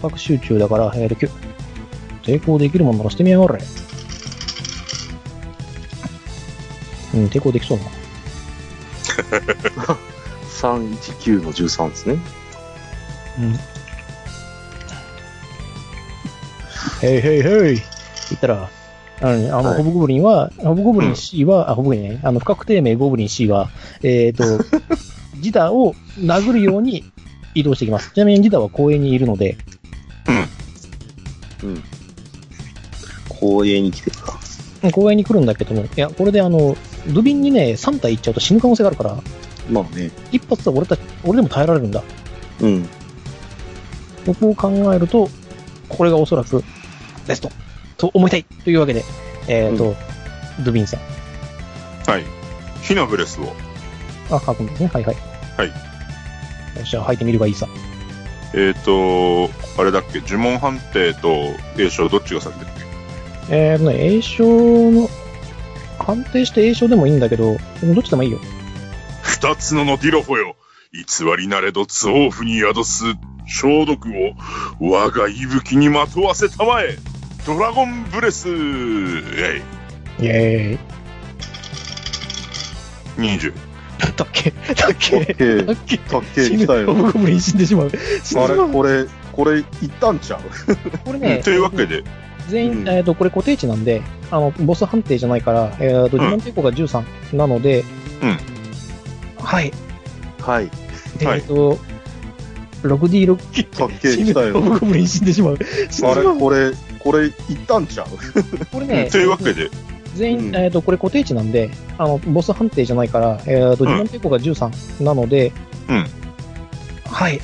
Speaker 1: 爆集中だから、えーっときゅ、抵抗できるもんならしてみやがれ。うん、抵抗できそうだな。
Speaker 3: 319の13ですね。
Speaker 1: うん。へいへいへい言ったら、あのね、あの
Speaker 3: はい
Speaker 1: ホブゴブリンは、ホブゴブリ
Speaker 2: う
Speaker 1: ン
Speaker 2: ん
Speaker 1: C は、あ、ホブゴブリンね、あの、不確定名ゴブリン C は、えっ、 と、ジダを殴るように移動していきます。ちなみにジダは公園にいるので、
Speaker 3: うん。公園に来てるか。
Speaker 1: 公園に来るんだけども、いや、これであの、ドゥビンにね、3体いっちゃうと死ぬ可能性があるから、
Speaker 3: まあね。
Speaker 1: 一発は俺たち、俺でも耐えられるんだ。
Speaker 3: うん。
Speaker 1: ここを考えると、これがおそらくベストと思いたいというわけで、えっ、と、ドゥビンさん。
Speaker 2: はい。ヒナブレスを。
Speaker 1: あ、書くんですね。はいはい。
Speaker 2: はい
Speaker 1: い。じゃあ、履いてみるがいいさ。
Speaker 2: えっ、と、あれだっけ、呪文判定と栄翔どっちが先だっ
Speaker 1: えー、とね、栄翔の、判定して栄翔でもいいんだけど、どっちでもいいよ。
Speaker 2: け二つののディロホよ。偽りなれど、憎悪に宿す消毒を我が息吹にまとわせたまえドラゴンブレスえ
Speaker 1: イェーイ。
Speaker 2: い20
Speaker 1: だっけだっ
Speaker 3: オ
Speaker 1: け
Speaker 3: ッケー
Speaker 1: だ。っけ
Speaker 3: かっけえ、
Speaker 1: 死
Speaker 3: 来
Speaker 1: ぬ。
Speaker 3: たよ。
Speaker 1: ゴブリン死んでしまう。死んで
Speaker 3: あ
Speaker 1: し
Speaker 3: れ
Speaker 1: まう
Speaker 3: これ、これ、一旦ちゃう。
Speaker 1: これね、
Speaker 2: というわけで、
Speaker 1: 全員、
Speaker 3: うん
Speaker 1: えっ、と、これ固定値なんで、あの、ボス判定じゃないから、えっ、と、
Speaker 2: う
Speaker 1: 呪
Speaker 2: ん
Speaker 1: 文抵抗が13なので、
Speaker 2: うん
Speaker 1: はい。
Speaker 3: はい。
Speaker 1: えっ、
Speaker 2: はい
Speaker 1: と、6D6
Speaker 3: かっけえ、来
Speaker 1: ゴ
Speaker 3: たよ。
Speaker 1: ブゴブリン死んでしまう。死んで
Speaker 3: あ
Speaker 1: しま
Speaker 3: れ
Speaker 1: う
Speaker 3: これ、これ、一旦ちゃう。
Speaker 1: これね、
Speaker 2: というわけで、
Speaker 1: 全員、
Speaker 3: うん
Speaker 1: えっ、と、これ固定値なんで、あの、ボス判定じゃないから、えっ、と、
Speaker 2: うん
Speaker 1: 呪文抵抗が13なので、
Speaker 2: うん
Speaker 1: はい。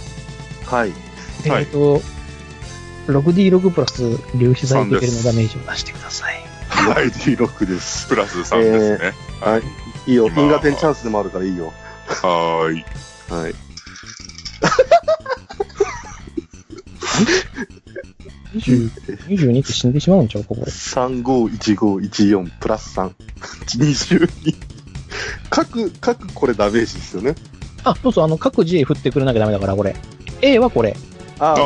Speaker 3: はい。
Speaker 1: えっ、
Speaker 2: はい
Speaker 1: と、6D6 プラス粒子剤レベルのダメージを出してください。
Speaker 2: はい
Speaker 3: D6 です。
Speaker 2: プラス3ですね、
Speaker 3: はい。いいよ。
Speaker 2: 今
Speaker 3: 銀河点チャンスでもあるからいいよ。
Speaker 2: はーい
Speaker 3: はい。
Speaker 1: 20 22って死んでしまうんちゃうか、これ。
Speaker 3: 351514プラス3。22。各、各これダメージですよね。
Speaker 1: あ、そうそう、あの、各自振ってくれなきゃダメだから、これ。A はこれ。
Speaker 3: あ
Speaker 2: あ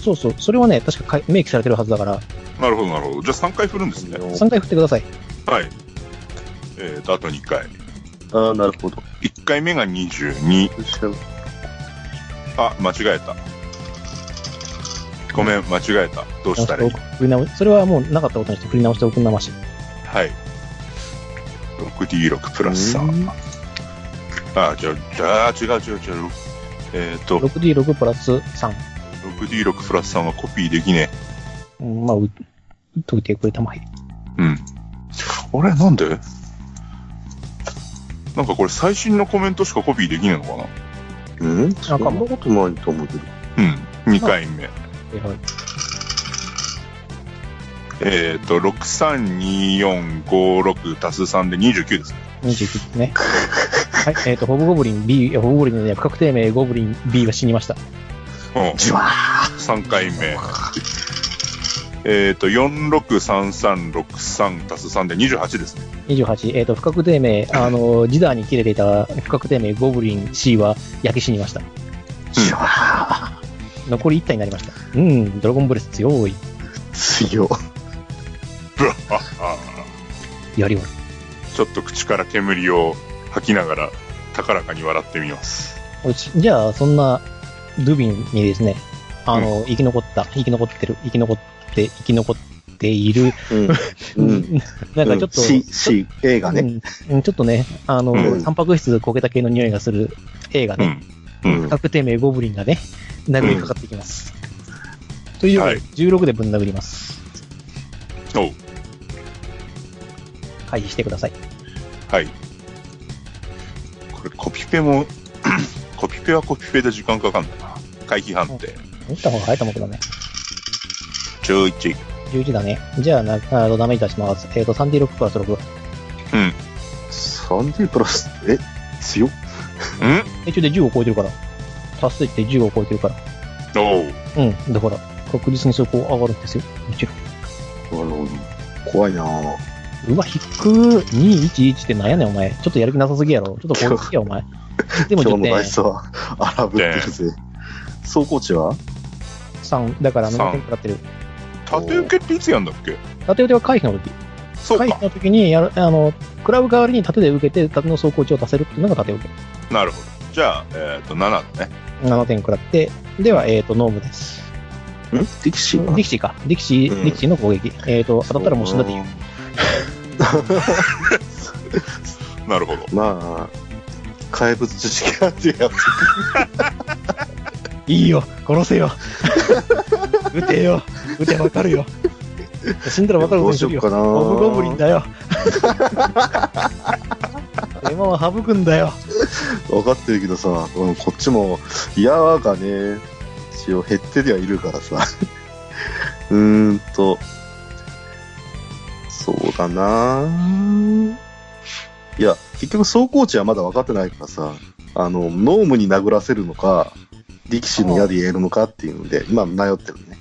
Speaker 1: そうそう、それはね、確かか明記されてるはずだから、
Speaker 2: あなるほどなるほどじゃあ3回振るんですね
Speaker 1: 3回振ってください。
Speaker 2: はいえーとあと2回
Speaker 3: あ。ああ、なるほど。よ
Speaker 2: 1回目が22
Speaker 3: っしゃ
Speaker 2: あ間違えたごめん間違えたどうしたらいい
Speaker 1: 振り直しそれはもうなかったことにして振り直しておくんなまし。
Speaker 2: はい 6D6 プラス3
Speaker 1: うん
Speaker 2: あ、じゃあ、じゃあ、違う違う違う。えっ、と、
Speaker 1: 6D6 プラス3。
Speaker 2: 6D6 プラス3はコピーできね
Speaker 1: うん、まあ、う解いてくれたまえ。
Speaker 2: え。うん。あれなんでなんかこれ最新のコメントしかコピーできねえのか
Speaker 3: うんそ
Speaker 1: あ
Speaker 3: ん
Speaker 1: か
Speaker 3: な
Speaker 1: も
Speaker 3: ことないと思うけど。
Speaker 2: なうん。2回目。
Speaker 1: えはい
Speaker 2: えっ、と、63245足す3で29ですね。
Speaker 1: 29です ね。はい、えっ、と、ホブゴブリン B、いやホブゴブリンのね、不確定名ゴブリン B が死にました。
Speaker 2: うん。
Speaker 3: じわ
Speaker 2: 3回目。えっ、と、463363足す3で28ですね。
Speaker 1: 28、えっ、と、不確定名、あの、ジダーに切れていた不確定名ゴブリン C は焼け死にました。
Speaker 3: ーじわー
Speaker 1: 残り1体になりました。うん、ドラゴンブレス強い。
Speaker 3: 強。
Speaker 2: ブワッハッハ
Speaker 1: やりは
Speaker 2: ちょっと口から煙を吐きながら、高らかに笑ってみます。
Speaker 1: よしじゃあ、そんな、ドゥビンにですね、あの、生き残った、生き残ってる、生き残って、生き残っている、
Speaker 3: うん。うん。
Speaker 1: なんかちょっと、
Speaker 3: C、C、A がね。
Speaker 1: うんうんちょっとね、あの、
Speaker 3: うん
Speaker 1: タンパク質焦げた系の匂いがする映画
Speaker 2: う
Speaker 1: ね、
Speaker 2: ん。うん。
Speaker 1: 確定名ゴブリンがね、殴りかかってきます。というわけで、16でぶん殴ります。
Speaker 2: おう
Speaker 1: 回避してください。
Speaker 2: はい。これ、コピペも、 コピペはコピペで時間かかんだな。回避判定。
Speaker 1: 打った方が早いと思うけどね。
Speaker 2: 11。
Speaker 1: 11だね。じゃあ、なあのダメージ出します。えっ、と、3D6 プラス6。
Speaker 2: うん。
Speaker 3: 3D プラス、え、強っ
Speaker 2: うん
Speaker 1: 途中で10を超えてるから。足していって10を超えてるから。
Speaker 2: おう
Speaker 1: うん、だから、確実にそこ上がるんですよ。もちろん。
Speaker 3: なるほど。怖いなぁ。
Speaker 1: うわ、引く211ってなんやねん、お前。ちょっとやる気なさすぎやろ。ちょっとこれ好きや、お 前。でも
Speaker 3: 今
Speaker 1: 10
Speaker 3: 日のダイ
Speaker 1: 点
Speaker 3: スは荒ぶってるぜ。走行値は
Speaker 1: 3、だから
Speaker 2: 三
Speaker 1: 7点かかってる。
Speaker 2: 縦受けっていつやんだっけ
Speaker 1: 縦腕は回避の時。
Speaker 2: そう
Speaker 1: 回
Speaker 2: か
Speaker 1: 避。の時にやる、あの、食らう代わりに縦で受けて、縦の走行値を出せるっていうのが縦受け。
Speaker 2: なるほど。じゃあ、えっ、と、7だね。
Speaker 1: 7点食らって、では、えっ、と、ノームです。
Speaker 3: ん力士は
Speaker 1: 力士か。力士、
Speaker 3: うん
Speaker 1: 力士の攻撃。えっ、と、当たったらもう死んだっていう。
Speaker 2: なるほど。
Speaker 3: まあ、怪物知識家っていうやつ。
Speaker 1: いいよ、殺 せよ。撃てよ。撃てわかるよ。死んだらわかる
Speaker 3: ど
Speaker 1: ことに
Speaker 3: うし
Speaker 1: す
Speaker 3: よ
Speaker 1: るよ。
Speaker 3: っかな
Speaker 1: ゴブゴブリンだ よ。手間は省くんだよ。
Speaker 3: 分かってるけどさ、うんこっちも、いやーがね、一応減ってりはいるからさ。 うーんと、そうだなぁいや、結局走行値はまだ分かってないからさ、あの、ノームに殴らせるのか、力士の矢で言えるのかっていうので、今迷ってるね。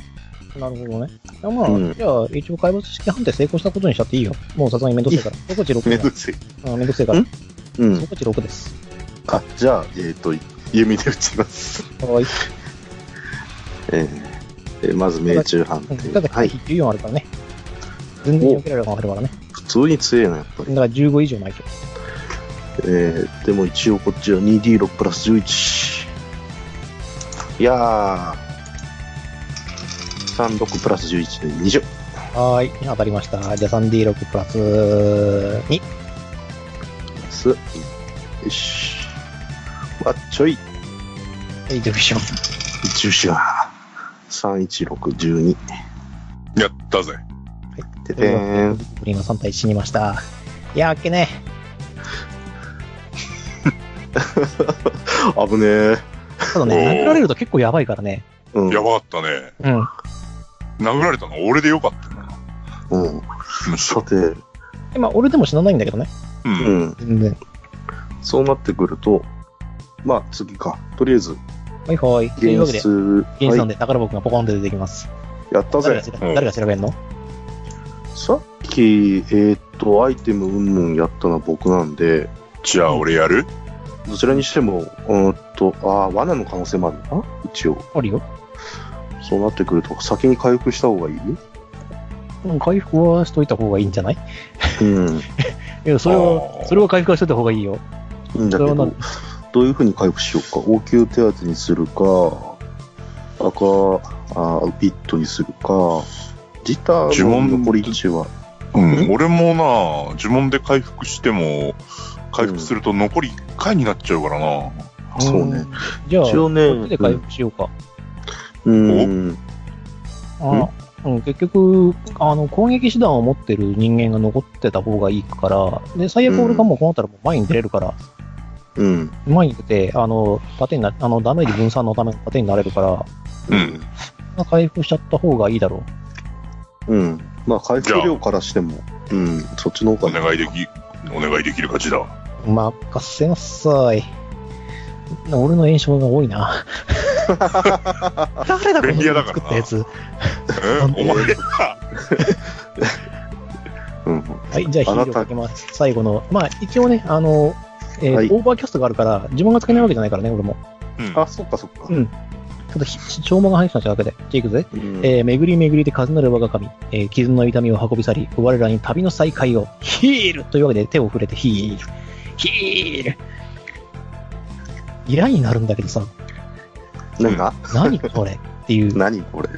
Speaker 1: なるほどね。いやまあ、
Speaker 3: うん
Speaker 1: じゃあ、一応怪物式判定成功したことにしたっていいよ。もうさすがにめんどくせえから。底地6
Speaker 3: め
Speaker 1: だか
Speaker 3: んど
Speaker 1: ら
Speaker 3: くせえ。
Speaker 1: あ。めんどくせえから
Speaker 3: ん。うん。
Speaker 1: 底地6です。
Speaker 3: あ、じゃあ、えっ、と、弓で打ちます。
Speaker 1: はい。
Speaker 3: えええまず命中判
Speaker 1: うん
Speaker 3: 定。
Speaker 1: ただ、
Speaker 3: はい。
Speaker 1: 14あるからね。全然避けられるか分かるからね。
Speaker 3: 普通に強いな、やっぱり。
Speaker 1: だから15以上ないと。
Speaker 3: えー、でも一応こっちは 2D6 プラス11。いやー。36プラス11で20。
Speaker 1: はーい、当たりました。じゃあ 3D6 プラス2。
Speaker 3: プラスよし。わっちょい。
Speaker 1: エイトフィッション。
Speaker 3: 重視は。316、12。
Speaker 2: やったぜ。
Speaker 3: ててーん。
Speaker 1: ブリンは3対死にました。いやー、あっけね
Speaker 3: 危ね
Speaker 1: え。
Speaker 3: え。
Speaker 1: ただね、
Speaker 2: おー
Speaker 1: 殴られると結構やばいからね。
Speaker 3: うん。
Speaker 2: やばかったね。
Speaker 1: うん。
Speaker 2: 殴られたの俺でよかったな。
Speaker 3: うん。
Speaker 2: むし
Speaker 3: さ
Speaker 2: ろ。
Speaker 3: て、
Speaker 1: でまあ、俺でも死なないんだけどね。
Speaker 2: う。
Speaker 3: うんん。
Speaker 1: 全然。
Speaker 3: そうなってくると、まあ次か。とりあえず、
Speaker 1: ほいほい。という
Speaker 3: 原
Speaker 1: わけで、
Speaker 3: 数、
Speaker 1: ゲンさん
Speaker 3: は
Speaker 1: で宝箱がポコンと出てきます。
Speaker 3: い、やった
Speaker 1: 誰が
Speaker 3: ぜ。
Speaker 1: 調べ
Speaker 2: うん
Speaker 1: 誰が調べんの
Speaker 3: さっき、えーっと、アイテムうんぬんやったのは僕なんで、
Speaker 2: じゃあ俺やる
Speaker 3: どちらにしても、うーんと、ああ、罠の可能性もあるのかな一応。
Speaker 1: あるよ。
Speaker 3: そうなってくると、先に回復した方がいい
Speaker 1: うん回復はしといた方がいいんじゃない
Speaker 3: うん。
Speaker 1: いや、それ
Speaker 2: あ
Speaker 1: は、
Speaker 2: ー
Speaker 1: それは回復はしといた方がいいよ。
Speaker 3: いいんだけ
Speaker 1: それは
Speaker 3: ど
Speaker 1: 何、
Speaker 3: どういうふうに回復しようか。応急手当にするか、赤、あービットにするか、ギターの残り1は、
Speaker 2: うん。俺もな、呪文で回復しても、回復すると残り1回になっちゃうからな。
Speaker 3: そうね。
Speaker 1: じゃあ、
Speaker 3: 一応
Speaker 1: こ
Speaker 3: ね
Speaker 1: っちで回復しようか。
Speaker 3: うん。
Speaker 1: あうん、結局あの、攻撃手段を持ってる人間が残ってた方がいいから、で最悪俺がもうこうなったらもう前に出れるから、
Speaker 3: うん。
Speaker 1: 前に出て、あの盾になあのダメージ分散のための盾になれるから、
Speaker 2: うん。
Speaker 1: まあ回復しちゃった方がいいだろ
Speaker 3: うん。まあ、回復量からしても、うん、そっちの方
Speaker 2: お
Speaker 3: が。
Speaker 2: 願いでき、お願いできる勝ちだ。
Speaker 1: う。任せなさい。俺の炎症が多い な。誰だこの
Speaker 2: 便利屋だから
Speaker 1: 作
Speaker 2: な
Speaker 1: ったやつ。
Speaker 2: え
Speaker 1: なんで
Speaker 2: お前だ
Speaker 3: うん。
Speaker 1: はい、じゃあヒー
Speaker 3: あな
Speaker 1: ル
Speaker 3: た
Speaker 1: をかけます。最後の、まあ一応ね、あの、えー
Speaker 3: はい
Speaker 1: オーバーキャストがあるから、自分が使えないわけじゃないからね、俺も。
Speaker 2: うん
Speaker 3: あ、そっかそっか。
Speaker 1: うんちょっとひ消耗が入ってただけで。じゃあ行くぜ。
Speaker 3: うん
Speaker 1: えー、巡り巡りで数なる我が神、えー、傷の痛みを運び去り、我らに旅の再会を、ヒールというわけで手を触れてヒール。ヒール依頼になるんだけどさ、
Speaker 3: なんか、
Speaker 1: 何これっていう。
Speaker 3: 何これ。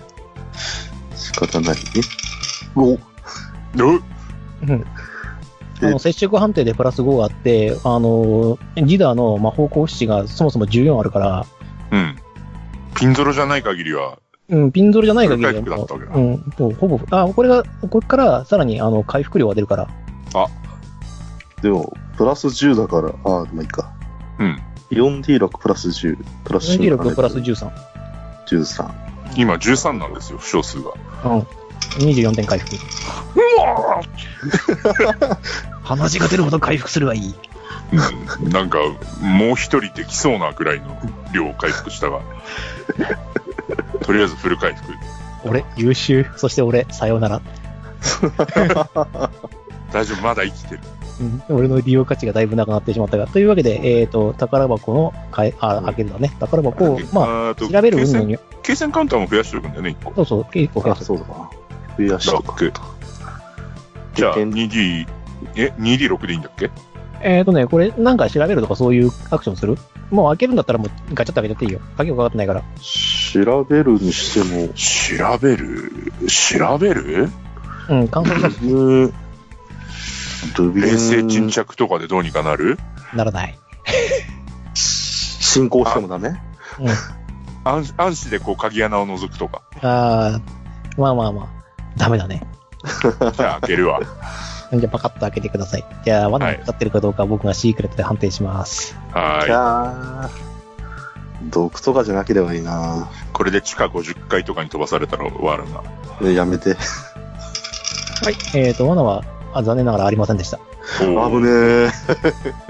Speaker 3: 仕方ないね。お
Speaker 2: う
Speaker 1: うん
Speaker 3: え
Speaker 1: あの接触判定でプラス5があって、あのー、ジダーの魔法行使がそもそも14あるから、
Speaker 2: うん。ピンゾロじゃない限りは、
Speaker 1: うん、ピンゾルじゃない限りは
Speaker 2: 回復だったわけだ
Speaker 1: もううん、もうほぼ、あ、これが、これからさらにあの回復量が出るから、
Speaker 3: でも、プラス10だから、あー、まあいいか。
Speaker 2: うん。
Speaker 3: 4D6 プラス10、プラス進化
Speaker 1: 26プラス13。
Speaker 3: 13。
Speaker 2: 今13なんですよ、負傷数が。
Speaker 1: うん。24点回復。鼻血が出るほど回復するはいい。
Speaker 2: うんなんか、もう一人できそうなぐらいの量を回復したが。とりあえずフル回復。
Speaker 1: 俺、優秀。そして俺、さようなら。
Speaker 2: 大丈夫、まだ生きてる。
Speaker 1: うん、俺の利用価値がだいぶなくなってしまったが。というわけで、えっ、と、宝箱のかい、あ、開けるだね。宝箱を、ま
Speaker 2: あー、あ
Speaker 1: あ、調べる運動
Speaker 2: 計
Speaker 1: に、
Speaker 2: 算計算カウンターも増やしておくんだよね、1個。
Speaker 1: そうそう、結構増や
Speaker 3: あ、
Speaker 1: す。
Speaker 3: そうだな。増やしとか。
Speaker 2: 6。じゃあ、
Speaker 3: で現
Speaker 2: 2D、え、2D6 でいいんだっけ
Speaker 1: えっ、とね、これ、なんか調べるとかそういうアクションするもう開けるんだったらもうガチャッと開けていいよ。鍵もかかってないから。
Speaker 3: 調べるにしても、
Speaker 2: 調べる調べる
Speaker 1: うん、観察が
Speaker 3: うん。ドゥビン
Speaker 2: 冷静沈着とかでどうにかなる
Speaker 1: ならない。
Speaker 3: 進行してもダメ
Speaker 1: うん。
Speaker 2: 暗暗視でこう鍵穴を覗くと か。
Speaker 1: あー、まあまあまあ、ダメだね。
Speaker 2: じゃあ開けるわ。
Speaker 1: じゃあ、パカッと開けてください。じゃあ、罠にかかってるかどうかは僕がシークレットで判定します。
Speaker 2: はいーい。
Speaker 3: やー毒とかじゃなければいいな
Speaker 2: これで地下50階とかに飛ばされたら終わるな。
Speaker 3: えやめて。
Speaker 1: はい。えっ、と、罠はあ残念ながらありませんでした。
Speaker 3: 危
Speaker 2: おー
Speaker 3: ね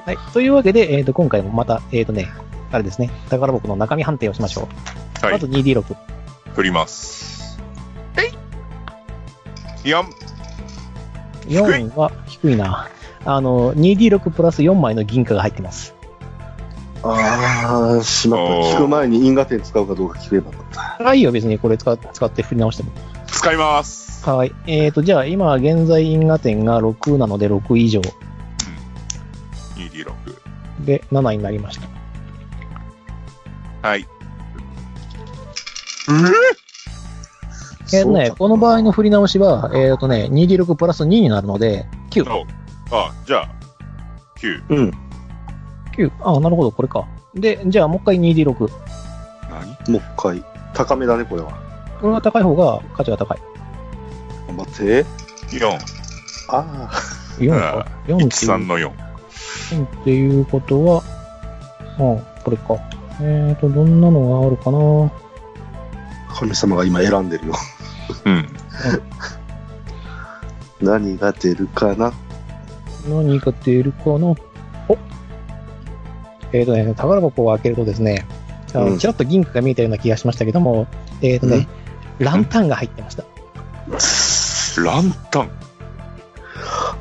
Speaker 3: え。
Speaker 1: はい。というわけで、えっ、と、今回もまた、えっ、とね、あれですね、宝箱の中身判定をしましょう。
Speaker 2: は
Speaker 1: ま
Speaker 2: い
Speaker 1: ず。2D6。
Speaker 2: 振ります。えい !4!
Speaker 1: 4は低いな。あの、2D6 プラス4枚の銀貨が入ってます。
Speaker 3: ああ、しまった。
Speaker 2: おー
Speaker 3: 聞く前に因果点使うかどうか聞けばよかった。
Speaker 1: はいよ、別にこれ使使って振り直しても。
Speaker 2: 使います。
Speaker 1: はい。えーと、じゃあ、今、現在因果点が6なので6以上。
Speaker 2: 2D6。
Speaker 1: で、7になりました。
Speaker 2: はい。う
Speaker 1: えーと
Speaker 3: そう
Speaker 1: ね
Speaker 3: か、
Speaker 1: この場合の振り直しは、えーとね、2D6 プラス2になるので、
Speaker 2: えおあ、じゃあ、9。
Speaker 3: うん。
Speaker 1: 9。あ、なるほど、これか。で、じゃあ、もう一回 2D6。こ
Speaker 2: 何
Speaker 3: もう一回。高めだね、これは。
Speaker 1: れが高い方が価値が高い。
Speaker 3: 頑張って。
Speaker 2: ?4。
Speaker 3: ああ。
Speaker 1: 4か。4って
Speaker 2: 13
Speaker 1: いう
Speaker 2: の4。
Speaker 1: 4っていうことは、あ、これか。えーと、どんなのがあるかな
Speaker 3: 神様が今選んでるよ。
Speaker 2: うん。
Speaker 3: 何が出るかな
Speaker 1: 何が出るかなおえー、とね、宝箱を開けるとですね、あ
Speaker 3: う
Speaker 1: の
Speaker 3: ん
Speaker 1: ちらっと銀貨が見えたような気がしましたけども、えー、とね、ランタンが入ってました。
Speaker 2: ランタン。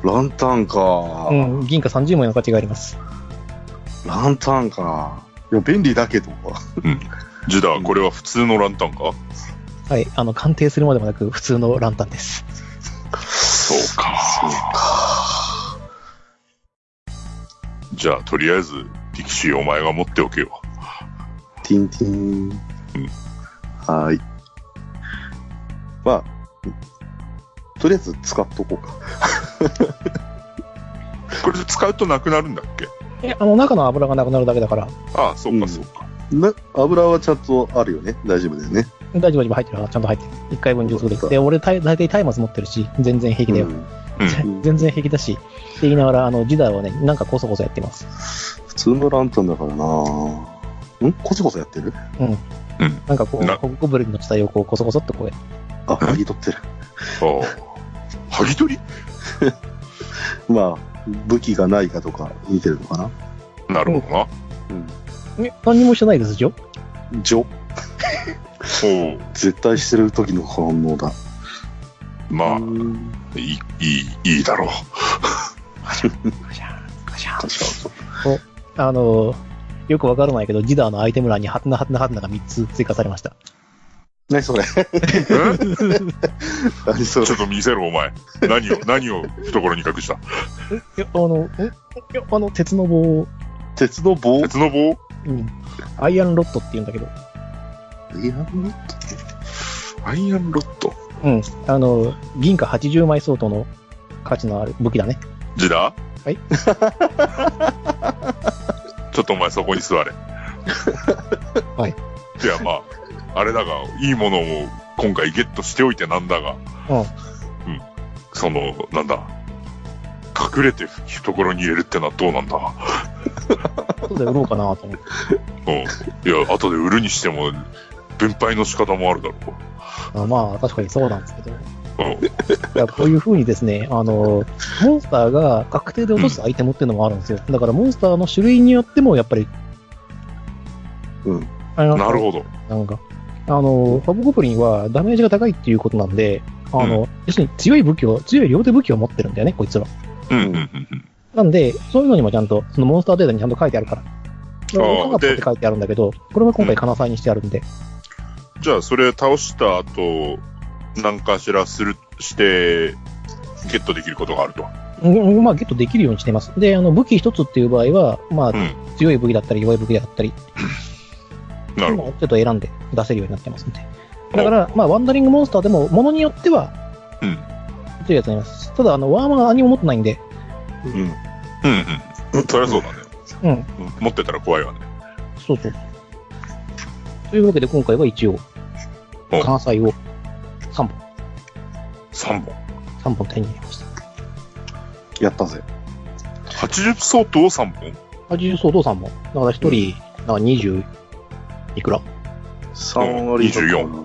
Speaker 3: ランタンか、
Speaker 1: うん、銀貨30枚の価値があります。
Speaker 3: ランタンか。いや、便利だけど。
Speaker 2: ジュダ、これは普通のランタンか
Speaker 1: はい、あの、鑑定するまでもなく普通のランタンです。
Speaker 2: そうか。じゃあ、とりあえず、ピクシーお前が持っておけよ。
Speaker 3: ティンティン。はーい。まあ、とりあえず使っとこうか。
Speaker 2: これ使うとなくなるんだっけ
Speaker 1: え、あの、中の油がなくなるだけだから、
Speaker 2: ああ、そう
Speaker 3: う
Speaker 2: か、
Speaker 3: ん
Speaker 2: そうか。
Speaker 3: な、油はちゃんとあるよね。大丈夫だよね。
Speaker 1: 大丈夫、大丈夫、入ってるから、ちゃんと入ってる。1回分充足で
Speaker 3: そうか
Speaker 1: で、俺、たい大体松明持ってるし、全然平気だよ。
Speaker 3: うん
Speaker 2: うん。
Speaker 3: ん
Speaker 1: 全然平気だし、って言いながら、あの、ジダはね、なんかこそこそやってます。
Speaker 3: 普通のランタンだからなぁ。んこそこそやってる
Speaker 1: なんかこ
Speaker 2: な
Speaker 1: う、ココブルの死体をこう、こそこそっとこうやって
Speaker 3: あ、剥ぎ取ってる。
Speaker 2: おう剥ぎ取
Speaker 3: まあ、武器がないかとか見てるのかな。
Speaker 2: りなるほどな。
Speaker 1: え何にもしてないですよ。
Speaker 3: うん。ジョ
Speaker 2: おう
Speaker 3: 絶対してる時の反応だ。
Speaker 2: まあ
Speaker 3: う、ん
Speaker 2: いい、いい、いいだ ろう。
Speaker 1: ガシャン、ガシャン。
Speaker 3: 確か
Speaker 1: あの、よくわからないけど、ジダーのアイテム欄にハテナハテナハテナが3つ追加されま した。
Speaker 3: に。何それ
Speaker 2: え
Speaker 3: 何それ
Speaker 2: ちょっと見せろ、お前。何を、何を懐に隠した。
Speaker 1: いや、あの、えいや、あの、鉄の棒を、
Speaker 3: 鉄の棒
Speaker 2: 鉄の棒
Speaker 1: うん、アイアンロッドって言うんだけど、
Speaker 3: いやもっ
Speaker 2: アイアンロッド。
Speaker 1: うん、あの、銀貨80枚相当の価値のある武器だね。
Speaker 2: ジダ
Speaker 1: はい。
Speaker 2: ちょっとお前そこに座れ。
Speaker 1: はい。
Speaker 2: いや、まあ、あれだが、いいものを今回ゲットしておいてなんだが、
Speaker 1: うん
Speaker 2: うん。その、なんだ。隠れて懐に入れるってのはどうなんだ
Speaker 1: 後で売ろうかなと思って。
Speaker 2: うん。いや、後で売るにしても、分配の仕方もあるだろ
Speaker 1: あまあ、確かにそうなんですけど。
Speaker 2: う。うん。
Speaker 1: いやこういう風にですね、あの、モンスターが確定で落とすアイテムっていうのもあるんですよ。だからモンスターの種類によっても、やっぱり、
Speaker 3: うん。
Speaker 1: あれ
Speaker 2: なるほど。
Speaker 1: なんか、あの、ファブゴブリンはダメージが高いっていうことなんで、あの、要するに強い武器を、強い両手武器を持ってるんだよね、こいつら。
Speaker 2: うん、うん、うんうん。
Speaker 1: なんで、そういうのにもちゃんと、そのモンスターデータにちゃんと書いてあるから。
Speaker 2: ああ
Speaker 1: オカガポって書いてあるんだけど、これは今回金沢にしてあるんで、
Speaker 2: じゃあ、それ倒した後、何かしらする、して、ゲットできることがあると。
Speaker 1: うんまあ、ゲットできるようにしてます。で、あの、武器一つっていう場合は、まあ、
Speaker 2: うん。
Speaker 1: 強い武器だったり弱い武器だったり、
Speaker 2: なる
Speaker 1: ま
Speaker 2: ほ
Speaker 1: あちょっと選んで出せるようになってますんで。だから、まあ、ワンダリングモンスターでも、ものによっては、
Speaker 2: うん
Speaker 1: というやつになります。ただ、あの、ワーマーは何も持ってないんで、
Speaker 3: うん。
Speaker 2: ど。うんうん。そりゃそうだね。
Speaker 1: うん、
Speaker 2: 持ってたら怖いわね。
Speaker 1: そうそう。というわけで、今回は一応、
Speaker 2: お
Speaker 1: 関西を3本、
Speaker 2: 3本。
Speaker 1: 3本手に入れました。
Speaker 3: やったぜ。
Speaker 2: 80相当を3本
Speaker 1: 80相当3本。だから1人、だから20、いくら
Speaker 3: 3割だから
Speaker 2: 24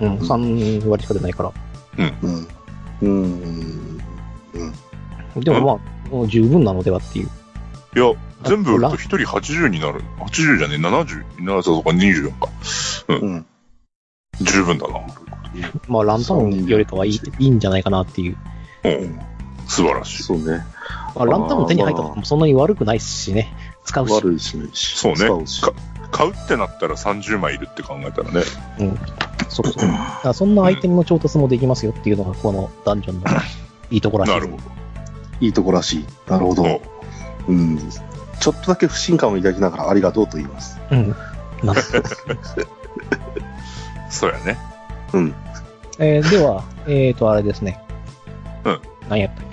Speaker 1: うん、3割しか出ないから。
Speaker 3: うん。うん。
Speaker 1: でもまあ、もう十分なのではっていう。
Speaker 2: いや、全部売ると1人80になる。80じゃねえ、70、7とか24か。
Speaker 3: うん。
Speaker 2: 十分だな。
Speaker 1: まあ、ランタンよりかはいいいいんじゃないかなっていう。
Speaker 2: うん。素晴らしい。
Speaker 3: そうね。
Speaker 1: まあ、ランタンも手に入ったとかもそんなに悪くないしね。使うし。
Speaker 3: 悪いしないし。
Speaker 2: そうね
Speaker 3: 使うし
Speaker 2: か買うってなったら30枚いるって考えたらね。
Speaker 1: そうそう。だからそんなアイテムの調達もできますよっていうのが、このダンジョンのいいところらしい。
Speaker 2: なるほ
Speaker 3: いいとこらしい。なるほ
Speaker 2: ど。
Speaker 3: ど。うん。ちょっとだけ不信感を抱きながらありがとうと言います。
Speaker 1: うん。なるほど。
Speaker 2: おそうやね。
Speaker 3: うん。
Speaker 1: えーでは、えっ、と、あれですね。
Speaker 2: うん。
Speaker 1: 何やったっ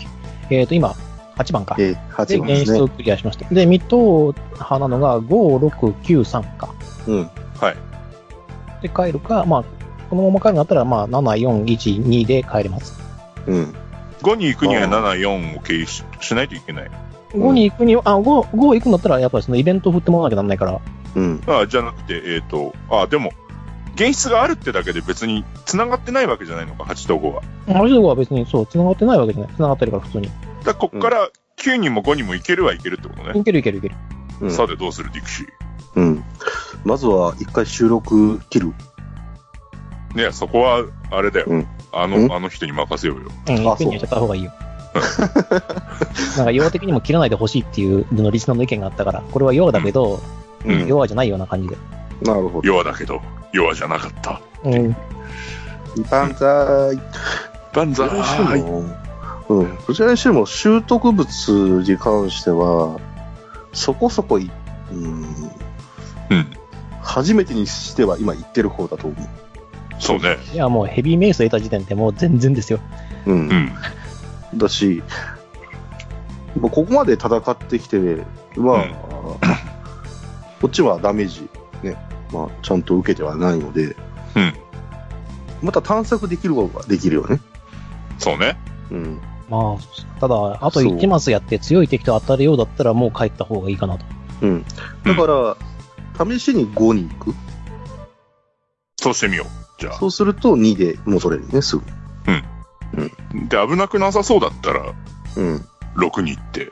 Speaker 1: け。えっ、と、今、8番か。
Speaker 3: えー、8
Speaker 1: で、
Speaker 3: 番で
Speaker 1: 演
Speaker 3: す
Speaker 1: 出を
Speaker 3: ね。
Speaker 1: クリアしました。で、ミッド派なのが5、6、9、3か。
Speaker 3: うん。
Speaker 1: で、帰るか、まあ、このまま帰るんだったら、まあ、7、4、1、2で帰れます。
Speaker 3: うん。
Speaker 2: 5に行くには7、4を経由ししないといけない。
Speaker 3: うん
Speaker 1: 5に行くには、あ、5、5行くんだったら、やっぱりそのイベント振ってもらわなきゃなんないから、
Speaker 3: うん。
Speaker 2: あじゃなくて、えっ、と、あでも、現実があるってだけで別に繋がってないわけじゃないのか、8と5は。
Speaker 1: ある程度は別にそう、繋がってないわけじゃない。繋がってるから普通に。
Speaker 2: だからこっから9にも5にも行けるはいけるってことね。
Speaker 1: いけるいけるいける。
Speaker 3: うん
Speaker 2: さてどうする、ディクシ
Speaker 3: うん。まずは一回収録切る。
Speaker 2: ー。ねそこは、あれだよ。
Speaker 3: うん
Speaker 2: あ
Speaker 3: うん
Speaker 2: の、あの人に任せようよ。
Speaker 1: うん、
Speaker 3: あ
Speaker 1: 一遍にやっちゃった方がいいよ。 なんか、ヨア的にも切らないでほしいっていうののリスナーの意見があったから、これはヨアだけど、
Speaker 2: うん
Speaker 3: うん
Speaker 1: ヨアじゃないような感じで。
Speaker 3: なるほど。
Speaker 2: 弱だけど、弱じゃなかった。
Speaker 1: うん。
Speaker 3: 万歳。
Speaker 2: 万歳。
Speaker 3: どちらにしてもうん。どちらにしても、習得物に関しては、そこそこい、うん、
Speaker 2: うん。
Speaker 3: 初めてにしては今言ってる方だと思う。
Speaker 2: そうね。
Speaker 1: いや、もうヘビーメイス得た時点でもう全然ですよ。
Speaker 3: うん。
Speaker 2: うん。
Speaker 3: だし、まあここまで戦ってきて、まあ、
Speaker 2: うん
Speaker 3: こっちはダメージ、ね、まあ、ちゃんと受けてはないので、
Speaker 2: うん
Speaker 3: また探索できる方ができるよね。
Speaker 2: そうね。
Speaker 3: うん。
Speaker 1: まあ、ただ、あと1マスやって強い敵と当たるようだったらもう帰った方がいいかなと。
Speaker 3: うん。だから、試しに5に行く。
Speaker 2: そうしてみよう。じゃあ。
Speaker 3: そうすると2で戻れるね、すぐ。
Speaker 2: で、危なくなさそうだったら、
Speaker 3: う
Speaker 2: 6に行って、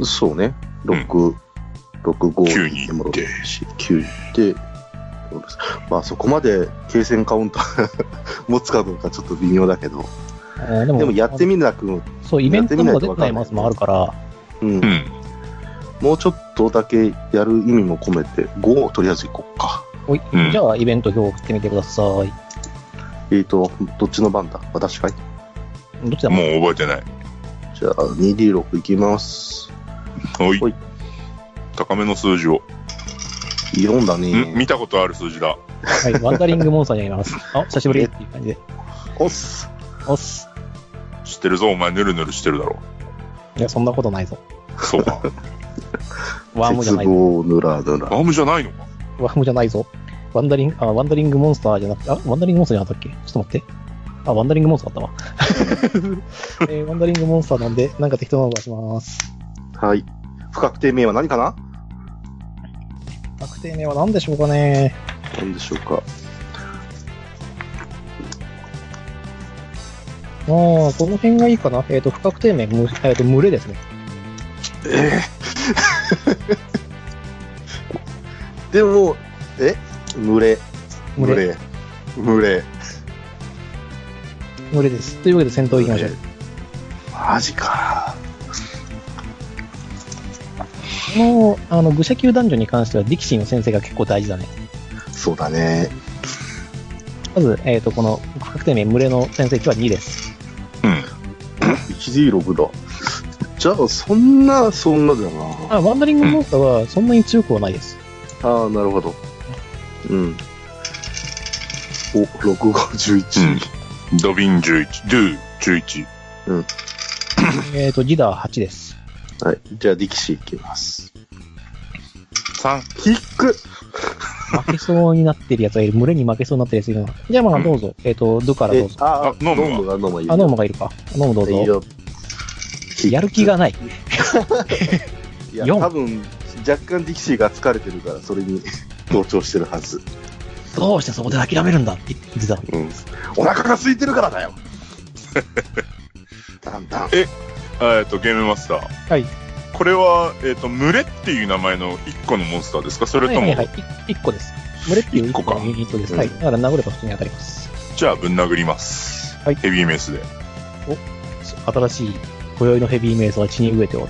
Speaker 3: ん。そうね。6、6、
Speaker 2: 9
Speaker 3: 5
Speaker 2: に
Speaker 3: で
Speaker 2: 行
Speaker 3: 戻
Speaker 2: って
Speaker 3: る。し、9で、そうですまあそこまで継戦カウンター 持つかどうかちょっと微妙だけど、
Speaker 1: えーで
Speaker 3: でもやってみなく、
Speaker 1: そう、イベントの方が出てないマスもあるから、
Speaker 3: うん
Speaker 2: う、ん。
Speaker 3: もうちょっとだけやる意味も込めて、5をとりあえず行こうか。
Speaker 1: おい
Speaker 2: うん
Speaker 1: じゃあイベント表送ってみてください。
Speaker 3: えーと、どっちの番だ私かい
Speaker 1: どっちだ
Speaker 2: もう覚えてない。
Speaker 3: じゃあ 2D6 いきます。
Speaker 2: おい
Speaker 3: ほい。
Speaker 2: 高めの数字を。
Speaker 3: 4だ
Speaker 2: ん
Speaker 3: ね。
Speaker 2: 見たことある数字だ。
Speaker 1: はい、ワンダリングモンスターになります。あ、久しぶりっていう感じで。
Speaker 3: おっす。
Speaker 1: おっす。
Speaker 2: 知ってるぞ、お前、ぬるぬるしてるだろ。
Speaker 1: いや、そんなことないぞ。
Speaker 2: そう か。
Speaker 1: ワームじゃ
Speaker 3: 鉄
Speaker 1: ないぞ。
Speaker 3: 棒ぬらぬら。
Speaker 2: アームじゃないのか。
Speaker 1: ワームじゃないぞ。ワンダリング、あ、ワンダリングモンスターじゃなくて、あ、ワンダリングモンスターじゃなかったっけちょっと待って。あ、ワンダリングモンスターだったわ。えーワンダリングモンスターなんで、なんか適当なの出します。
Speaker 3: はい。不確定名は何かな
Speaker 1: 確定名は何でしょうかね。
Speaker 3: 何でしょうか。
Speaker 1: ああ、この辺がいいかな。えっ、と、不確定名、むえっ、と、群れですね。
Speaker 3: え えでも、え群れ。
Speaker 1: 群れ。
Speaker 3: れ。群れ。
Speaker 1: 群れです。というわけで戦闘行きましょう。
Speaker 3: マジか。
Speaker 1: この、あの、愚者級男女に関しては、ディキシーの先生が結構大事だね。
Speaker 3: そうだね。
Speaker 1: まず、えっ、と、この、不確定名、群れの先生値は2です。
Speaker 2: うん。
Speaker 3: 1D6 だ。じゃあ、そんな、そんなだよな。
Speaker 1: あ、ワンダリングモンスターは、そんなに強くはないです。
Speaker 3: ああ、なるほど。うん。お、6、5、11。
Speaker 2: ドビン11、ドゥ11。
Speaker 1: えっ、と、ギダー8です。
Speaker 3: はい。じゃあ、力士いきます。
Speaker 2: 3。
Speaker 3: キック
Speaker 1: 負けそうになってるやつがいる。群れに負けそうになってるやつがいるな。じゃあ、ま
Speaker 2: う
Speaker 1: あ、
Speaker 2: ん
Speaker 1: どうぞ。えっ、と、ドゥからどうぞ。
Speaker 3: ああ
Speaker 2: あ、ノムは
Speaker 3: ノムが、ノムはいる
Speaker 1: あ、ノーマがいるか。ノーマどう
Speaker 3: いい
Speaker 1: ぞ。
Speaker 3: よ
Speaker 1: やる気がない。
Speaker 3: いや、
Speaker 1: 四
Speaker 3: 多分、若干ディキシーが疲れてるから、それに 同調してるはず。
Speaker 1: どうしてそこで諦めるんだって言ってた。
Speaker 3: うん。お腹が空いてるから だよだんだん。
Speaker 2: えっと、ゲームマスター。
Speaker 1: はい。
Speaker 2: これは、えっ、と、群れっていう名前の1個のモンスターですかそれ
Speaker 1: はい
Speaker 2: と
Speaker 1: は
Speaker 2: も、
Speaker 1: いはい。い1個です。群れっていう1個
Speaker 2: 一個
Speaker 1: の
Speaker 2: か
Speaker 1: ユニットです。
Speaker 3: うん
Speaker 1: はい。だから殴れば普通に当たります。
Speaker 2: じゃあぶん殴ります。
Speaker 1: はい
Speaker 2: ヘビーメスで。
Speaker 1: 新しい、今宵のヘビーメイスは血に飢えておる。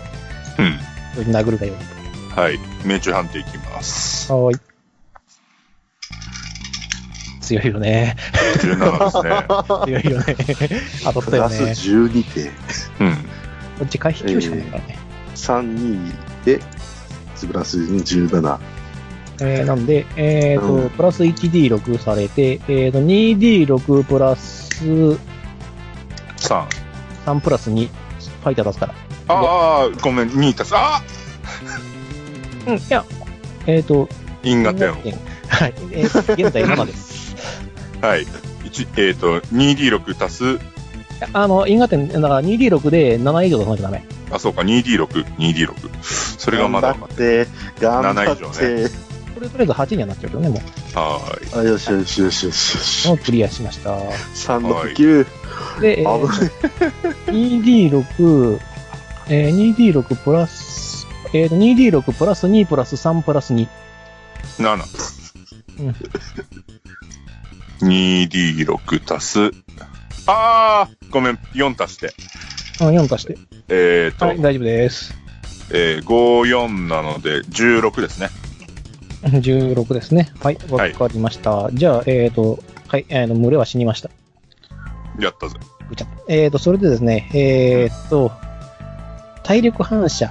Speaker 2: うん。
Speaker 1: 殴るがよい。
Speaker 2: はい。命中判定いきます。
Speaker 1: はーい。強いよね。
Speaker 2: 17です ね。
Speaker 1: 強いよね。当たった
Speaker 3: プ
Speaker 1: よ
Speaker 3: ラス
Speaker 1: ね。
Speaker 3: 12点。
Speaker 2: うん。
Speaker 1: こっち回避球しかないからね。
Speaker 3: 32で、プラス17。
Speaker 1: えーなんで、えっ、と、
Speaker 3: うん
Speaker 1: プラス 1D6 されて、えっ、と、2D6 プラス3
Speaker 2: 3。
Speaker 1: プラス2。ファイター出すから。
Speaker 2: ああ、ごめん、2足す。あー
Speaker 1: うん、いや、えっ、と、
Speaker 2: 因果点を。
Speaker 1: はい。えーと現在7です。
Speaker 2: はい。一えっ、と、2D6 足す、
Speaker 1: あの、因果点、だから 2D6 で7以上出さなきゃダメ。
Speaker 2: あ、そうか、2D6、2D6。それがまだ
Speaker 3: 頑張って、頑張
Speaker 2: 7以
Speaker 3: って。
Speaker 1: これとりあえず8にはなっちゃうけどね、もう。
Speaker 2: はーい。
Speaker 3: あ、よしよしよしよしよし
Speaker 1: も。うクリアしました。
Speaker 3: 369。
Speaker 1: で、え
Speaker 3: 危
Speaker 1: ー
Speaker 3: ない。
Speaker 1: 2D6、えー 2D6 プラス、えーと、2D6 プラス2プラス3プラス2。
Speaker 2: 7。
Speaker 1: うん
Speaker 2: 2D6 足す。あー、ごめん、4足して。
Speaker 1: あ4足して。
Speaker 2: えっ、と、
Speaker 1: はい、大丈夫です。
Speaker 2: えー、5、4なので、16ですね。
Speaker 1: 16ですね。はい、わかりました。じゃあ、えっ、と、はい、あの、群れは死にました。
Speaker 2: やったぜ。
Speaker 1: ぐちゃっとえっ、と、それでですね、えっ、と、体力反射、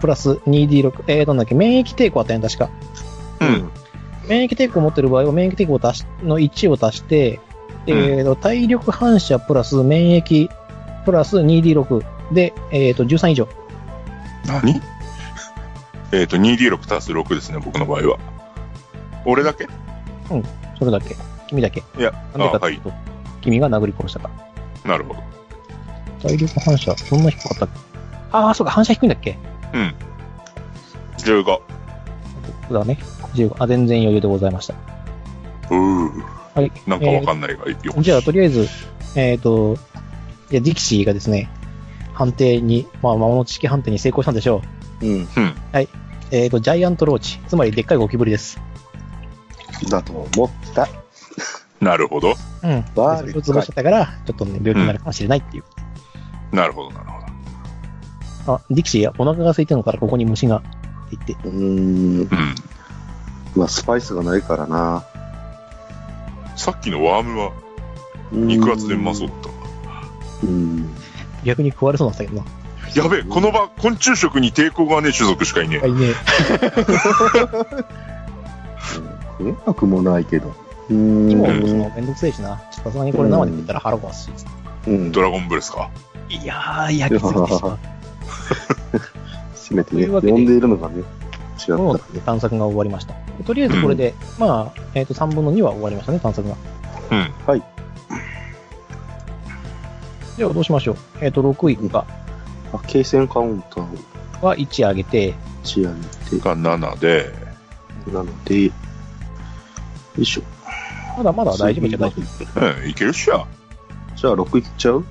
Speaker 1: プラス 2D6、えーと、なんだっけ、免疫抵抗あったやん、確か。
Speaker 2: うん。
Speaker 1: 免疫抵抗を持ってる場合は、免疫抵抗を足しの1を足して、えーと、体力反射プラス免疫プラス 2D6 で、えーと、13以上。
Speaker 2: 何えっと、2D6 足す6ですね、僕の場合は。俺だけい
Speaker 1: それだけ。君だけ。
Speaker 2: や、あ
Speaker 1: なんでかって。
Speaker 2: はいいう
Speaker 1: と、君が殴り殺したから。
Speaker 2: なるほど。
Speaker 1: 体力反射、そんな低かったっけああ、そうか、反射低いんだっけ
Speaker 2: うん。15。
Speaker 1: そうだね。15。あ、全然余裕でございました。
Speaker 2: うー。
Speaker 1: はい。
Speaker 2: なんかわかんないがいいよ。
Speaker 1: じゃあ、とりあえず、えっ、と、いや、ディキシーがですね、判定に、まあ、魔物知識判定に成功したんでしょ
Speaker 3: うん。
Speaker 2: うん。
Speaker 1: う。えっ、と、ジャイアントローチ、つまりでっかいゴキブリです。
Speaker 3: だと思った。
Speaker 2: なるほど。
Speaker 1: うん。
Speaker 3: わあ
Speaker 1: それを潰しちゃったから、ちょっとね、病気になるかもしれないっていう。
Speaker 2: なるほど、なるほど。
Speaker 1: あ、ディキシー、お腹が空いてるのから、ここに虫が、って言って。
Speaker 3: うーん。
Speaker 2: うん。
Speaker 3: まあ、スパイスがないからな。
Speaker 2: さっきのワームは
Speaker 3: うん
Speaker 2: 肉厚でうまそうだっ
Speaker 3: うん。
Speaker 1: 逆に食われそうなんだけどな。
Speaker 2: た。やべえ、この場、昆虫食に抵抗がねえ種族しかいね
Speaker 1: はいね。
Speaker 3: 食えなくもないけど。う
Speaker 1: 今も
Speaker 3: ん。
Speaker 1: そのめんどくせえしな。ちょっとさすがにこれ生で食ったら腹壊すし。
Speaker 3: うん
Speaker 2: え。ドラゴンブレスか。
Speaker 1: いやー、焼きすぎてしまう。
Speaker 3: せめて
Speaker 1: と
Speaker 3: ね、
Speaker 1: いうわけで
Speaker 3: 呼んでいるのがね、違ったら
Speaker 1: もう
Speaker 3: ね。
Speaker 1: 探索が終わりました。とりあえずこれで、まあ、えっ、と、3分の2は終わりましたね、探索が。
Speaker 2: うん。
Speaker 1: じゃあどうしましょう。えっ、と、6位が、
Speaker 3: あ、継戦カウンターを
Speaker 1: は1上げて、
Speaker 3: チアにて、
Speaker 2: が7で、
Speaker 3: なので、よいしょ。
Speaker 1: まだまだ大丈夫じゃ大丈
Speaker 2: うん、いけるっしょ。
Speaker 3: じゃあ6いっちゃう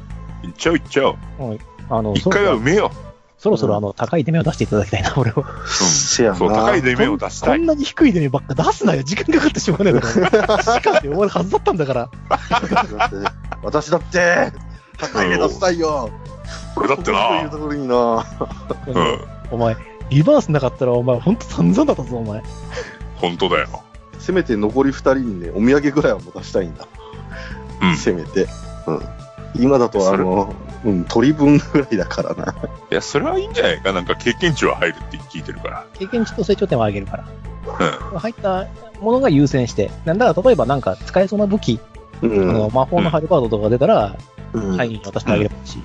Speaker 2: いっちゃういっちゃう。
Speaker 1: 夫。うんあの、
Speaker 2: 一
Speaker 1: そろ
Speaker 2: 回
Speaker 1: そ
Speaker 2: は
Speaker 1: ろ
Speaker 2: 埋めよ
Speaker 1: そろそろあの、高い出目を出していただきたいな、 俺は。
Speaker 3: せや
Speaker 2: う。
Speaker 3: な。
Speaker 2: そう、高い出目を出し
Speaker 1: こ
Speaker 2: たい
Speaker 1: ん。なに低い出目ばっか出すなよ。時間かかってしょうがないだろ。 時間で終わるはずだったんだから。
Speaker 3: だって 私だって、高い目出したいよ。
Speaker 2: 俺だって
Speaker 3: という
Speaker 2: な。
Speaker 3: ところにな。
Speaker 2: うん。
Speaker 1: お前、リバースなかったらお前、ほんと散々だったぞ、お前。
Speaker 2: 本当だよ。
Speaker 3: せめて残り2人にね、お土産ぐらいは持たしたいんだ。
Speaker 2: うん
Speaker 3: せめて。うん。今だとあの、うん、鳥分ぐらいだからな。
Speaker 2: いや、それはいいんじゃないか。なんか経験値は入るって聞いてるか
Speaker 1: 経験値と成長点を上げるから。
Speaker 2: ら。
Speaker 1: 入ったものが優先して。なんだから例えばなんか使えそうな武器、
Speaker 3: う
Speaker 1: あの
Speaker 3: ん。
Speaker 1: 魔法のハルバードとかが出たら、
Speaker 3: うん
Speaker 1: 社員に渡してあげればいいし。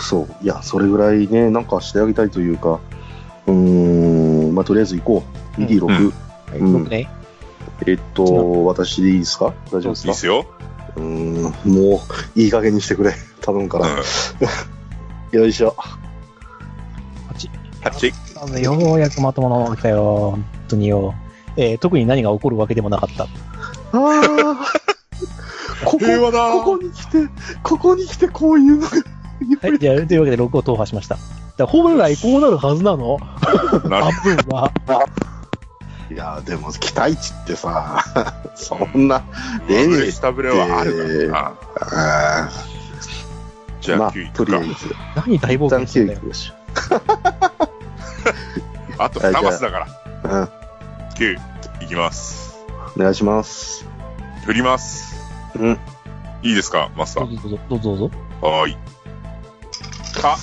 Speaker 3: そう。いや、それぐらいね、なんかしてあげたいというか、うーん、まあ、とりあえず行こう。
Speaker 1: うん
Speaker 3: ED6。
Speaker 2: うん
Speaker 1: はい
Speaker 3: うん
Speaker 1: 僕ね、
Speaker 3: えっと、私でいいですか大丈
Speaker 2: う
Speaker 3: 夫
Speaker 2: ん。いい
Speaker 3: で
Speaker 2: っす
Speaker 3: すか
Speaker 2: よ。
Speaker 3: うーん、もう、いい加減にしてくれ。頼むか
Speaker 2: うん
Speaker 3: ら。。よいしょ。
Speaker 1: 8。
Speaker 2: 8。
Speaker 1: なんでようやくまともなものが来たよ、本当によ。えー特に何が起こるわけでもなかった。
Speaker 3: ああ、こ
Speaker 2: 平和だ
Speaker 3: こ、ここに来て、ここに来てこういうのが、
Speaker 1: はい、じゃあ、 というわけで6を踏破しました。だから本来こうなるはずなの
Speaker 2: なる
Speaker 1: 半分は。
Speaker 3: いやー、でも期待値ってさ、 そんな、レ
Speaker 2: ブ
Speaker 3: ン
Speaker 2: レ
Speaker 3: ジ
Speaker 2: ス、タブレはあるからな。
Speaker 3: あ
Speaker 2: じゃ
Speaker 3: ま
Speaker 2: あ
Speaker 3: あ
Speaker 2: 9い、く
Speaker 3: とり
Speaker 2: か
Speaker 3: あえ。ず、
Speaker 1: 何大冒
Speaker 3: 一
Speaker 1: 険
Speaker 3: 旦
Speaker 1: してん
Speaker 3: 9
Speaker 1: だ
Speaker 3: い
Speaker 1: よ。
Speaker 3: くでしょ。
Speaker 2: あと
Speaker 3: はいじゃ
Speaker 2: 2
Speaker 3: あ
Speaker 2: マスだから。
Speaker 3: うん。
Speaker 2: 9、いきます。
Speaker 3: お願いします。
Speaker 2: 振ります。
Speaker 3: うん。
Speaker 2: いいですか、マスタ
Speaker 1: ど
Speaker 2: ー
Speaker 1: う。ぞどうぞ、どうぞどうぞ。
Speaker 2: はーい。あ、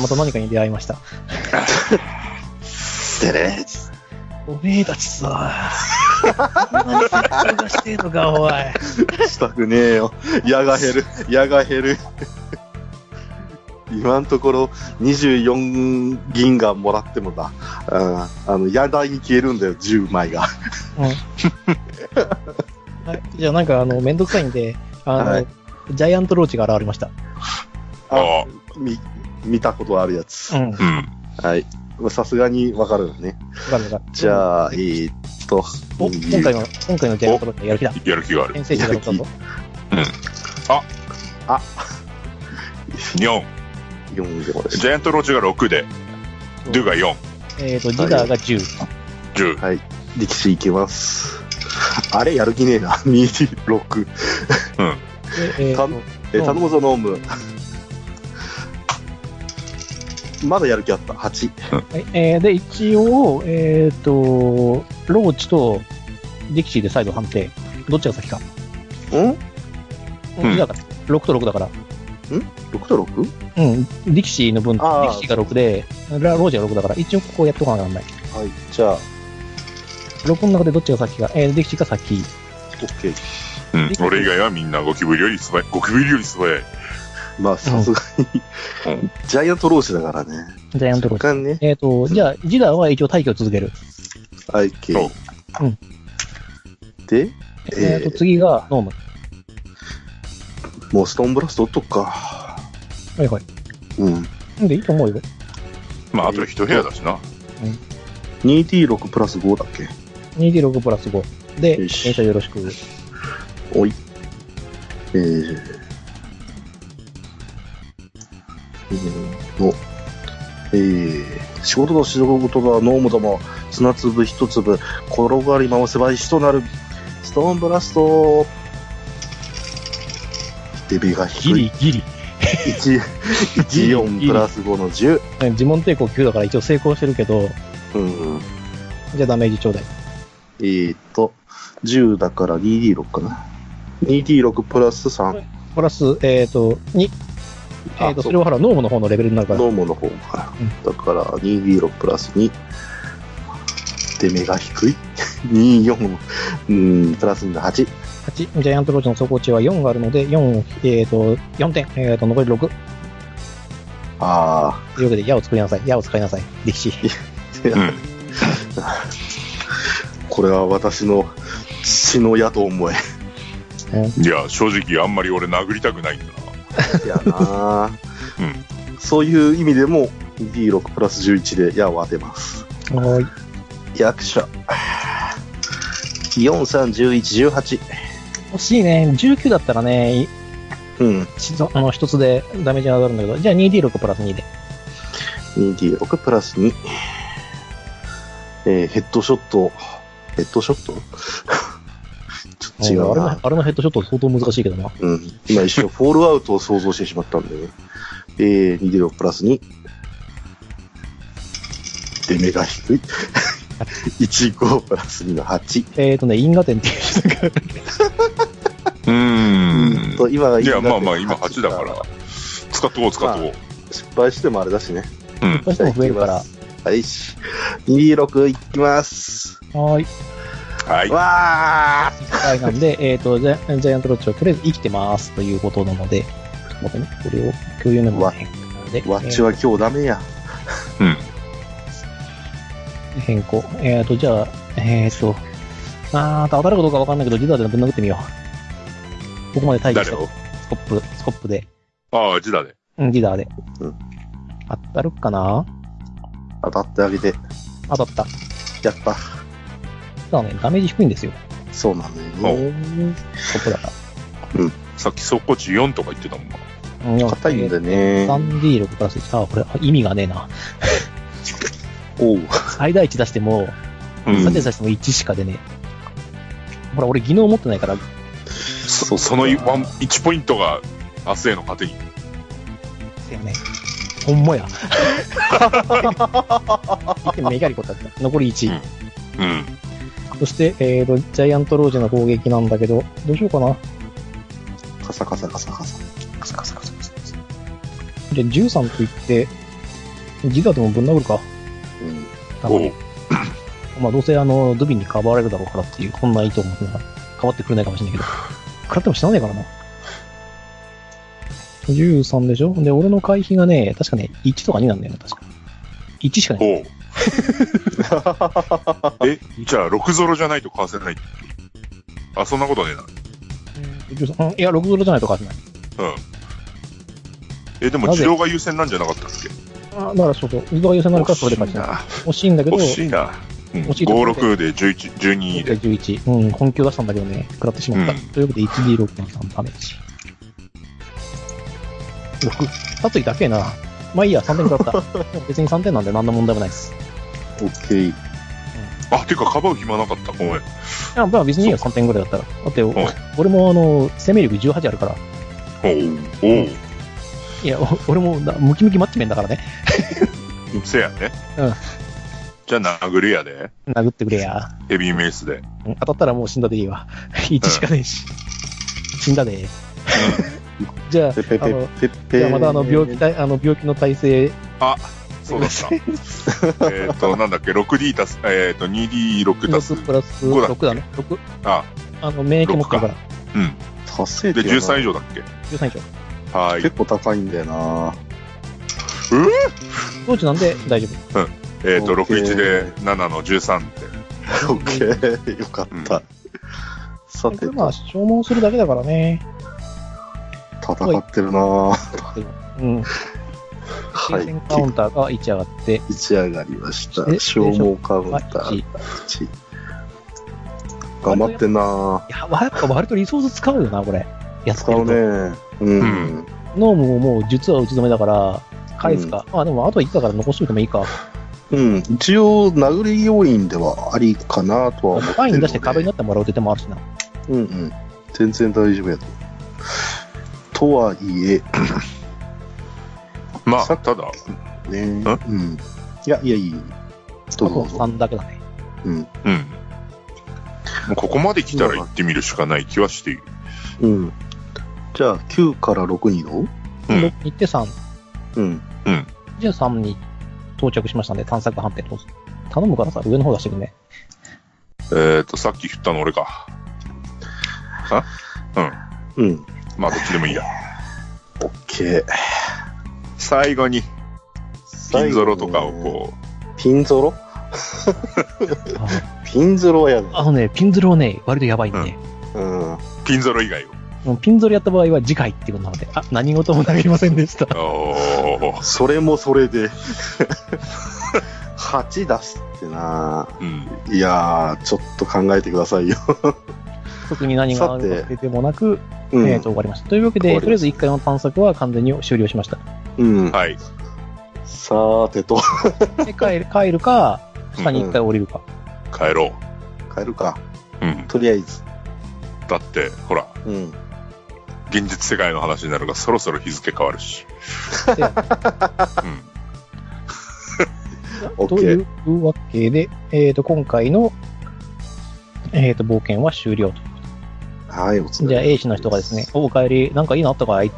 Speaker 1: また何かに出会いました。
Speaker 3: でね。
Speaker 1: おめえたち さ、こんなに戦争がしてえのか、おい。
Speaker 3: したくねえよ。矢が減る。矢が減る。今のところ24銀がもらってもだ。うん。あの、矢台に消えるんだよ、10枚が。
Speaker 1: はい、じゃあなんかあの、めんどくさいんで、あの、
Speaker 3: はい
Speaker 1: ジャイアントローチが現れました。
Speaker 2: あ、
Speaker 3: み、見たことあるやつ。
Speaker 1: うん。わ
Speaker 2: うん。
Speaker 3: はい。さすがにわかるよね。
Speaker 1: かるわかる。
Speaker 3: じ
Speaker 1: あ、
Speaker 3: ゃあ、えーっと。
Speaker 1: お、今回の、今回のジャイアントローチはやる気だ。
Speaker 2: やる気がある。
Speaker 1: 先生が乗ったぞ。
Speaker 2: 4。
Speaker 3: 4でこれ。
Speaker 2: ジャイアントローチが6で、ドゥが4。
Speaker 1: えっ、と、ジダーが10。
Speaker 2: 10。
Speaker 3: はい。力士いけます。あれ、やる気ねえな。26。
Speaker 1: でえーと
Speaker 3: かんえ、
Speaker 1: うん
Speaker 3: 頼むぞ、ノーム。まだやる気あった。8。
Speaker 1: はいえーで、一応、えっ、と、ローチとディキシーで再度判定。どっちが先か。
Speaker 3: ん
Speaker 2: うん
Speaker 1: ジダーが6と6だから。
Speaker 3: ?6 と 6?
Speaker 1: うん。ディキシーの分、デ
Speaker 3: あー
Speaker 1: ィキシーが6で、ラローチが6だから、一応ここやっとかなきゃなんない。
Speaker 3: はい。じゃあ、
Speaker 1: 6の中でどっちが先か。えー、ディキシーが先。
Speaker 3: OK。
Speaker 2: うん。俺以外はみんなゴキブリより素早い。ゴキブリより素早い。
Speaker 3: まあ、さすが
Speaker 2: う
Speaker 3: に、ジャイアントロースだからね。
Speaker 1: ジャイアントローチ。
Speaker 3: 若干ね。
Speaker 1: えっ、と、じゃあ、ジダーは一応退去を続ける。
Speaker 3: はい、
Speaker 2: そう
Speaker 3: OK。
Speaker 1: うん
Speaker 3: で、
Speaker 1: えっ、
Speaker 3: え
Speaker 1: と、
Speaker 3: ー
Speaker 1: 次が、ノーム。
Speaker 3: もうストーンブラスト取っとくか。
Speaker 1: はいはい。
Speaker 3: うん。
Speaker 1: で、いいと思うよ。
Speaker 2: まあ、あと1部屋だしな。
Speaker 3: 2D6 プラス5だっけ
Speaker 1: 2D6 プラス5。で、
Speaker 3: よし
Speaker 1: 連射よろしく。
Speaker 3: おい。えー。えーの、えー、仕事の仕事がノームども、砂粒一粒、転がり回せば石となる、ストーンブラストデビが低い。
Speaker 1: ギリ。
Speaker 3: 1、14プラス5の10。
Speaker 1: 呪文抵抗9だから一応成功してるけど、
Speaker 3: うん。
Speaker 1: じゃあダメージちょうだい。
Speaker 3: えーっと、10だから 2D6 かな。2D6 プラス3。
Speaker 1: プラス、えっ、と、2。えっ、と、
Speaker 3: あそ
Speaker 1: そうれを払うノームの方のレベルになるから。
Speaker 3: ノーモの方か。だから 2D6 プラス2。で、目が低い。24、うん、プラス8。
Speaker 1: 8。ジャイアントローチの走行値は4があるので、4、えっ、と、4点。えっ、と、残り6。
Speaker 3: あ
Speaker 1: というわけで、矢を作りなさい。矢を使いなさい。力士。
Speaker 2: うん。
Speaker 3: あ、これは私の血の矢と思え。
Speaker 2: いや、正直あんまり俺殴りたくないんだな。
Speaker 3: や な
Speaker 2: う
Speaker 3: そういう意味でも D6 プラス11で矢を当てます。
Speaker 1: はーい。
Speaker 3: 役者。4、3、11、18。
Speaker 1: 惜しいね。19だったらね、い
Speaker 3: うん。
Speaker 1: 一度あの、一つでダメージが上がるんだけど、じゃあ 2D6 プラス2で。
Speaker 3: 2D6 プラス2。えーヘッドショット。ヘッドショットちょっと違う
Speaker 1: あれ
Speaker 3: な
Speaker 1: の。あれのヘッドショット相当難しいけどな。
Speaker 3: うん。今一瞬フォールアウトを想像してしまったんでね。えー、2D6 プラス2。で、目が低い。15プラス2の8。
Speaker 1: えっ、とね、因果点っていうのが
Speaker 2: うん
Speaker 3: と、今が
Speaker 2: いや、まあまあ、今
Speaker 3: 8
Speaker 2: 8だから。。使っとこう、使っとこ
Speaker 3: 失敗してもあれだしね。
Speaker 2: う。うん。
Speaker 1: どうしても増えるから。
Speaker 3: はい。2D6 いきます。
Speaker 1: はーい。
Speaker 2: はい。
Speaker 3: わ
Speaker 1: はい、なんで、えっ、とジャ、ジャイアントロッチはとりあえず生きてますということなので、ちょっと待ってね、これを共有メモ
Speaker 3: わ
Speaker 1: に変更で
Speaker 3: ーわっちは今日ダメや。
Speaker 1: えー変更。えっ、と、じゃあ、えっ、と、あー当たるかどうかわかんないけど、ジダーでぶん殴ってみよう。ここまで退治し
Speaker 2: 誰
Speaker 1: た。
Speaker 2: を
Speaker 1: スコップ、スコップで、
Speaker 2: ああ、ジダで。
Speaker 1: うん、ジダーで。
Speaker 3: うん
Speaker 1: 当たるかな
Speaker 3: 当たってあげて。
Speaker 1: 当たった。
Speaker 3: やった。
Speaker 1: ただね、ダメージ低いんですよ、
Speaker 3: そうなんだよね。
Speaker 1: スコップだか
Speaker 2: さっき走行値4とか言ってたもん
Speaker 1: ら。
Speaker 2: な。
Speaker 1: うん
Speaker 3: 硬いんだね。
Speaker 1: 3D6 プラス1。あー、これ、あ意味がねえな。
Speaker 3: おう。
Speaker 1: 最大値出しても、
Speaker 2: う
Speaker 1: 3
Speaker 2: ん。
Speaker 1: 点出しても1しか出ねえ。ほら、俺、技能持ってないから、
Speaker 2: そその1ポイントが明日への糧に。
Speaker 1: だよね。ほんまや。1点目がりこたった。残り1。
Speaker 2: うん。
Speaker 1: そして、えーと、ジャイアントロージェの攻撃なんだけど、どうしようかな。
Speaker 3: カサカサカサカサ。カサカサカサカサカサ。
Speaker 1: で、13といって、ギガでもぶん殴るか。
Speaker 3: うん。
Speaker 1: なの
Speaker 2: お
Speaker 1: で
Speaker 2: う
Speaker 1: まあ、どうせあの、ドゥビンにかばわれるだろうからっていう、こんないいと思ってながら、かばってくれないかもしれないけど、 食らっても死なねえからな。13でしょで、俺の回避がね、確かね、1とか2なんだよね、確か。1しかない。
Speaker 2: おうえ、じゃあ、6ゾロじゃないと買わせないってあ、そんなことねえな。
Speaker 1: 13いや、6ドルじゃないと勝てない。
Speaker 2: うん。え、でも
Speaker 1: なぜ
Speaker 2: 需要が優先なんじゃなかったっけ
Speaker 1: あだからそうそう、自動が優先になるからそれで勝ちない。
Speaker 2: な。
Speaker 1: 惜しいんだけど、
Speaker 2: 惜しいな。うん、
Speaker 1: 惜しいところ
Speaker 2: 5、
Speaker 1: で
Speaker 2: 6で11、12で。
Speaker 1: 11。うん、本気を出したんだけどね、食らってしまった。
Speaker 2: うん
Speaker 1: ということで、1D6.3 ダメージ。6。殺意だけやな。まあいいや、3点食ら った。でも別に3点なんで何の問題もないです。
Speaker 3: オッケー。
Speaker 2: あ、てか、かばう暇なかった、ごめん。
Speaker 1: いや、まあ別にいいよ、3点ぐらいだったら。だって、
Speaker 2: ん
Speaker 1: 俺もあの、生命力18あるから。
Speaker 2: おう。おう。
Speaker 1: いや、お俺もなムキムキマッチメンだからね。
Speaker 2: せやね。
Speaker 1: うん。
Speaker 2: じゃあ、殴りやで。
Speaker 1: 殴ってくれや。
Speaker 2: ヘビーメイスで。
Speaker 1: うん当たったらもう死んだでいいわ。1しか ねえし。死んだで。じゃあ、
Speaker 3: ペペペ
Speaker 1: あの、
Speaker 3: ペペ
Speaker 1: じゃあまたあの病気体、あの病気の体制、
Speaker 2: そうだった。えっと、なんだっけ、6D 足す、えっ、と、2D6
Speaker 1: ロ
Speaker 2: 足す
Speaker 1: ス。プラス
Speaker 2: 五だっけ
Speaker 1: 6だね。6。
Speaker 2: あ、
Speaker 1: あの、免疫持ってるから。
Speaker 2: うん。
Speaker 3: 達成
Speaker 2: で、
Speaker 3: 点が
Speaker 2: 13以上だっけ
Speaker 1: 13以上。
Speaker 2: はーい
Speaker 3: 結。構高いんだよな。
Speaker 1: 当時なんで大丈夫。
Speaker 2: えっ、と、
Speaker 3: オッケー
Speaker 2: 61で7の13で。
Speaker 3: オッケー。よかった。さて、
Speaker 1: まあ、消耗するだけだからね。
Speaker 3: 戦ってるな。
Speaker 1: うん。
Speaker 3: は
Speaker 1: 対
Speaker 3: い
Speaker 1: 戦。カウンターが1上がって、
Speaker 3: 一上がりました。
Speaker 1: え
Speaker 3: 消耗カウンタ
Speaker 1: はい
Speaker 3: ー1。頑張ってんな。
Speaker 1: いや、わやっぱ割とリソース使うよな、これ。やって
Speaker 3: 使
Speaker 1: ると
Speaker 3: うね。うん。
Speaker 1: ノームももう術は打ち止めだから、返すか。まあでも、あとは1だから残しといてもいいか。
Speaker 3: うん。一応、殴り要因ではありかなとは思ってるので。
Speaker 1: 前に出して壁になってもらうって手もあるしな。
Speaker 3: うんうん。全然大丈夫やと。とはいえ、
Speaker 2: ま
Speaker 3: さ
Speaker 2: あ、ただ、
Speaker 3: ね。うん。いや、いや、いい。
Speaker 1: あ
Speaker 3: ど
Speaker 1: と
Speaker 3: うぞどうぞ。
Speaker 1: 3だけだね。
Speaker 3: うん。
Speaker 2: うん。もうここまで来たら行ってみるしかない気はしている。
Speaker 3: うん。じゃあ、9から6にの
Speaker 2: うん
Speaker 1: 6に行って3。
Speaker 3: うん。
Speaker 1: じゃあ3に到着しましたんで、探索判定どうぞ。頼むからさ、上の方出してくんね。
Speaker 2: えっ、と、さっき振ったの俺か。
Speaker 3: うん。
Speaker 2: まあ、どっちでもいいや。
Speaker 3: オッケー。
Speaker 2: 最後に、ピンゾロとかを
Speaker 3: 最後に。
Speaker 2: こ
Speaker 3: ピンゾロピンゾロはやだ。
Speaker 1: あのね、ピンズルはね、割とやばいんで、
Speaker 3: うん。
Speaker 2: う、ピンゾロ以外 を。
Speaker 1: もうピンズルやった場合は次回っていうことなので、あ、何事もなりませんでした。
Speaker 2: おー
Speaker 3: それもそれで。8出すってな
Speaker 2: うん。
Speaker 3: いやー、ちょっと考えてくださいよ。
Speaker 1: 特に何があるわけでもなく、
Speaker 3: うん。
Speaker 1: えーと、終わりました。というわけ
Speaker 3: 終
Speaker 1: で、
Speaker 3: わり
Speaker 1: とりあえず1回の探索は完全に終了しました。
Speaker 3: うん。
Speaker 2: はい。
Speaker 3: さーてと、
Speaker 1: で、帰る、帰るか、下に1回降りるか。
Speaker 2: 帰ろ
Speaker 3: 帰るか。
Speaker 2: う。うん。
Speaker 3: とりあえず。
Speaker 2: だって、ほら、
Speaker 3: うん。
Speaker 2: 現実世界の話になるが、そろそろ日付変わるし。
Speaker 1: で
Speaker 2: うん。
Speaker 3: オッ
Speaker 1: と
Speaker 3: ケー
Speaker 1: いうわけで、えー、と今回の、えー、と冒険は終了と。
Speaker 3: はい、お疲れ様です
Speaker 1: じゃあ A 氏の人がですね、おお帰り、なんかいいのあったかい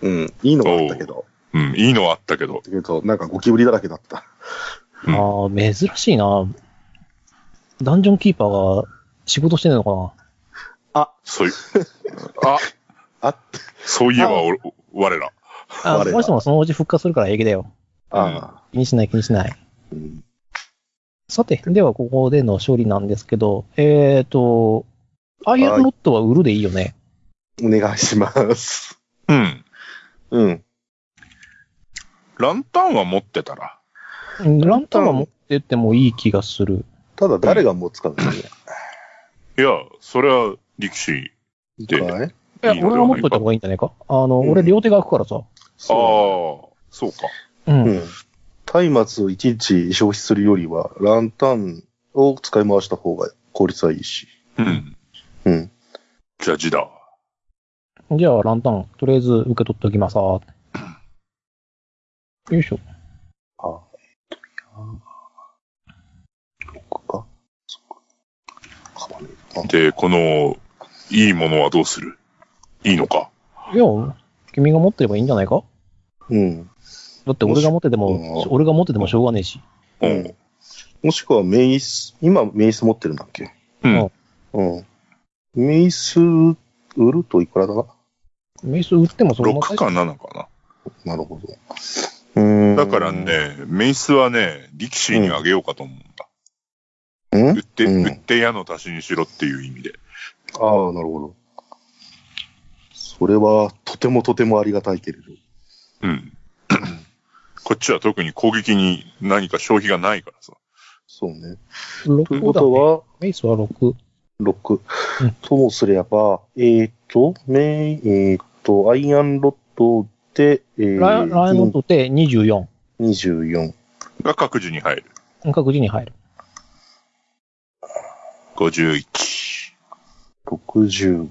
Speaker 3: うん。いいのがあったけど。
Speaker 2: うん、いいのはあったけど。
Speaker 3: だけど、なんかゴキブリだらけだった。
Speaker 2: うん
Speaker 1: ああ、珍しいな。ダンジョンキーパーが仕事してんのか
Speaker 2: そう いう、あ、
Speaker 3: あ、
Speaker 2: そういえばお、我ら。
Speaker 1: な。あ
Speaker 3: 我
Speaker 1: こ
Speaker 3: ら
Speaker 1: の人もそのうち復活するから平気だよ。
Speaker 3: あ
Speaker 1: 気にしない気にしない。
Speaker 3: ー、うん。
Speaker 1: さて、ではここでの勝利なんですけど、えっ、と、アイアンロッドは売るでいいよね。
Speaker 3: お願いします。
Speaker 2: うん。
Speaker 3: うん。
Speaker 2: ランタンは持ってたら。
Speaker 1: うんランタンは持ってってもいい気がする。
Speaker 3: ただ誰が持つかだよね。
Speaker 2: いや、それは、力士。
Speaker 3: いい
Speaker 2: で
Speaker 3: かい
Speaker 1: いや、
Speaker 2: いいの
Speaker 1: 俺
Speaker 2: で
Speaker 1: が
Speaker 2: は
Speaker 1: 持っと
Speaker 2: ない
Speaker 1: いた
Speaker 2: か
Speaker 1: 方がいいんじゃないかあの、
Speaker 3: うん
Speaker 1: 俺両手が空くからさ。
Speaker 2: ああ
Speaker 3: そ、
Speaker 2: そうか。
Speaker 1: うん
Speaker 3: う。うん。松明をいちいち消費するよりは、ランタンを使い回した方が効率はいいし。
Speaker 2: うん。
Speaker 3: うん。
Speaker 2: じゃあ、字だ。
Speaker 1: じゃあ、ランタン、とりあえず受け取っておきます。よいしょ。
Speaker 3: あ、えっと、いやー六かそっか。買わねえな。
Speaker 2: で、この、いいものはどうするいいのか
Speaker 1: いや、君が持ってればいいんじゃないか
Speaker 3: うん。
Speaker 1: だって俺が持ってても
Speaker 3: もし、
Speaker 1: 俺が持っててもしょうがねえし。
Speaker 2: う
Speaker 3: うんん。もしくはメイス、今メイス持ってるんだっけ
Speaker 2: うん。
Speaker 3: うん。メイス、売るといくらだな
Speaker 1: メイス売ってもそれも
Speaker 2: 6か7か
Speaker 3: なるほど。うーん。
Speaker 2: な。だから。ね、メイスはね、力士にあげようかと思うんだ。
Speaker 3: うん
Speaker 2: 売って、
Speaker 3: うん
Speaker 2: 売って矢の足しにしろっていう意味で。
Speaker 3: ああ、なるほど。それは、とてもとてもありがたいけれど。
Speaker 2: うん。こっちは特に攻撃に何か消費がないからさ。
Speaker 3: そうね。という
Speaker 1: 6
Speaker 3: こ
Speaker 1: だ、
Speaker 3: と
Speaker 1: ね。
Speaker 3: は、
Speaker 1: メイスは6。
Speaker 3: 6
Speaker 1: うん。
Speaker 3: ともすれば、えーっと、メイ、えーっと、アイアンロッドで、えー、
Speaker 1: ライライアンモンドって24。
Speaker 3: 24。
Speaker 2: が各自に入る。
Speaker 1: 各自に入る。
Speaker 2: 51。
Speaker 3: 65。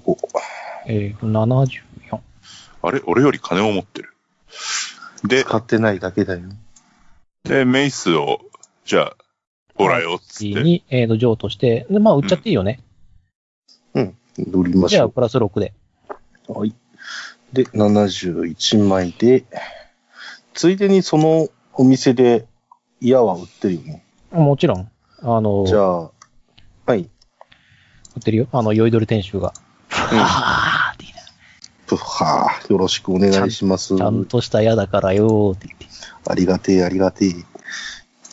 Speaker 1: えー、74。
Speaker 2: あれ俺より金を持ってる。で、
Speaker 3: 買ってないだけだよ。
Speaker 2: で、メイスを、じゃあ、ほらよ、つって。
Speaker 1: に、えーと、譲渡して、で、まあ、売っちゃっていいよね。
Speaker 3: 乗りま
Speaker 1: じ
Speaker 3: し
Speaker 1: ゃあ、
Speaker 3: ょ
Speaker 1: プラス6で。
Speaker 3: う。はい。で、71枚で、ついでにそのお店で、矢は売ってるよね。
Speaker 1: もちろん、あの、
Speaker 3: じゃあ、はい。
Speaker 1: 売ってるよ。あの、酔いどり店主が。はぁーって言って
Speaker 3: プッハー、よろしくお願いします。
Speaker 1: ちゃんとした矢だからよーって言って。
Speaker 3: ありがてえ、ありがてえ。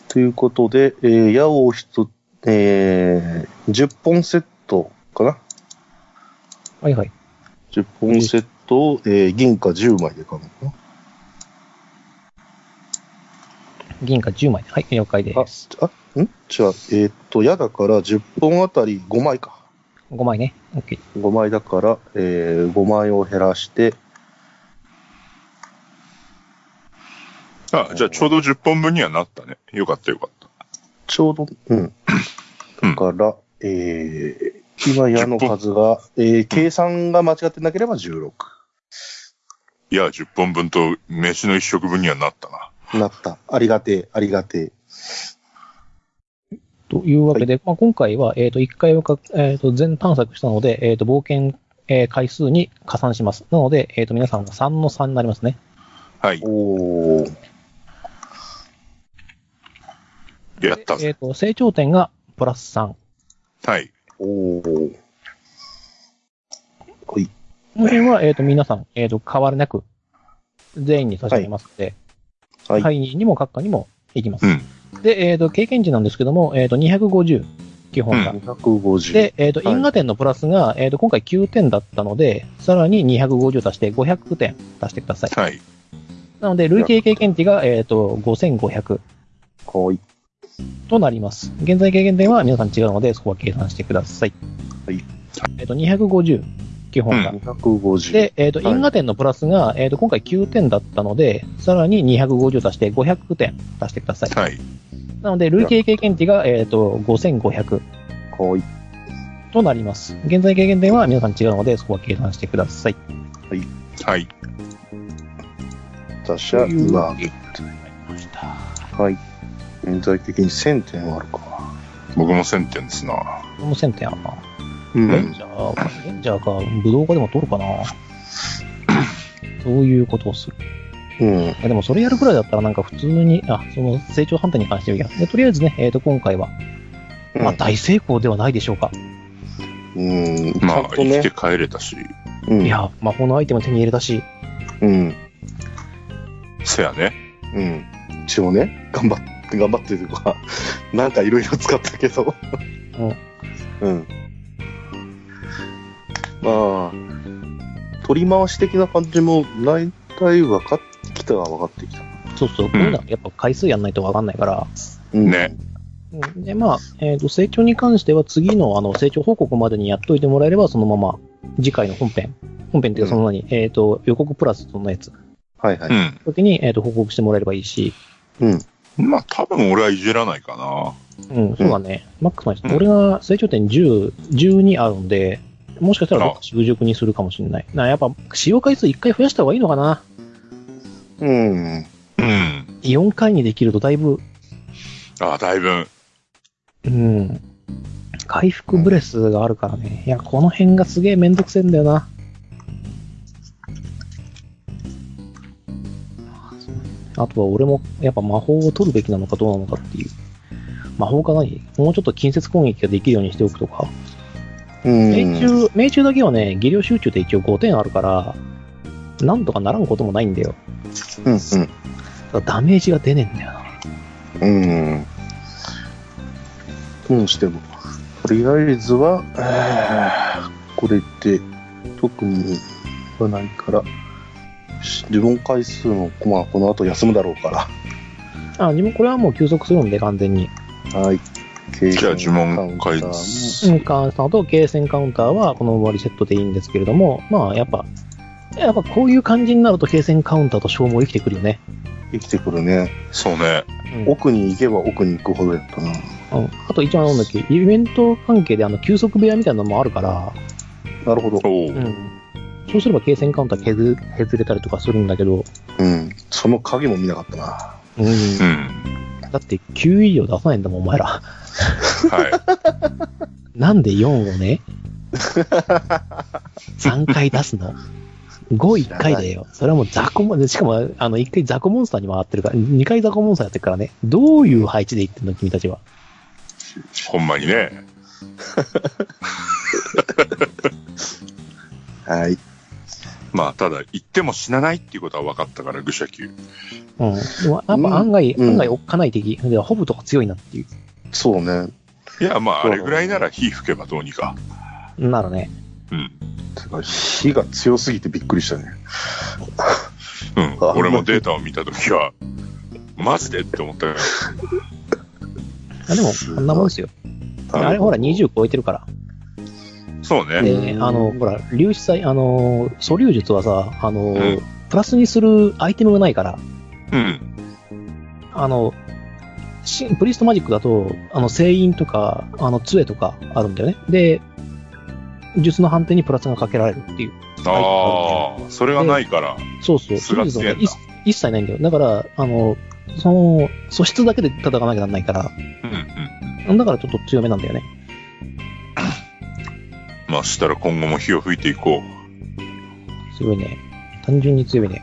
Speaker 3: ということで、えー、矢を一つ、えー、10本セットかな
Speaker 1: はいはい。
Speaker 3: ?10 本セットを、えー、銀貨10枚で買うのか
Speaker 1: 銀貨10枚で。はい、了解で
Speaker 3: なあ
Speaker 1: す。、
Speaker 3: あ、んじゃあ、えーっと、矢だから10本あたり5枚か。
Speaker 1: 5枚ね。OK。
Speaker 3: 5枚だから、えー、5枚を減らして、
Speaker 2: あ、じゃあちょうど10本分にはなったね。よかったよかっ
Speaker 3: ちょうど、うん。だから、えー、今矢の数が、えー、計算が間違ってなければ16。
Speaker 2: た。いや、10本分と飯の一食分にはなったな。
Speaker 3: なった。ありがてえ、ありがてえ。
Speaker 1: というわけで、まあ、今回は、えっ、と、1回をか、えっ、と、全探索したので、えっ、と、冒険、えー回数に加算します。なので、えっ、と、皆さんが3の3になりますね。
Speaker 2: はい。
Speaker 3: おー。
Speaker 2: やった
Speaker 1: え
Speaker 2: ぜ。
Speaker 1: っ、と、成長点がプラス3。
Speaker 2: はい。
Speaker 3: おー。ほい。
Speaker 1: この辺は、えっ、と、皆さん、えっ、と、変わりなく、全員に差し上げますので、は。
Speaker 3: はいい
Speaker 1: にも、閣下にも、いきます。
Speaker 2: うん。
Speaker 1: で、えっ、と、経験値なんですけども、えっ、と、250、基本が。
Speaker 3: 250。
Speaker 1: で、えっ、と、
Speaker 3: はい
Speaker 1: 因果点のプラスが、えっ、と、今回9点だったので、さらに250足して500点足してください。
Speaker 2: はい。
Speaker 1: なので、累計経験値が、えっ、と、5500
Speaker 3: ほい。
Speaker 1: となります。現在経験点は皆さん違うので、そこは計算してください。
Speaker 3: はい。
Speaker 1: えっ、と、250、基本が。
Speaker 3: 250。
Speaker 1: で、えっ、と、
Speaker 3: はい
Speaker 1: 因果点のプラスが、えっ、と、今回9点だったので、さらに250足して500点足してください。
Speaker 2: はい。
Speaker 1: なので、累計経験値が、えっ、と、5500
Speaker 3: ほい。
Speaker 1: となります。現在経験点は皆さん違うので、そこは計算してください。
Speaker 2: はい。
Speaker 3: 私は今、はい。現在的に1000点あるか。
Speaker 2: 僕も1000点ですな。
Speaker 1: この1000点あるな。
Speaker 3: う
Speaker 1: レン。ジャー、レンジャーか、武道家でも取るかな。そういうことをする。
Speaker 3: うん。
Speaker 1: いやでもそれやるくらいだったらなんか普通に、あ、その成長判定に関してはいいや。で、とりあえずね、えっ、と、今回は、まあ大成功ではないでしょうか。
Speaker 3: うん。ち
Speaker 2: ま
Speaker 3: ゃ
Speaker 2: あ
Speaker 3: ん、と
Speaker 2: 生き
Speaker 3: ね
Speaker 2: て。帰れたし、
Speaker 3: うん
Speaker 1: い。や、魔法のアイテム手に入れたし、
Speaker 3: うん。
Speaker 2: せやね。
Speaker 3: うん。一応ね、頑張って、頑張ってというか、 なんかいろいろ使ったけど。うん。まあ、取り回し的な感じも、大体分かってきたは分かってきた。
Speaker 1: そうそう、こういうのはやっぱ回数やんないとわかんないから。
Speaker 3: うん、
Speaker 2: ね。
Speaker 1: うんで、まあ、えっ、と、成長に関しては次のあの成長報告までにやっといてもらえれば、そのまま次回の本編、本編っていうかその何、えっ、と、予告プラスそのやつ、
Speaker 3: はいは
Speaker 2: う
Speaker 3: い。
Speaker 2: ん。
Speaker 1: 時に、えっ、と、報告してもらえればいいし、
Speaker 3: うん。
Speaker 2: まあ、多分俺はいじらないかな。
Speaker 1: うん、そうだね。マックスまで
Speaker 2: うん
Speaker 1: 俺が成長点10、12あるんで、もしかしたら
Speaker 2: あ
Speaker 1: どっか習熟にするかもしれない。なやっぱ、使用回数1回増やした方がいいのかな
Speaker 3: うん。
Speaker 2: うん。
Speaker 1: 4回にできるとだいぶ、
Speaker 2: ああ、だいぶ。
Speaker 1: うん、回復ブレスがあるからね。いや、この辺がすげえめんどくせえんだよな。あとは俺もやっぱ魔法を取るべきなのかどうなのかっていう。魔法か何もうちょっと近接攻撃ができるようにしておくとか。
Speaker 3: うん。
Speaker 1: 命中、命中だけはね、技量集中で一応5点あるから、なんとかならんこともないんだよ。
Speaker 3: うん、
Speaker 1: ただダメージが出ねえんだよな。
Speaker 3: うん。うん。どうしても。とりあえずは、えーこれで、特にはないから、し呪文回数も、まあ、この後休むだろうか
Speaker 1: あ、自分これはもう休息するんで、完全に。
Speaker 3: ら。はい。
Speaker 2: じゃあ呪文回
Speaker 3: 数。
Speaker 1: うん、カさんとゲーセンカウンターはこのままリセットでいいんですけれども、まあやっぱ、やっぱこういう感じになるとゲーセンカウンターと消耗生きてくるよね。
Speaker 3: 生きてくるね。
Speaker 2: そうね。
Speaker 1: うん、
Speaker 3: 奥に行けば奥に行くほどやった
Speaker 1: う
Speaker 3: な。
Speaker 1: んあと一番なんだっけ、イベント関係であの休息部屋みたいなのもあるから、
Speaker 3: なるほど。
Speaker 2: おお、
Speaker 1: うん、そうすればゲーセンカウンター削削れたりとかするんだけど、
Speaker 3: うん。その影も見なかったな。
Speaker 1: うん、
Speaker 2: う
Speaker 1: だっ
Speaker 2: ん。
Speaker 1: て9以上出さないんだもん、お前ら。
Speaker 2: は
Speaker 1: なんで4を ね、3回出すの ?5、1回だよ。それはもう雑魚モン、しかも、あの、1回雑魚モンスターに回ってるから、2回雑魚モンスターやってるからね。どういう配置でいってんの、君たちは。
Speaker 2: い。 ほんまにね。
Speaker 3: はい。
Speaker 2: まあ、ただ、言っても死なないっていうことは分かったから、愚者級。
Speaker 1: うん。でもやっぱ案外、
Speaker 3: うん
Speaker 1: 案外おっかない敵。で、ホブとか強いなってい
Speaker 3: そうね。
Speaker 2: いや、まあ、
Speaker 3: そ
Speaker 2: あ
Speaker 3: う
Speaker 2: れぐらいなら火吹けばどうにか。
Speaker 1: う。ならね。
Speaker 2: うん。
Speaker 3: てか、火が強すぎてびっくりしたね。
Speaker 2: うん。
Speaker 3: あ
Speaker 2: 俺もデータを見たときは、マジでって思ったよ。
Speaker 1: あでも、こんなもんですよ。あれほら、20超えてるから。
Speaker 2: そうね。
Speaker 1: で、あの、ほら、粒子祭、あの、素粒術はさ、あの、
Speaker 2: ん
Speaker 1: プラスにするアイテムがないから、
Speaker 2: うん。
Speaker 1: あの、しプリストマジックだと、あの、聖印とか、あの、杖とかあるんだよね。で、術の判定にプラスがかけられるっていう。
Speaker 2: ああ、それがないから。
Speaker 1: そうそう。
Speaker 2: 素が
Speaker 1: そう
Speaker 2: 強いんだ
Speaker 1: い一切ないんだよ。だから、あの、その、素質だけで戦わなきゃなんないから、
Speaker 2: うんうん。
Speaker 1: だからちょっと強めなんだよね。
Speaker 2: まあ、したら今後も火を吹いていこ
Speaker 1: 強いね。単純に強いね。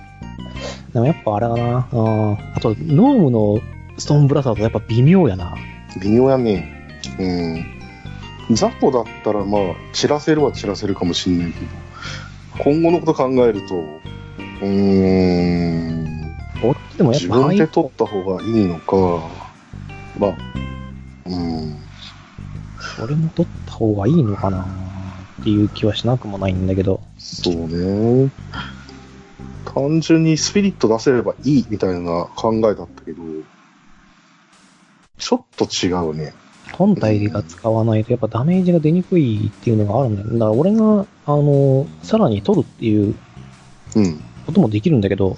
Speaker 1: でもやっぱあれだな。うんあと、ノームのストーンブラザーとやっぱ微妙やな。
Speaker 3: 微妙やね。うん。雑魚だったら、まあ、散らせるは散らせるかもしんないけど、今後のこと考えると、うーん、
Speaker 1: こっちでもやっ
Speaker 3: 自
Speaker 1: ぱああ
Speaker 3: 分
Speaker 1: い
Speaker 3: で
Speaker 1: う、
Speaker 3: 取った方がいいのか、まあ、うん、
Speaker 1: 俺も取った方がいいのかなっていう気はしなくもないんだけど。
Speaker 3: そうね。単純にスピリット出せればいいみたいな考えだったけど、ちょっと違うね。
Speaker 1: 本体が使わないとやっぱダメージが出にくいっていうのがあるんだよ。だから俺が、あの、さらに取るっていう
Speaker 3: うん。
Speaker 1: こともできるんだけど、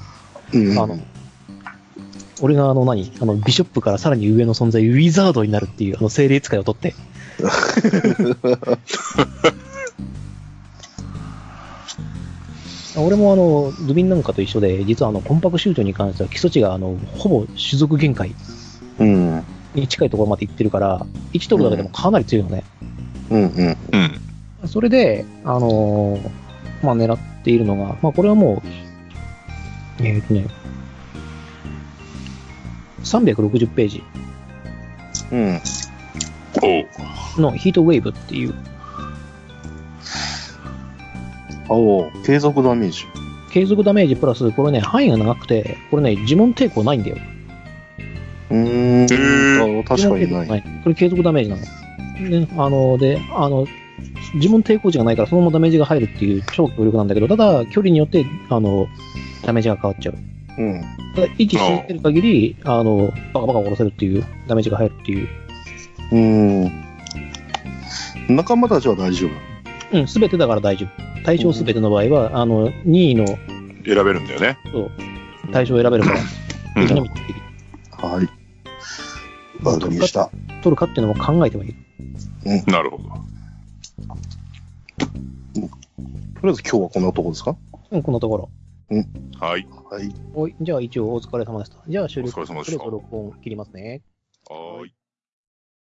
Speaker 3: うん、
Speaker 1: あの俺があの何あの、ビショップからさらに上の存在、ウィザードになるっていう、あの、精霊使いを取って。俺もあの、ドゥビンなんかと一緒で、実はあの、コンパクシュートに関しては基礎値があの、ほぼ種族限界
Speaker 3: うん。うん、
Speaker 1: に近いところまで行ってるから、1取るだけでもかなり強いよね。
Speaker 3: うん。
Speaker 2: う。うん。
Speaker 1: それで、あのーまあ、狙っているのが、まあ、これはもう、えっ、とね、360ページ
Speaker 3: うん。
Speaker 2: おう。
Speaker 1: のヒートウェーブっていう
Speaker 3: 青、継続ダメージ。
Speaker 1: 継続ダメージプラス、これね、範囲が長くて、これね、呪文抵抗ないんだよ。
Speaker 3: うーん。
Speaker 2: ー
Speaker 3: あ確かに
Speaker 1: 呪文
Speaker 3: な
Speaker 1: 抵
Speaker 3: い。
Speaker 1: 抗ない。これ継続ダメージなの。ね、あの、で、あの、呪文抵抗値がないから、そのままダメージが入るっていう超強力なんだけど、ただ、距離によって、あの、ダメージが変わっちゃう。
Speaker 3: うん。
Speaker 1: ただ、位置している限り、あの、バカバカ下ろせるっていう、ダメージが入るっていう。
Speaker 3: うーん。仲間たちは大丈夫。
Speaker 1: うん、すべてだから大丈夫。対象すべての場合は、あの、2位の
Speaker 2: 選べるんだよね。
Speaker 1: 対象を選べるから、
Speaker 2: う
Speaker 1: 敵の
Speaker 2: ん。
Speaker 1: み敵
Speaker 3: はい。わかりました。
Speaker 1: 取るかっていうのも考えてもいい。
Speaker 2: なるほど。
Speaker 3: とりあえず今日はこんなとこですか
Speaker 1: うん、このところ。
Speaker 2: はい。
Speaker 3: はい。
Speaker 1: おい、じゃあ一応お疲れ様でした。じゃあ終了。
Speaker 2: お疲れ様でした
Speaker 1: それぞれ録音切りますね。